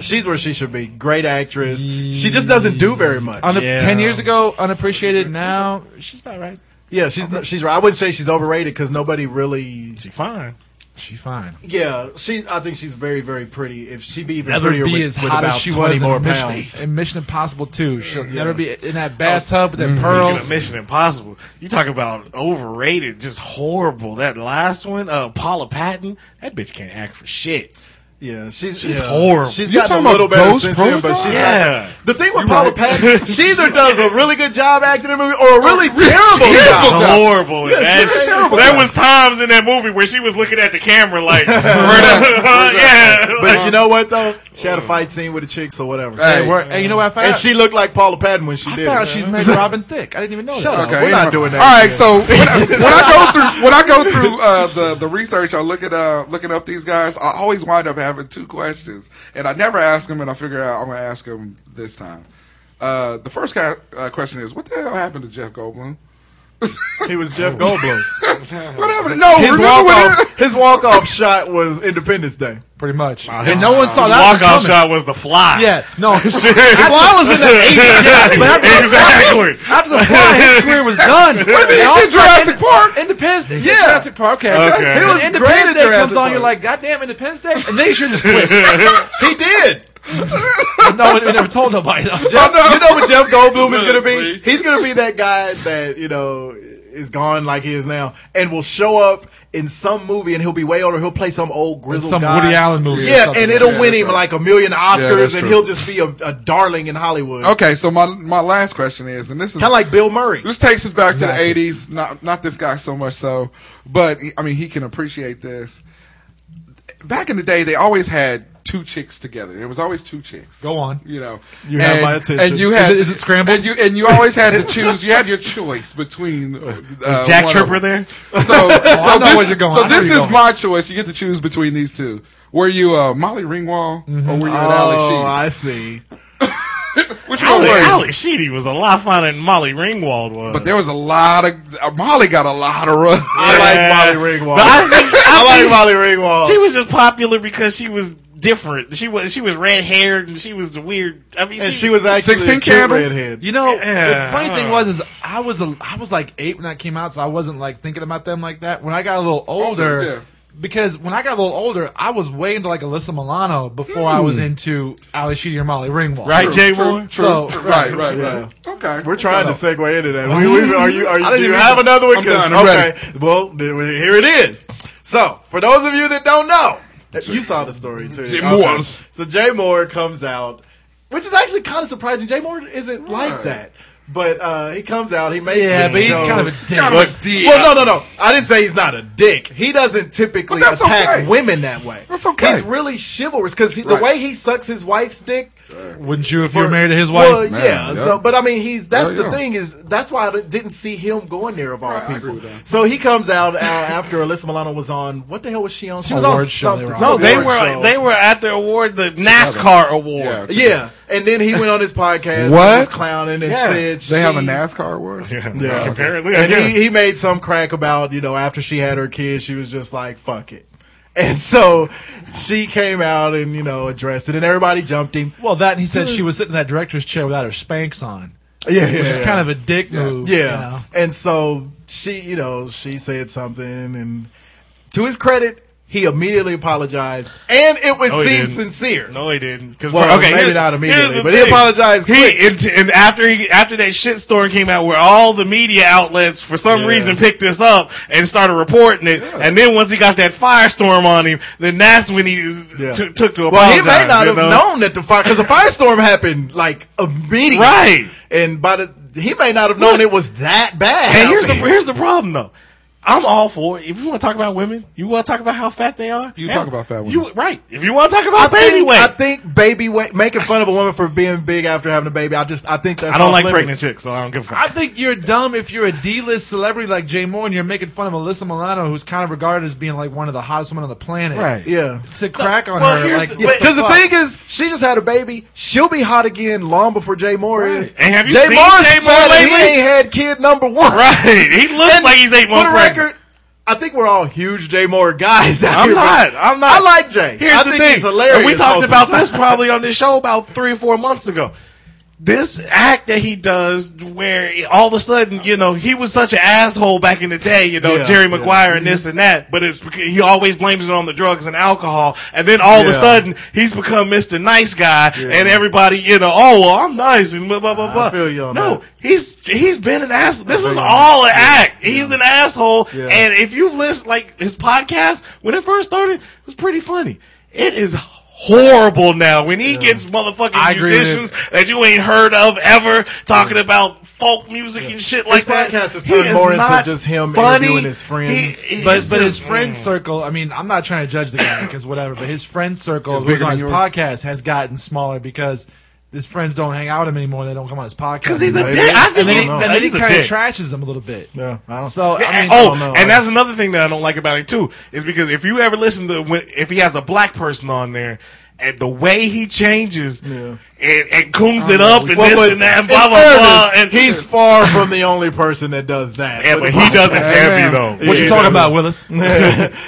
[SPEAKER 7] She's where she should be. Great actress. She just doesn't do very much.
[SPEAKER 6] Una-
[SPEAKER 10] Yeah.
[SPEAKER 6] ten years ago, unappreciated. Now she's about right.
[SPEAKER 7] yeah, she's n- she's. right. I wouldn't say she's overrated because nobody really.
[SPEAKER 10] She fine.
[SPEAKER 6] She fine.
[SPEAKER 7] Yeah, she. I think she's very very pretty. If she be even
[SPEAKER 6] Never
[SPEAKER 7] prettier
[SPEAKER 6] be
[SPEAKER 7] with,
[SPEAKER 6] as
[SPEAKER 7] with
[SPEAKER 6] hot
[SPEAKER 7] about
[SPEAKER 6] as she was
[SPEAKER 7] twenty
[SPEAKER 6] in,
[SPEAKER 7] more
[SPEAKER 6] Mission,
[SPEAKER 7] pounds.
[SPEAKER 6] in Mission Impossible 2. She'll never be in that
[SPEAKER 10] Oh,
[SPEAKER 6] bathtub with the
[SPEAKER 10] Speaking of
[SPEAKER 6] pearls.
[SPEAKER 10] Mission Impossible, you talk about overrated, just horrible. That last one, uh, Paula Patton, that bitch can't act for shit.
[SPEAKER 7] Yeah, she's
[SPEAKER 10] She's
[SPEAKER 7] yeah.
[SPEAKER 10] horrible.
[SPEAKER 7] She's
[SPEAKER 8] You talking
[SPEAKER 7] gotten a
[SPEAKER 8] about
[SPEAKER 7] little better
[SPEAKER 8] Ghost
[SPEAKER 7] since then, but
[SPEAKER 8] Protocol?
[SPEAKER 7] she's
[SPEAKER 10] Yeah.
[SPEAKER 7] not. The thing with Paula Patton, she either does a really good job acting in a movie or a really
[SPEAKER 8] really
[SPEAKER 7] terrible
[SPEAKER 8] terrible
[SPEAKER 7] job.
[SPEAKER 8] job.
[SPEAKER 10] Horrible.
[SPEAKER 7] Yeah,
[SPEAKER 10] That-
[SPEAKER 7] she's terrible.
[SPEAKER 10] There was times in that movie where she was looking at the camera like, yeah, Uh-huh.
[SPEAKER 7] But you know what though? She had a fight scene with the chicks or whatever.
[SPEAKER 8] Hey,
[SPEAKER 6] Hey, we're- hey, you know what I found?
[SPEAKER 7] And
[SPEAKER 6] out?
[SPEAKER 7] she looked like Paula Patton when she
[SPEAKER 6] I
[SPEAKER 7] did.
[SPEAKER 6] found out
[SPEAKER 7] it.
[SPEAKER 6] she's Meg Robin Thick. I didn't even know
[SPEAKER 7] Shut
[SPEAKER 6] that.
[SPEAKER 7] up. We're not doing that
[SPEAKER 8] All right,
[SPEAKER 7] again.
[SPEAKER 8] so when I, when I go through when I go through uh, the the research, I look at uh, looking up these guys. I always wind up having two questions, and I never ask them. And I figure out I'm gonna ask them this time. Uh, the first guy, uh, question is, what the hell happened to Jeff Goldblum?
[SPEAKER 7] He was Jeff Goldblum.
[SPEAKER 8] What happened? To, no,
[SPEAKER 10] Oh,
[SPEAKER 7] His walk
[SPEAKER 8] remember when?
[SPEAKER 7] off. His walk off shot was Independence Day.
[SPEAKER 6] Pretty much. and no one saw that.
[SPEAKER 10] walk off
[SPEAKER 6] coming.
[SPEAKER 10] shot was the fly.
[SPEAKER 6] Yeah, no. after
[SPEAKER 7] Well, I was in the
[SPEAKER 10] Yeah, exactly.
[SPEAKER 6] the fly, his career was done.
[SPEAKER 8] he
[SPEAKER 6] They all
[SPEAKER 8] did
[SPEAKER 6] start-
[SPEAKER 8] Jurassic
[SPEAKER 6] Ind-
[SPEAKER 8] Park?
[SPEAKER 6] Independence Day.
[SPEAKER 7] Yeah.
[SPEAKER 6] Jurassic Park. Okay.
[SPEAKER 10] Okay. He
[SPEAKER 7] was great
[SPEAKER 6] Independence
[SPEAKER 7] at
[SPEAKER 6] Day comes
[SPEAKER 7] Jurassic
[SPEAKER 6] on, you're
[SPEAKER 7] Park.
[SPEAKER 6] like, goddamn Independence Day? And then you should just quit.
[SPEAKER 7] 80s. He did.
[SPEAKER 6] no, we never told nobody. though.
[SPEAKER 7] Jeff, You know what Jeff Goldblum is going to be? He's going to be that guy that, you know, is gone like he is now and will show up in some movie and he'll be way older. He'll play some old grizzled
[SPEAKER 6] some
[SPEAKER 7] guy.
[SPEAKER 6] Woody Allen movie or
[SPEAKER 7] Yeah,
[SPEAKER 6] something.
[SPEAKER 7] and it'll
[SPEAKER 8] Yeah,
[SPEAKER 7] win
[SPEAKER 8] that's
[SPEAKER 7] him
[SPEAKER 8] right.
[SPEAKER 7] like a million
[SPEAKER 8] Yeah, that's
[SPEAKER 7] Oscars and
[SPEAKER 8] true.
[SPEAKER 7] he'll just be a, a darling in Hollywood.
[SPEAKER 8] Okay, so my my last question is, and this is
[SPEAKER 7] Kind of like Bill Murray.
[SPEAKER 8] This takes us back to the '80s. Not not this guy so much so, but he- I mean he can appreciate this. Back in the day, they always had two chicks together. There was always two chicks.
[SPEAKER 6] Go on.
[SPEAKER 8] You know,
[SPEAKER 7] You have my attention.
[SPEAKER 8] And you
[SPEAKER 6] Is
[SPEAKER 8] had
[SPEAKER 6] it- is it scrambled?
[SPEAKER 8] And you and you always had to choose. You had your choice between
[SPEAKER 6] Oh,
[SPEAKER 8] uh,
[SPEAKER 10] Is Jack
[SPEAKER 8] one of
[SPEAKER 10] Tripper
[SPEAKER 8] them.
[SPEAKER 10] there?
[SPEAKER 8] So, so
[SPEAKER 6] I know
[SPEAKER 8] this,
[SPEAKER 6] where you're going. I
[SPEAKER 8] so
[SPEAKER 6] know
[SPEAKER 8] this
[SPEAKER 6] you're
[SPEAKER 8] is
[SPEAKER 6] going.
[SPEAKER 8] my choice. You get to choose between these two. Were you uh, Molly Ringwald
[SPEAKER 6] Mm-hmm.
[SPEAKER 8] or were you an Alex
[SPEAKER 7] Oh,
[SPEAKER 8] Sheedy?
[SPEAKER 7] I see.
[SPEAKER 8] Which one
[SPEAKER 10] Alex,
[SPEAKER 8] were you?
[SPEAKER 10] Alex Sheedy was a lot finer than Molly Ringwald was.
[SPEAKER 8] But there was a lot of uh, Molly got a lot of run.
[SPEAKER 7] I like Molly Ringwald.
[SPEAKER 10] But I think- I
[SPEAKER 7] I like
[SPEAKER 10] think
[SPEAKER 7] Molly Ringwald.
[SPEAKER 10] She was just popular because she was different. She was she was red haired and she was the weird. I mean,
[SPEAKER 7] and she was actually
[SPEAKER 8] 16
[SPEAKER 7] a cute
[SPEAKER 8] candles?
[SPEAKER 7] redhead.
[SPEAKER 6] You know,
[SPEAKER 10] Yeah,
[SPEAKER 6] the funny
[SPEAKER 10] I
[SPEAKER 6] thing
[SPEAKER 10] don't
[SPEAKER 6] was is I was a, I was like eight when that came out, so I wasn't like thinking about them like that. When I got a little older,
[SPEAKER 8] Older, yeah.
[SPEAKER 6] because when I got a little older, I was way into like Alyssa Milano before I was into Ali Sheedy or Molly Ringwald.
[SPEAKER 10] right, Jay
[SPEAKER 8] True,
[SPEAKER 10] Moore.
[SPEAKER 8] true.
[SPEAKER 6] So-
[SPEAKER 8] right, right, right. Okay,
[SPEAKER 7] We're trying to segue into that. We, we, are you? Are you?
[SPEAKER 8] I
[SPEAKER 7] Do
[SPEAKER 8] didn't
[SPEAKER 7] you
[SPEAKER 8] even-
[SPEAKER 7] have another one?
[SPEAKER 8] I'm
[SPEAKER 7] 'Cause-
[SPEAKER 8] done. I'm
[SPEAKER 7] okay. Well, then we- here it is. So, for those of you that don't know, you saw the story too.
[SPEAKER 8] Jay
[SPEAKER 7] Okay.
[SPEAKER 8] Moore's.
[SPEAKER 7] So Jay Moore comes out, which is actually kind of surprising. Jay Moore isn't like that, but uh, he comes out. He makes.
[SPEAKER 6] Yeah,
[SPEAKER 7] the
[SPEAKER 6] but he's
[SPEAKER 7] show.
[SPEAKER 6] kind of a dick.
[SPEAKER 8] dick.
[SPEAKER 7] Well, no, no, no. I didn't say he's not a dick. He doesn't typically
[SPEAKER 8] But that's
[SPEAKER 7] attack
[SPEAKER 8] okay.
[SPEAKER 7] women that way.
[SPEAKER 8] That's okay.
[SPEAKER 7] He's really chivalrous because the
[SPEAKER 8] Right.
[SPEAKER 7] way he sucks his wife's dick.
[SPEAKER 6] Wouldn't you if you
[SPEAKER 7] For-
[SPEAKER 6] were married to his wife?
[SPEAKER 7] Well,
[SPEAKER 8] Man,
[SPEAKER 7] yeah.
[SPEAKER 8] yeah.
[SPEAKER 7] So, but I mean, he's that's
[SPEAKER 8] Yeah,
[SPEAKER 7] the
[SPEAKER 8] yeah.
[SPEAKER 7] thing is that's why I didn't see him going there of all
[SPEAKER 8] Right, I agree
[SPEAKER 7] people.
[SPEAKER 8] with that.
[SPEAKER 7] So he comes out uh, after Alyssa Milano was on what the hell was she on? She was on
[SPEAKER 6] Award show they
[SPEAKER 7] something.
[SPEAKER 6] were on.
[SPEAKER 10] No, they
[SPEAKER 7] Award show.
[SPEAKER 10] were they were at the award, the NASCAR award.
[SPEAKER 7] Yeah, and then he went on his podcast,
[SPEAKER 8] What?
[SPEAKER 7] and was clowning and
[SPEAKER 10] Yeah.
[SPEAKER 7] said
[SPEAKER 8] They have a
[SPEAKER 7] she-
[SPEAKER 8] NASCAR award.
[SPEAKER 7] Yeah.
[SPEAKER 10] Apparently,
[SPEAKER 7] And
[SPEAKER 10] yeah.
[SPEAKER 7] he, he made some crack about, you know, after she had her kid, she was just like, fuck it. And so she came out and, you know, addressed it, and everybody jumped him.
[SPEAKER 6] Well, that and he said she was sitting in that director's chair without her spanks on,
[SPEAKER 7] Yeah, yeah.
[SPEAKER 6] which is kind of a dick move.
[SPEAKER 7] Yeah.
[SPEAKER 6] you know?
[SPEAKER 7] And so she, you know, she said something, and to his credit, he immediately apologized, and it would
[SPEAKER 10] he
[SPEAKER 7] seem
[SPEAKER 10] didn't.
[SPEAKER 7] sincere.
[SPEAKER 10] No, he didn't. 'Cause-
[SPEAKER 7] Well, maybe
[SPEAKER 10] here's-
[SPEAKER 7] not immediately,
[SPEAKER 10] here's the
[SPEAKER 7] but he apologized quick.
[SPEAKER 10] He and, and after he after that shit storm came out, where all the media outlets for some
[SPEAKER 7] Yeah.
[SPEAKER 10] reason picked this up and started reporting it, and then once he got that firestorm on him, then that's when he
[SPEAKER 7] Yeah.
[SPEAKER 10] took took to
[SPEAKER 7] Well, he
[SPEAKER 10] apologize.
[SPEAKER 7] may not
[SPEAKER 10] you
[SPEAKER 7] have
[SPEAKER 10] know?
[SPEAKER 7] known that the fire because the firestorm happened like immediately,
[SPEAKER 10] Right.
[SPEAKER 7] And by the he may not have known it was that bad.
[SPEAKER 10] And here's the here's the problem though. I'm all for it. If you want to talk about women, you want to talk about how fat they are.
[SPEAKER 8] You
[SPEAKER 10] yeah.
[SPEAKER 8] talk about fat women.
[SPEAKER 10] You, right. If you want to talk
[SPEAKER 7] I
[SPEAKER 10] about baby
[SPEAKER 7] think,
[SPEAKER 10] weight,
[SPEAKER 7] I think baby weight making fun of a woman for being big after having a baby. I just I think that's
[SPEAKER 10] I don't
[SPEAKER 7] off
[SPEAKER 10] like
[SPEAKER 7] limits.
[SPEAKER 10] pregnant chicks, so I don't give a fuck.
[SPEAKER 6] I think you're dumb if you're a D-list celebrity like Jay Moore and you're making fun of Alyssa Milano, who's kind of regarded as being like one of the hottest women on the planet.
[SPEAKER 10] Right.
[SPEAKER 7] Yeah.
[SPEAKER 6] To crack on
[SPEAKER 10] Well,
[SPEAKER 6] her,
[SPEAKER 10] here's
[SPEAKER 6] like
[SPEAKER 10] the-
[SPEAKER 6] what
[SPEAKER 10] but-
[SPEAKER 7] Because the
[SPEAKER 6] fuck?
[SPEAKER 7] thing is, she just had a baby. She'll be hot again long before Jay Moore is.
[SPEAKER 10] And have you
[SPEAKER 7] Jay
[SPEAKER 10] seen
[SPEAKER 7] Moore's
[SPEAKER 10] Jay Moore
[SPEAKER 7] fat and He
[SPEAKER 10] lately?
[SPEAKER 7] ain't had kid number one.
[SPEAKER 10] Right. He looks
[SPEAKER 7] And
[SPEAKER 10] like he's eight months
[SPEAKER 7] For the
[SPEAKER 10] pregnant.
[SPEAKER 7] record, I think we're all huge Jay Moore guys. Out
[SPEAKER 10] I'm
[SPEAKER 7] here,
[SPEAKER 10] not.
[SPEAKER 7] but
[SPEAKER 10] I'm not.
[SPEAKER 7] I like Jay.
[SPEAKER 10] Here's
[SPEAKER 7] I
[SPEAKER 10] the
[SPEAKER 7] think
[SPEAKER 10] thing.
[SPEAKER 7] he's hilarious.
[SPEAKER 10] And we
[SPEAKER 7] most
[SPEAKER 10] talked
[SPEAKER 7] of
[SPEAKER 10] about
[SPEAKER 7] the time.
[SPEAKER 10] this probably on this show about three or four months ago. This act that he does, where all of a sudden, you know, he was such an asshole back in the day, you know,
[SPEAKER 7] Yeah,
[SPEAKER 10] Jerry
[SPEAKER 7] yeah. Mm-hmm.
[SPEAKER 10] Maguire and this and that, but it's because he always blames it on the drugs and alcohol, and then all of
[SPEAKER 7] Yeah.
[SPEAKER 10] a sudden he's become Mr. Nice Guy, and everybody, you know, oh well, I'm nice and blah blah blah blah.
[SPEAKER 7] feel you on
[SPEAKER 10] no,
[SPEAKER 7] that.
[SPEAKER 10] he's he's been an asshole. This is
[SPEAKER 7] you on
[SPEAKER 10] all an act. He's an asshole,
[SPEAKER 7] Yeah.
[SPEAKER 10] and if you've listened, like his podcast when it first started, it was pretty funny. It is horrible now when he gets motherfucking
[SPEAKER 6] I agree with
[SPEAKER 10] musicians that you ain't heard of ever talking about folk music and shit like that.
[SPEAKER 7] podcast has
[SPEAKER 10] He
[SPEAKER 7] turned
[SPEAKER 10] is
[SPEAKER 7] more into
[SPEAKER 10] not
[SPEAKER 7] just him
[SPEAKER 10] funny.
[SPEAKER 7] interviewing his friends.
[SPEAKER 10] He-
[SPEAKER 6] But
[SPEAKER 10] it's
[SPEAKER 6] but his
[SPEAKER 10] just-
[SPEAKER 6] friend circle. I mean, I'm not trying to judge the guy because whatever. But his friend circle
[SPEAKER 8] It's
[SPEAKER 6] who's
[SPEAKER 8] bigger
[SPEAKER 6] on
[SPEAKER 8] than
[SPEAKER 6] his
[SPEAKER 8] yours.
[SPEAKER 6] podcast has gotten smaller because his friends don't hang out with him anymore. They don't come on his podcast
[SPEAKER 10] because he's a
[SPEAKER 6] anymore.
[SPEAKER 10] dick. I think
[SPEAKER 6] And then he,
[SPEAKER 10] he's,
[SPEAKER 6] and then he
[SPEAKER 10] he's a
[SPEAKER 6] kind of
[SPEAKER 10] dick.
[SPEAKER 6] trashes him a little bit.
[SPEAKER 7] Yeah, I don't-
[SPEAKER 6] So I mean,
[SPEAKER 10] oh,
[SPEAKER 7] know.
[SPEAKER 10] and that's another thing that I don't like about him too is because if you ever listen to when, if he has a black person on there. And the way he changes and, and coons it up and
[SPEAKER 7] Well,
[SPEAKER 10] this
[SPEAKER 7] but
[SPEAKER 10] and that and
[SPEAKER 7] in
[SPEAKER 10] blah blah blah.
[SPEAKER 7] fairness,
[SPEAKER 10] And
[SPEAKER 7] he's far from the only person that does that.
[SPEAKER 10] Yeah,
[SPEAKER 7] But-
[SPEAKER 10] but he doesn't
[SPEAKER 8] man.
[SPEAKER 10] have though.
[SPEAKER 6] what you talking about, Willis?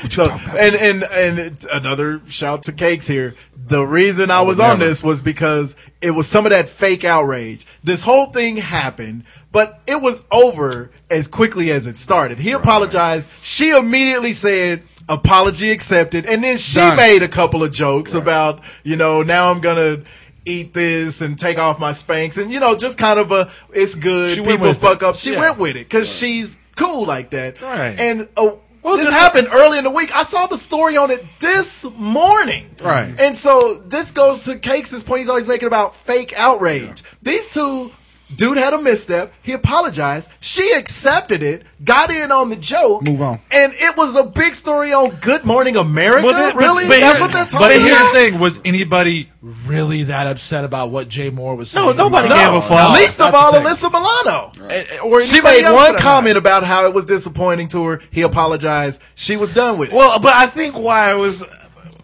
[SPEAKER 7] so, and and and it's another shout to cakes here. The reason I was on this was because it was some of that fake outrage. This whole thing happened, but it was over as quickly as it started. He apologized. She immediately said. Apology accepted, and then she
[SPEAKER 8] Done.
[SPEAKER 7] made a couple of jokes about, you know, now I'm gonna eat this and take off my spanks, and you know, just kind of a it's good.
[SPEAKER 6] She went
[SPEAKER 7] People
[SPEAKER 6] with
[SPEAKER 7] fuck
[SPEAKER 6] it.
[SPEAKER 7] up. She
[SPEAKER 6] Yeah.
[SPEAKER 7] went with it because she's cool like that,
[SPEAKER 10] Right.
[SPEAKER 7] and oh,
[SPEAKER 10] Well,
[SPEAKER 7] this
[SPEAKER 10] just-
[SPEAKER 7] happened early in the week. I saw the story on it this morning.
[SPEAKER 8] Right.
[SPEAKER 7] And so this goes to Cakes' point he's always making about fake outrage. These two Dude had a misstep. He apologized. She accepted it. Got in on the joke.
[SPEAKER 8] Move on.
[SPEAKER 7] And it was a big story on Good Morning America.
[SPEAKER 10] Well, that- but-
[SPEAKER 7] really?
[SPEAKER 10] but
[SPEAKER 7] That's
[SPEAKER 10] here-
[SPEAKER 7] what they're talking
[SPEAKER 6] But here's the
[SPEAKER 7] about.
[SPEAKER 6] thing: was anybody really that upset about what Jay Moore was saying?
[SPEAKER 10] No, nobody
[SPEAKER 6] No.
[SPEAKER 10] gave a fuck.
[SPEAKER 7] Least of
[SPEAKER 6] That's
[SPEAKER 7] all,
[SPEAKER 6] the thing.
[SPEAKER 7] Alyssa Milano. And-
[SPEAKER 8] Or
[SPEAKER 7] She
[SPEAKER 8] anybody
[SPEAKER 7] made
[SPEAKER 8] else
[SPEAKER 7] one
[SPEAKER 8] that-
[SPEAKER 7] comment about how it was disappointing to her. He apologized. She was done with it.
[SPEAKER 10] Well, but I think why I was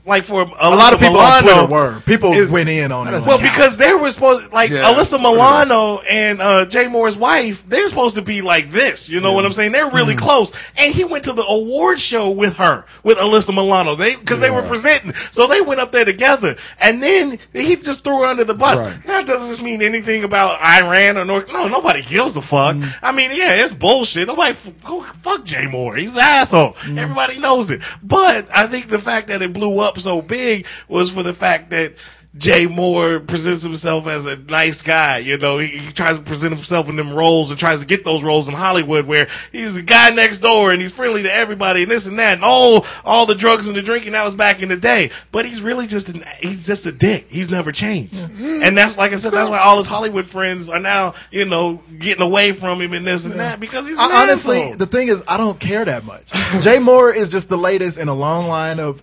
[SPEAKER 10] like for
[SPEAKER 7] a lot of people
[SPEAKER 10] Milano,
[SPEAKER 7] on Twitter were. People
[SPEAKER 10] is-
[SPEAKER 7] went in on it.
[SPEAKER 10] Well, because they were supposed like
[SPEAKER 8] Yeah.
[SPEAKER 10] Alyssa Milano and uh, Jay Moore's wife, they're supposed to be like this. You know what I'm saying? They're really
[SPEAKER 8] Mm.
[SPEAKER 10] close. And he went to the award show with her, with Alyssa Milano. They because they were presenting, so they went up there together. And then he just threw her under the bus.
[SPEAKER 8] Right.
[SPEAKER 10] Now, does this mean anything about Iran or North? No, nobody gives a fuck.
[SPEAKER 8] Mm.
[SPEAKER 10] I mean, yeah, it's bullshit. Nobody f- who- fuck Jay Moore. He's an asshole.
[SPEAKER 8] Mm.
[SPEAKER 10] Everybody knows it. But I think the fact that it blew up so big was for the fact that. Jay Moore presents himself as a nice guy. You know, he, he tries to present himself in them roles and tries to get those roles in Hollywood where he's the guy next door and he's friendly to everybody and this and that and all, all the drugs and the drinking that was back in the day. But he's really just an, he's just a dick. He's never changed. And that's, like I said, that's why all his Hollywood friends are now, you know, getting away from him and this and that because he's an
[SPEAKER 7] I, honestly,
[SPEAKER 10] asshole.
[SPEAKER 7] the thing is, I don't care that much. Jay Moore is just the latest in a long line of.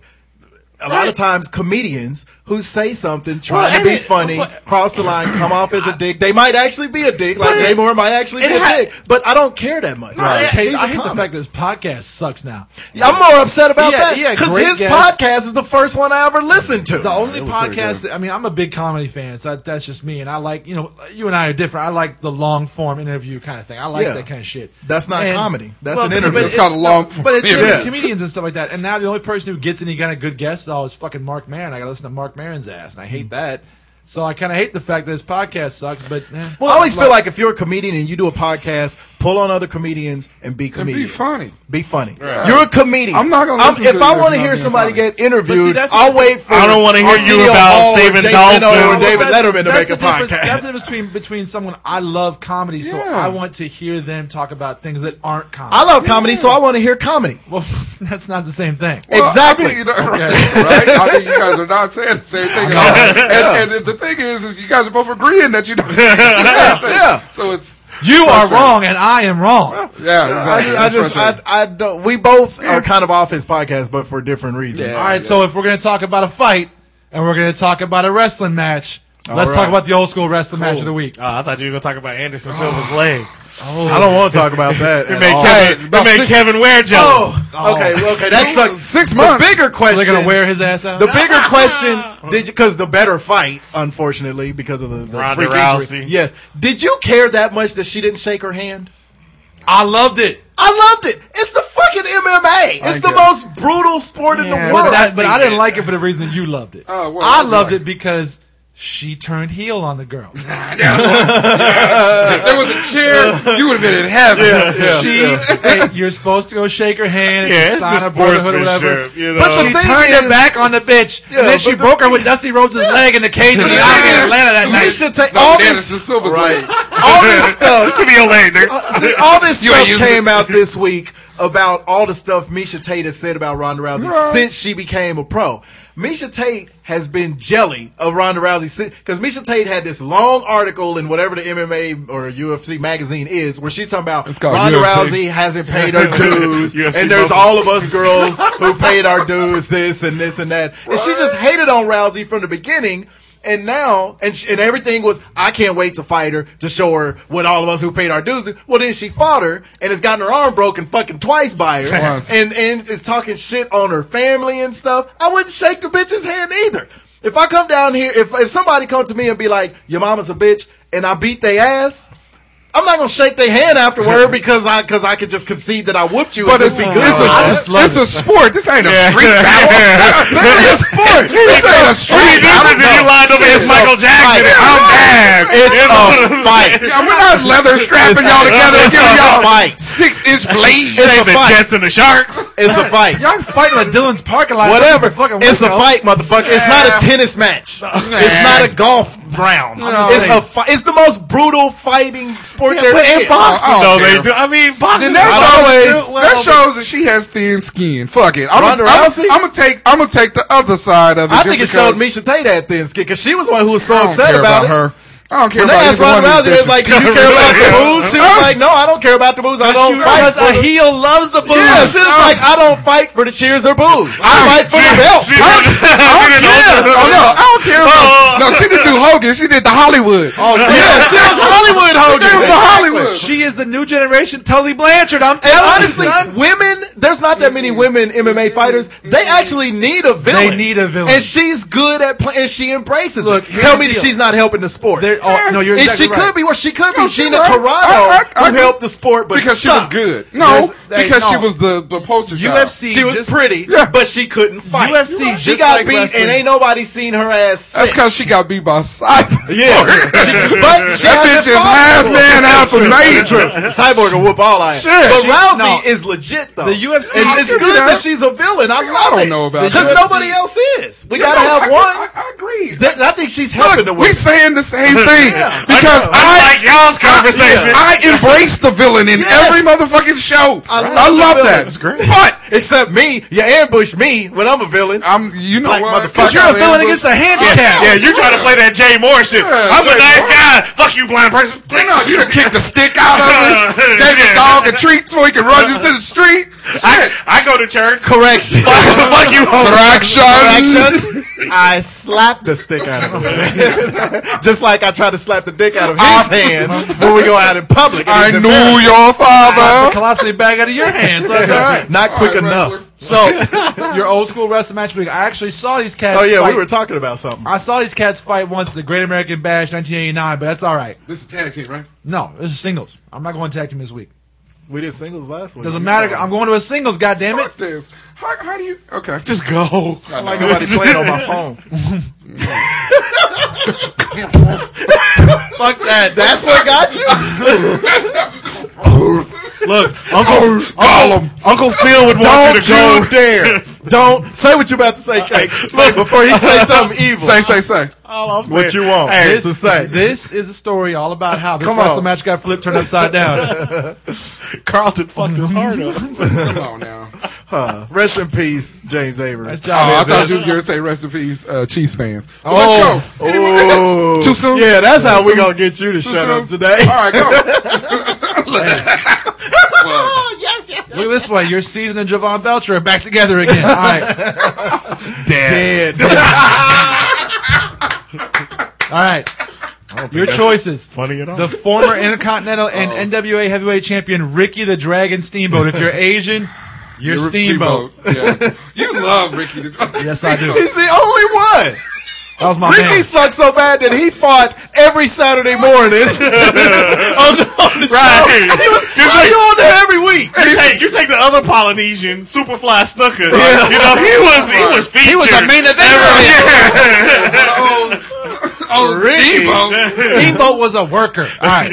[SPEAKER 7] A lot of
[SPEAKER 10] Right.
[SPEAKER 7] times, comedians who say something trying
[SPEAKER 10] and
[SPEAKER 7] to be
[SPEAKER 10] it-
[SPEAKER 7] funny,
[SPEAKER 10] but-
[SPEAKER 7] cross the line, come off as a dick. They might actually be a dick, like
[SPEAKER 10] But it-
[SPEAKER 7] Jay Moore might actually be
[SPEAKER 10] it
[SPEAKER 7] a
[SPEAKER 10] ha-
[SPEAKER 7] dick. But I don't care that much.
[SPEAKER 6] I just hate,
[SPEAKER 7] He's a
[SPEAKER 6] I hate the
[SPEAKER 7] comic.
[SPEAKER 6] fact this podcast sucks now.
[SPEAKER 7] I'm more upset about
[SPEAKER 6] He had- he
[SPEAKER 7] that
[SPEAKER 6] had
[SPEAKER 7] because
[SPEAKER 6] great
[SPEAKER 7] his
[SPEAKER 6] guests.
[SPEAKER 7] podcast is the first one I ever listened to.
[SPEAKER 6] The only
[SPEAKER 8] was pretty
[SPEAKER 6] podcast, that, I mean, I'm a big comedy fan, so that, that's just me. And I like, you know, you and I are different. I like the long form interview kind of thing. I like
[SPEAKER 7] Yeah.
[SPEAKER 6] that kind of shit.
[SPEAKER 7] That's not
[SPEAKER 6] And-
[SPEAKER 7] comedy. That's
[SPEAKER 6] Well,
[SPEAKER 7] an
[SPEAKER 6] but-
[SPEAKER 7] interview.
[SPEAKER 6] but
[SPEAKER 8] It's called a long
[SPEAKER 6] But it's
[SPEAKER 8] form.
[SPEAKER 6] it's
[SPEAKER 7] Yeah.
[SPEAKER 6] comedians and stuff like that. And now the only person who gets any kind of good guests at all is fucking Mark Maron. I got to listen to Mark Maron's ass, and I
[SPEAKER 7] Hmm.
[SPEAKER 6] hate that. So I kind of hate the fact that this podcast sucks. But eh.
[SPEAKER 7] I always feel like if you're a comedian and you do a podcast, pull on other comedians and be comedians.
[SPEAKER 8] funny.
[SPEAKER 7] Be funny. You're a comedian.
[SPEAKER 8] I'm not gonna listen to
[SPEAKER 7] If
[SPEAKER 8] you
[SPEAKER 7] I
[SPEAKER 8] if
[SPEAKER 7] want to
[SPEAKER 8] you're
[SPEAKER 7] hear
[SPEAKER 8] not being
[SPEAKER 7] somebody
[SPEAKER 8] funny.
[SPEAKER 7] get interviewed,
[SPEAKER 6] that's
[SPEAKER 7] I'll
[SPEAKER 6] the-
[SPEAKER 7] wait for.
[SPEAKER 10] I don't wanna hear
[SPEAKER 7] Arsenio
[SPEAKER 10] you about
[SPEAKER 7] Hall or
[SPEAKER 10] saving
[SPEAKER 7] Jay
[SPEAKER 10] dolphins.
[SPEAKER 7] Leno
[SPEAKER 10] Well,
[SPEAKER 7] or David
[SPEAKER 6] that's-
[SPEAKER 7] Letterman to
[SPEAKER 6] that's
[SPEAKER 7] make
[SPEAKER 6] the
[SPEAKER 7] a
[SPEAKER 6] difference- That's
[SPEAKER 7] podcast.
[SPEAKER 6] the difference between between someone I love comedy, so
[SPEAKER 8] Yeah.
[SPEAKER 6] I want to hear them talk about things that aren't comedy.
[SPEAKER 7] I love comedy, so I want to hear comedy.
[SPEAKER 6] well, that's not the same thing.
[SPEAKER 7] Exactly.
[SPEAKER 8] I mean, you know, right? I mean, you guys are not saying the same thing at all. And, and the thing is, is you guys are both agreeing that you don't. yeah,
[SPEAKER 7] yeah.
[SPEAKER 8] So it's
[SPEAKER 6] You are wrong, and I am wrong.
[SPEAKER 8] yeah.
[SPEAKER 7] I
[SPEAKER 8] Exactly.
[SPEAKER 7] just, I,
[SPEAKER 8] That's
[SPEAKER 7] just I,
[SPEAKER 8] frustrating.
[SPEAKER 7] I don't. We both are kind of off his podcast, but for different reasons.
[SPEAKER 8] Yeah.
[SPEAKER 6] All right, so if we're going to talk about a fight and we're going to talk about a wrestling match, let's
[SPEAKER 7] right.
[SPEAKER 6] talk about the old school wrestling match of the week.
[SPEAKER 10] Oh, I thought you were going to talk about Anderson Silva's leg. Oh.
[SPEAKER 7] I don't want to talk about that.
[SPEAKER 10] It
[SPEAKER 7] at
[SPEAKER 10] made
[SPEAKER 7] all.
[SPEAKER 10] Kevin,
[SPEAKER 8] Hey,
[SPEAKER 10] it
[SPEAKER 8] about
[SPEAKER 10] made
[SPEAKER 8] six-
[SPEAKER 10] Kevin Ware jealous.
[SPEAKER 7] Oh, okay, well, okay, that sucks.
[SPEAKER 8] Six
[SPEAKER 7] The
[SPEAKER 8] months.
[SPEAKER 7] bigger question.
[SPEAKER 6] They're going to wear his ass out.
[SPEAKER 7] The bigger question, did you, cause the better fight, unfortunately, because of the, the
[SPEAKER 10] Ronda
[SPEAKER 7] freak injury.
[SPEAKER 10] Rousey.
[SPEAKER 7] Yes. Did you care that much that she didn't shake her hand?
[SPEAKER 6] I loved it.
[SPEAKER 7] I loved it. It's the fucking MMA. It's the
[SPEAKER 8] get it.
[SPEAKER 7] most brutal sport in the
[SPEAKER 10] Yeah,
[SPEAKER 7] world.
[SPEAKER 6] But, that, but I didn't like it for the reason that you loved it.
[SPEAKER 8] Oh, well,
[SPEAKER 6] I
[SPEAKER 8] I'd be
[SPEAKER 6] loved
[SPEAKER 8] like-
[SPEAKER 6] it because she turned heel on the girl.
[SPEAKER 8] if there was a chair, you would have been in heaven.
[SPEAKER 6] she, hey, you're supposed to go shake her hand.
[SPEAKER 10] Yeah,
[SPEAKER 6] and
[SPEAKER 10] it's
[SPEAKER 6] sign
[SPEAKER 10] just
[SPEAKER 6] a brotherhood or whatever.
[SPEAKER 10] sportsmanship, you know.
[SPEAKER 7] But the
[SPEAKER 6] she
[SPEAKER 7] thing
[SPEAKER 6] turned her
[SPEAKER 7] is-
[SPEAKER 6] back on the bitch,
[SPEAKER 7] Yeah,
[SPEAKER 6] and then she
[SPEAKER 7] but the-
[SPEAKER 6] broke her with Dusty Rhodes' leg in the cage in the
[SPEAKER 8] thing
[SPEAKER 6] eye in
[SPEAKER 8] is,
[SPEAKER 6] Atlanta that
[SPEAKER 7] We
[SPEAKER 6] night.
[SPEAKER 7] should take
[SPEAKER 8] No,
[SPEAKER 7] all
[SPEAKER 8] that
[SPEAKER 7] this,
[SPEAKER 8] is the silver
[SPEAKER 7] right.
[SPEAKER 8] slide.
[SPEAKER 7] all this stuff.
[SPEAKER 10] Give me a leg, nigga.
[SPEAKER 7] Uh, see, all this
[SPEAKER 8] You
[SPEAKER 7] stuff
[SPEAKER 8] ain't used
[SPEAKER 7] came
[SPEAKER 8] it.
[SPEAKER 7] out this week about all the stuff Misha Tate has said about Ronda Rousey since she became a pro. Misha Tate has been jelly of Ronda Rousey because Misha Tate had this long article in whatever the MMA or UFC magazine is where she's talking about
[SPEAKER 8] It's called
[SPEAKER 7] Ronda
[SPEAKER 8] UFC.
[SPEAKER 7] Rousey hasn't paid her dues
[SPEAKER 10] UFC
[SPEAKER 7] and there's
[SPEAKER 10] Buffalo.
[SPEAKER 7] all of us girls who paid our dues this and this and that. And she just hated on Rousey from the beginning. And now, and she, and everything was, I can't wait to fight her to show her what all of us who paid our dues. do." Well, then she fought her and has gotten her arm broken fucking twice by her,
[SPEAKER 8] Once.
[SPEAKER 7] and and is talking shit on her family and stuff. I wouldn't shake the bitch's hand either. If I come down here, if if somebody come to me and be like, "Your mama's a bitch," and I beat their ass. I'm not gonna shake their hand afterward because I because I could just concede that I whooped you.
[SPEAKER 8] But
[SPEAKER 7] and
[SPEAKER 8] it's,
[SPEAKER 7] just
[SPEAKER 8] it's,
[SPEAKER 7] be good.
[SPEAKER 8] a,
[SPEAKER 7] I
[SPEAKER 6] just love
[SPEAKER 8] it's
[SPEAKER 6] it.
[SPEAKER 8] a sport. This ain't a
[SPEAKER 10] Yeah.
[SPEAKER 8] street battle. That's barely a sport. This ain't a
[SPEAKER 10] Three
[SPEAKER 8] street battle.
[SPEAKER 10] dudes and you lined up against Michael Jackson.
[SPEAKER 8] Yeah.
[SPEAKER 10] I'm mad.
[SPEAKER 7] It's a fight.
[SPEAKER 8] Yeah, we're not leather strapping y'all together and
[SPEAKER 10] it's a
[SPEAKER 8] giving y'all
[SPEAKER 7] fight.
[SPEAKER 8] six inch blades.
[SPEAKER 7] It's a
[SPEAKER 10] the
[SPEAKER 7] fight.
[SPEAKER 10] Jets and the Sharks.
[SPEAKER 7] It's a fight.
[SPEAKER 6] Y'all fighting at Dylan's parking lot.
[SPEAKER 7] Whatever.
[SPEAKER 6] Fucking
[SPEAKER 7] It's a
[SPEAKER 6] weirdo.
[SPEAKER 7] fight, motherfucker. It's not a
[SPEAKER 8] Yeah.
[SPEAKER 7] tennis match. It's not a golf round.
[SPEAKER 8] No.
[SPEAKER 7] It's a fight. It's the most brutal fighting sport there
[SPEAKER 10] But
[SPEAKER 7] is.
[SPEAKER 10] in boxing,
[SPEAKER 8] I
[SPEAKER 10] though,
[SPEAKER 8] don't
[SPEAKER 10] they
[SPEAKER 8] care.
[SPEAKER 10] do. I mean, boxing
[SPEAKER 8] Then
[SPEAKER 10] is
[SPEAKER 8] that
[SPEAKER 10] always
[SPEAKER 8] shows,
[SPEAKER 10] do- well,
[SPEAKER 8] that shows that she has thin skin. Fuck it. I'm
[SPEAKER 7] Ronda Rousey?
[SPEAKER 8] gonna take I'm gonna take the other side of it.
[SPEAKER 7] I
[SPEAKER 8] just
[SPEAKER 7] think it
[SPEAKER 8] because
[SPEAKER 7] showed Misha Tate that thin skin because she was the one who was so
[SPEAKER 8] I don't
[SPEAKER 7] upset
[SPEAKER 8] care
[SPEAKER 7] about, it.
[SPEAKER 8] her. I don't care
[SPEAKER 7] When they
[SPEAKER 8] about
[SPEAKER 7] asked
[SPEAKER 8] either one
[SPEAKER 7] Ronda
[SPEAKER 8] of
[SPEAKER 7] Rousey,
[SPEAKER 8] these
[SPEAKER 7] they was
[SPEAKER 8] bitches.
[SPEAKER 7] like, "Do you care about the booze?" She was like, "No, I don't care about the booze. I don't fight
[SPEAKER 6] Because
[SPEAKER 7] for
[SPEAKER 6] a
[SPEAKER 7] the-
[SPEAKER 6] heel loves the booze.
[SPEAKER 7] Yeah, she was like, "I don't fight for the cheers or booze. I fight for the belt."
[SPEAKER 8] Yeah. Oh, no, I don't care
[SPEAKER 7] "Oh."
[SPEAKER 8] about. No, she didn't do Hogan. She did the Hollywood.
[SPEAKER 6] Oh,
[SPEAKER 7] yeah, she was Hollywood Hogan.
[SPEAKER 8] She was the Hollywood.
[SPEAKER 6] She is the new generation Tully Blanchard. I'm
[SPEAKER 7] And
[SPEAKER 6] telling
[SPEAKER 7] honestly,
[SPEAKER 6] you, son.
[SPEAKER 7] women, there's not that many women MMA fighters. They actually need a villain.
[SPEAKER 6] They need a villain.
[SPEAKER 7] And she's good at playing, and she embraces
[SPEAKER 6] Look,
[SPEAKER 7] it.
[SPEAKER 6] here's
[SPEAKER 7] Tell
[SPEAKER 6] the
[SPEAKER 7] me that
[SPEAKER 6] deal.
[SPEAKER 7] she's not helping the sport.
[SPEAKER 6] There- oh, no, you're
[SPEAKER 7] And
[SPEAKER 6] exactly
[SPEAKER 7] she
[SPEAKER 6] right.
[SPEAKER 7] could be, well, she could be
[SPEAKER 8] No, she
[SPEAKER 7] Gina
[SPEAKER 8] right.
[SPEAKER 7] Carano,
[SPEAKER 8] I- I- I
[SPEAKER 7] who
[SPEAKER 8] agree.
[SPEAKER 7] helped the sport, but
[SPEAKER 8] Because she was
[SPEAKER 7] sucked.
[SPEAKER 8] good. No,
[SPEAKER 6] There's- hey,
[SPEAKER 8] because she
[SPEAKER 6] no.
[SPEAKER 8] was the, the poster child.
[SPEAKER 6] UFC.
[SPEAKER 7] She was
[SPEAKER 6] just-
[SPEAKER 7] pretty,
[SPEAKER 8] Yeah.
[SPEAKER 7] but she couldn't fight.
[SPEAKER 6] UFC,
[SPEAKER 7] she
[SPEAKER 6] just
[SPEAKER 7] got
[SPEAKER 6] like
[SPEAKER 7] beat,
[SPEAKER 6] wrestling.
[SPEAKER 7] and ain't nobody seen her
[SPEAKER 8] That's
[SPEAKER 7] ass. Since.
[SPEAKER 8] because she got beat by Cyborg.
[SPEAKER 7] yeah, she, but she
[SPEAKER 8] That
[SPEAKER 7] hasn't
[SPEAKER 8] bitch is
[SPEAKER 7] fought
[SPEAKER 8] half
[SPEAKER 7] before.
[SPEAKER 8] man, half
[SPEAKER 7] That's true.
[SPEAKER 8] amazing.
[SPEAKER 7] Cyborg will whoop all I.
[SPEAKER 8] Shit.
[SPEAKER 7] But
[SPEAKER 8] She-
[SPEAKER 7] Rousey
[SPEAKER 6] no.
[SPEAKER 7] is legit though.
[SPEAKER 6] The UFC
[SPEAKER 7] It's, it's
[SPEAKER 8] I'll give
[SPEAKER 7] good
[SPEAKER 8] you that.
[SPEAKER 7] that she's a villain. I love
[SPEAKER 8] don't know about
[SPEAKER 7] because
[SPEAKER 8] that.
[SPEAKER 7] nobody else is. We gotta have
[SPEAKER 8] I,
[SPEAKER 7] one.
[SPEAKER 8] I, I agree.
[SPEAKER 7] That- I think she's helping the
[SPEAKER 8] Look, we
[SPEAKER 7] women.
[SPEAKER 8] saying the same thing because I,
[SPEAKER 10] like y'all's conversation.
[SPEAKER 8] I embrace the villain in
[SPEAKER 7] Yes.
[SPEAKER 8] every motherfucking show. I
[SPEAKER 7] I love
[SPEAKER 8] love,
[SPEAKER 7] the villain.
[SPEAKER 8] that.
[SPEAKER 7] That's
[SPEAKER 8] great. But
[SPEAKER 7] Except me, you ambush me when I'm a villain.
[SPEAKER 8] I'm, you know
[SPEAKER 7] Black
[SPEAKER 8] what?
[SPEAKER 7] motherfucker.
[SPEAKER 8] Fuck
[SPEAKER 6] you're a
[SPEAKER 8] out of
[SPEAKER 6] villain
[SPEAKER 8] ambush.
[SPEAKER 6] against a handicap.
[SPEAKER 10] Yeah, you're trying to play that Jay Moore shit. I'm a nice guy. Fuck you, blind person.
[SPEAKER 8] You know, you done kicked the stick out of it, gave the dog a treat so he could run into the street. Shit.
[SPEAKER 10] I go to church.
[SPEAKER 7] Correction.
[SPEAKER 10] Fuck you,
[SPEAKER 6] Oh,
[SPEAKER 10] homie.
[SPEAKER 8] Correction.
[SPEAKER 7] I slapped the stick out of him. Just like I tried to slap the dick out of his hand when we go out in public. and
[SPEAKER 8] I
[SPEAKER 7] it's
[SPEAKER 8] knew your
[SPEAKER 6] The
[SPEAKER 8] father.
[SPEAKER 6] colossal bag out of your hands. So that's all right.
[SPEAKER 7] embarrassing. Not quick enough.
[SPEAKER 6] So your old school wrestling match week. I actually saw these cats.
[SPEAKER 7] Oh yeah,
[SPEAKER 6] fight.
[SPEAKER 7] we were talking about something.
[SPEAKER 6] I saw these cats fight once at the Great American Bash 1989, but that's all right.
[SPEAKER 8] This is tag team, right?
[SPEAKER 6] No, this is singles. I'm not going to tag team this week.
[SPEAKER 7] We did singles last week.
[SPEAKER 6] Doesn't matter. I'm going to a singles. God damn it.
[SPEAKER 8] Fuck this. How, how do you? Okay.
[SPEAKER 10] Just go.
[SPEAKER 7] Like nobody playing on my phone.
[SPEAKER 6] Fuck that.
[SPEAKER 7] That's what got you.
[SPEAKER 10] Look, Uncle, Uncle, Uncle Phil would want you
[SPEAKER 7] Don't
[SPEAKER 10] to go.
[SPEAKER 7] you dare. Don't say what you're about to say, Cakes. before he says something evil.
[SPEAKER 8] Say, say, say.
[SPEAKER 10] All I'm saying-
[SPEAKER 7] what you want
[SPEAKER 10] Hey,
[SPEAKER 7] to say.
[SPEAKER 6] this is a story all about how this
[SPEAKER 7] Come
[SPEAKER 6] wrestling
[SPEAKER 7] on.
[SPEAKER 6] match got flipped, turned upside down.
[SPEAKER 10] Carlton fucked his heart up.
[SPEAKER 8] Come on now.
[SPEAKER 7] Huh. Rest in peace, James Avery.
[SPEAKER 6] Nice job.
[SPEAKER 8] Oh, I
[SPEAKER 6] man, bitch.
[SPEAKER 8] thought you was going to say rest in peace, uh, Chiefs fans. But
[SPEAKER 6] Oh.
[SPEAKER 8] let's go. Anyway, Too soon?
[SPEAKER 7] Yeah, that's how
[SPEAKER 8] Too
[SPEAKER 7] we're
[SPEAKER 8] soon?
[SPEAKER 7] going to get you to
[SPEAKER 8] Too
[SPEAKER 7] shut
[SPEAKER 8] soon?
[SPEAKER 7] up today.
[SPEAKER 8] All right, go.
[SPEAKER 6] Look at this way. Your season and Javon Belcher are back together again. All right.
[SPEAKER 7] Dead.
[SPEAKER 6] All right. Your choices.
[SPEAKER 10] Funny at all.
[SPEAKER 6] The former Intercontinental and NWA Heavyweight Champion Ricky the Dragon Steamboat. If you're Asian, you're,
[SPEAKER 8] You're
[SPEAKER 6] Steamboat.
[SPEAKER 8] Yeah. You love Ricky.
[SPEAKER 6] Yes, I do.
[SPEAKER 7] He's the only one.
[SPEAKER 6] That was my
[SPEAKER 7] Ricky
[SPEAKER 6] man.
[SPEAKER 7] sucked so bad that he fought every Saturday morning on the, on the
[SPEAKER 10] Right.
[SPEAKER 7] show. He was,
[SPEAKER 10] He's
[SPEAKER 7] why
[SPEAKER 10] like-
[SPEAKER 7] you on there every week?
[SPEAKER 10] You take, you take the other Polynesian, Superfly Snooker. You know, he was he was featured.
[SPEAKER 6] He was a main eventer.
[SPEAKER 8] Oh, Steamboat.
[SPEAKER 6] Steamboat was a worker. All right.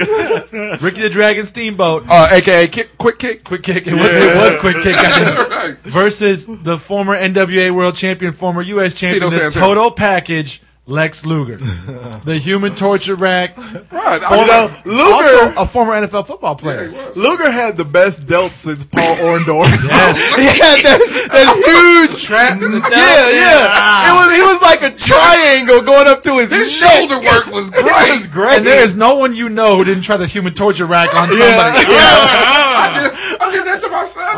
[SPEAKER 6] Ricky the Dragon Steamboat.
[SPEAKER 8] Uh, AKA kick, quick kick.
[SPEAKER 6] Quick kick. It was, it was quick kick. goddamn. Versus the former NWA World Champion, former U.S. Champion,
[SPEAKER 8] Tito
[SPEAKER 6] the
[SPEAKER 8] Santana.
[SPEAKER 6] total package, Lex Luger. the human torture rack.
[SPEAKER 8] Right.
[SPEAKER 7] You know,
[SPEAKER 8] I,
[SPEAKER 7] Luger,
[SPEAKER 6] Also a former NFL football player.
[SPEAKER 7] Luger had the best delt since Paul Orndorff.
[SPEAKER 6] Yes.
[SPEAKER 7] he had that, that huge
[SPEAKER 8] Trap in the
[SPEAKER 7] Yeah, yeah. It was he was like a triangle going up to his,
[SPEAKER 8] his
[SPEAKER 7] neck.
[SPEAKER 8] shoulder work was
[SPEAKER 7] It was
[SPEAKER 8] great.
[SPEAKER 7] great.
[SPEAKER 6] And there is no one you know who didn't try the human torture rack on somebody.
[SPEAKER 8] I, did, I did that to myself.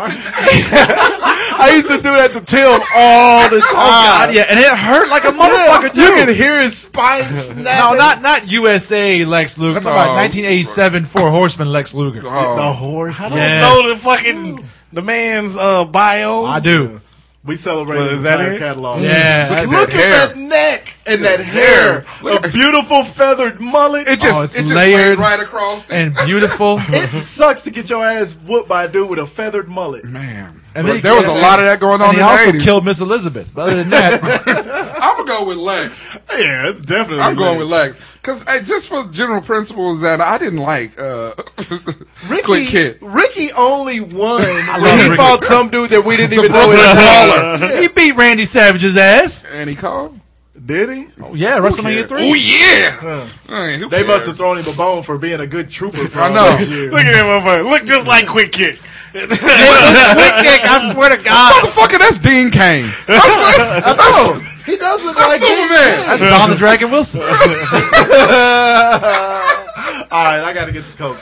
[SPEAKER 7] I used to do that to Tim all the time.
[SPEAKER 6] God, yeah, and it hurt like a motherfucker
[SPEAKER 7] You
[SPEAKER 6] too.
[SPEAKER 7] can hear his spine snap.
[SPEAKER 6] No, not not USA Lex Luger. I'm talking
[SPEAKER 8] Oh.
[SPEAKER 6] about 1987 Four Horsemen Lex Luger.
[SPEAKER 7] The
[SPEAKER 8] Oh,
[SPEAKER 7] horse.
[SPEAKER 10] I don't
[SPEAKER 6] Yes.
[SPEAKER 10] know the fucking the man's uh, bio.
[SPEAKER 6] I do.
[SPEAKER 7] We celebrated
[SPEAKER 10] Well, is
[SPEAKER 7] his
[SPEAKER 10] that
[SPEAKER 7] entire
[SPEAKER 10] it?
[SPEAKER 7] catalog.
[SPEAKER 6] Mm. Yeah.
[SPEAKER 8] at
[SPEAKER 7] Look
[SPEAKER 8] that hair.
[SPEAKER 7] at that neck and that hair.
[SPEAKER 8] Look
[SPEAKER 7] A beautiful feathered mullet.
[SPEAKER 8] it just,
[SPEAKER 6] Oh, it's
[SPEAKER 8] it just
[SPEAKER 6] layered
[SPEAKER 8] layered right across.
[SPEAKER 6] and beautiful.
[SPEAKER 7] It sucks to get your ass whooped by a dude with a feathered mullet.
[SPEAKER 8] Man,
[SPEAKER 6] And
[SPEAKER 8] Look,
[SPEAKER 6] he-
[SPEAKER 8] there was a lot of that going on
[SPEAKER 6] And he
[SPEAKER 8] in the
[SPEAKER 6] also
[SPEAKER 8] 80s.
[SPEAKER 6] killed Miss Elizabeth. But other than that,
[SPEAKER 8] I'm gonna go with Lex.
[SPEAKER 7] Yeah, it's definitely.
[SPEAKER 8] I'm going with Lex because just for general principles that I didn't like. Uh, quick kick.
[SPEAKER 7] Ricky only won
[SPEAKER 6] love
[SPEAKER 7] when he
[SPEAKER 6] Ricky.
[SPEAKER 7] fought some dude that we didn't even know
[SPEAKER 8] Brooklyn
[SPEAKER 7] was a
[SPEAKER 6] he beat Randy Savage's ass.
[SPEAKER 8] And he called.
[SPEAKER 7] Did he?
[SPEAKER 6] Oh, yeah, WrestleMania
[SPEAKER 8] Oh
[SPEAKER 6] three.
[SPEAKER 8] yeah. Hey, who
[SPEAKER 7] They
[SPEAKER 8] cares?
[SPEAKER 7] must have thrown him a bone for being a good trooper. For
[SPEAKER 8] I
[SPEAKER 7] all
[SPEAKER 8] know.
[SPEAKER 7] those years.
[SPEAKER 10] Look at that motherfucker. Look just like Quick Kick.
[SPEAKER 6] It was a quick kick. I swear to God.
[SPEAKER 7] Ah.
[SPEAKER 8] Motherfucker, that's Dean Kane. That's, that's,
[SPEAKER 7] I know. He does look
[SPEAKER 8] That's
[SPEAKER 7] like
[SPEAKER 8] Superman.
[SPEAKER 6] That's Don the Dragon Wilson. All
[SPEAKER 7] All right, I got to get to Coke.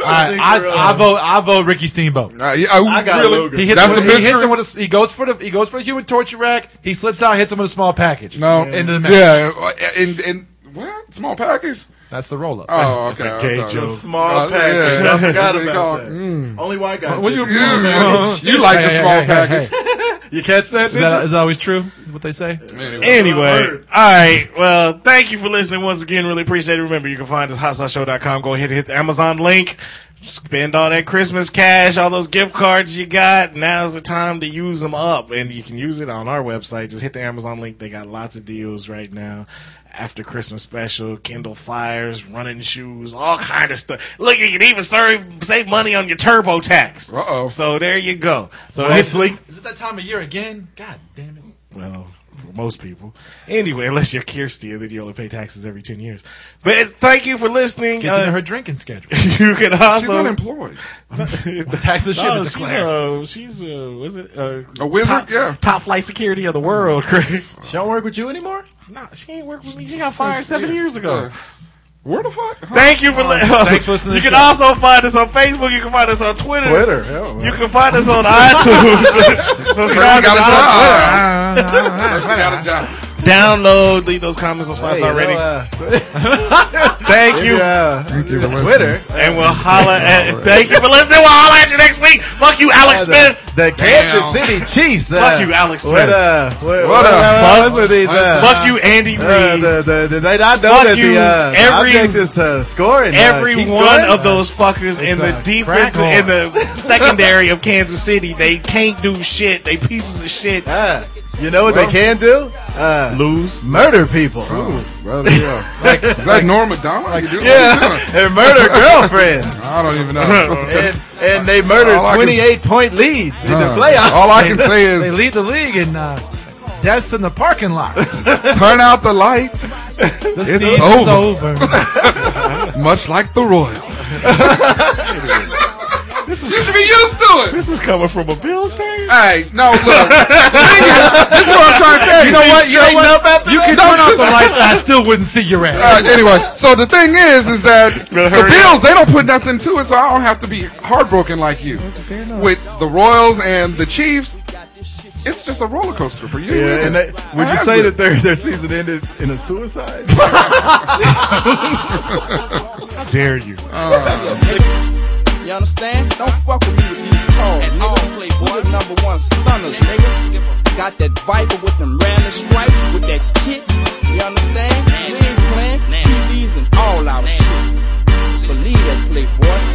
[SPEAKER 6] right, I, I vote. I vote Ricky Steamboat.
[SPEAKER 8] Uh, yeah, oh,
[SPEAKER 7] I got
[SPEAKER 8] really?
[SPEAKER 7] Luger.
[SPEAKER 6] He hits,
[SPEAKER 8] That's
[SPEAKER 6] him,
[SPEAKER 8] a
[SPEAKER 6] he hits
[SPEAKER 8] mystery.
[SPEAKER 6] him with a s he goes for the he goes for the human torture rack. He slips out, hits him with a small package.
[SPEAKER 8] no,
[SPEAKER 6] into the match.
[SPEAKER 8] yeah, uh, and and what small package?
[SPEAKER 6] That's the roll up.
[SPEAKER 8] Oh, okay. I
[SPEAKER 5] gay
[SPEAKER 8] thought-
[SPEAKER 5] joke.
[SPEAKER 7] The small
[SPEAKER 8] Uh,
[SPEAKER 7] package.
[SPEAKER 8] yeah.
[SPEAKER 7] I forgot
[SPEAKER 8] What do you call
[SPEAKER 7] about
[SPEAKER 8] it?
[SPEAKER 7] that. Only white guys.
[SPEAKER 8] What
[SPEAKER 7] did
[SPEAKER 8] you,
[SPEAKER 7] the small
[SPEAKER 8] you,
[SPEAKER 7] package.
[SPEAKER 8] you like the
[SPEAKER 6] Hey, hey,
[SPEAKER 8] small
[SPEAKER 6] hey, hey,
[SPEAKER 8] package?
[SPEAKER 6] hey.
[SPEAKER 7] You catch
[SPEAKER 6] Is that,
[SPEAKER 7] that, did
[SPEAKER 6] is that always true? What they say?
[SPEAKER 10] Anyway, all right. Well, thank you for listening once again. Really appreciate it. Remember, you can find us hotsauceshow.com. Go ahead and hit the Amazon link. Spend all that Christmas cash, all those gift cards you got. Now's the time to use them up, and you can use it on our website. Just hit the Amazon link. They got lots of deals right now. After Christmas special, Kindle fires, running shoes, all kind of stuff. Look, you can even save, save money on your TurboTax.
[SPEAKER 8] Uh-oh.
[SPEAKER 10] So there you go. So
[SPEAKER 7] Well,
[SPEAKER 10] hit-
[SPEAKER 7] sleep.
[SPEAKER 6] Is it that time of year again? God damn it!
[SPEAKER 10] well, for most people. Anyway, unless you're Kirsty, and then you only pay taxes every 10 years. But it's- thank you for listening.
[SPEAKER 6] Gets into
[SPEAKER 10] Uh,
[SPEAKER 6] her drinking schedule.
[SPEAKER 10] you can
[SPEAKER 8] She's
[SPEAKER 10] also.
[SPEAKER 8] unemployed.
[SPEAKER 6] The taxes should
[SPEAKER 10] No,
[SPEAKER 6] have
[SPEAKER 10] she's
[SPEAKER 6] declared.
[SPEAKER 10] uh, she's uh, was it uh,
[SPEAKER 8] A wizard? Yeah.
[SPEAKER 10] top flight security of the world, Craig?
[SPEAKER 7] She don't work with you anymore?
[SPEAKER 10] Nah, she ain't worked with me. She got fired seven years ago.
[SPEAKER 8] Where the fuck? Huh?
[SPEAKER 10] Thank you for li-
[SPEAKER 6] thanks for listening
[SPEAKER 10] You
[SPEAKER 6] to
[SPEAKER 10] can
[SPEAKER 6] the
[SPEAKER 10] also find us on Facebook. You can find us on Twitter.
[SPEAKER 7] Twitter. Hell,
[SPEAKER 10] You can find us on iTunes. Subscribe
[SPEAKER 8] Percy
[SPEAKER 10] to
[SPEAKER 8] got a
[SPEAKER 10] us.
[SPEAKER 8] job. Percy got a job.
[SPEAKER 10] Download. Leave those comments. Those five star
[SPEAKER 7] you know,
[SPEAKER 10] ratings.
[SPEAKER 7] uh,
[SPEAKER 10] Thank you.
[SPEAKER 7] yeah. It's Twitter.
[SPEAKER 10] And we'll holla at thank you for listening. We'll holla at you next week. Fuck you, Alex Smith.
[SPEAKER 7] The, the Kansas City Chiefs. Uh,
[SPEAKER 10] Fuck you, Alex Smith.
[SPEAKER 7] What, uh, what, what,
[SPEAKER 8] What the
[SPEAKER 7] uh, what's with these? Uh,
[SPEAKER 10] Fuck you, Andy Reid.
[SPEAKER 7] uh, the, the, the, they not know
[SPEAKER 10] Fuck
[SPEAKER 7] that
[SPEAKER 10] you,
[SPEAKER 7] the uh,
[SPEAKER 10] every-
[SPEAKER 7] object is to score and
[SPEAKER 10] Every
[SPEAKER 7] uh, keep
[SPEAKER 10] one
[SPEAKER 7] scoring.
[SPEAKER 10] of those fuckers in
[SPEAKER 6] It's
[SPEAKER 10] the
[SPEAKER 6] a
[SPEAKER 10] defense
[SPEAKER 6] crack
[SPEAKER 10] in the secondary of Kansas City, they can't do shit. They pieces of shit.
[SPEAKER 7] Uh, you know what they can do? Uh,
[SPEAKER 10] Lose.
[SPEAKER 7] murder people.
[SPEAKER 8] Well, yeah. Is that Norma Donald?
[SPEAKER 7] Yeah, and murder girlfriends.
[SPEAKER 8] I don't even know. I'm supposed to tell-
[SPEAKER 7] And, and they murdered
[SPEAKER 8] All I can-
[SPEAKER 7] 28 point leads in the
[SPEAKER 8] Uh,
[SPEAKER 7] playoffs.
[SPEAKER 8] All I can say
[SPEAKER 6] They
[SPEAKER 8] is
[SPEAKER 6] lead the league in uh, deaths in the parking lot. The
[SPEAKER 8] turn out the lights,
[SPEAKER 6] season's
[SPEAKER 8] over.
[SPEAKER 6] over.
[SPEAKER 8] much like the Royals. you should be used to it.
[SPEAKER 10] This is coming from a Bills fan.
[SPEAKER 8] Hey, no, look. this is what I'm trying to tell you. You know what? You know what?
[SPEAKER 7] after
[SPEAKER 8] You can
[SPEAKER 6] Turn off the lights. I still wouldn't see your ass.
[SPEAKER 8] Uh, anyway, so the thing is, is that the
[SPEAKER 10] hurry
[SPEAKER 8] Bills they don't put nothing to it, so I don't have to be heartbroken like you. With the Royals and the Chiefs, it's just a roller coaster for you.
[SPEAKER 7] Yeah,
[SPEAKER 8] isn't
[SPEAKER 7] and
[SPEAKER 8] it?
[SPEAKER 7] they, would you
[SPEAKER 8] Has
[SPEAKER 7] say
[SPEAKER 8] it?
[SPEAKER 7] that their their season ended in a suicide? dare you?
[SPEAKER 11] You understand? Don't fuck with me with these calls, nigga. We the number one stunners, nigga. Got that viper with them random stripes, with that kit. You understand? We ain't playing TVs and all our shit. Believe that, playboy.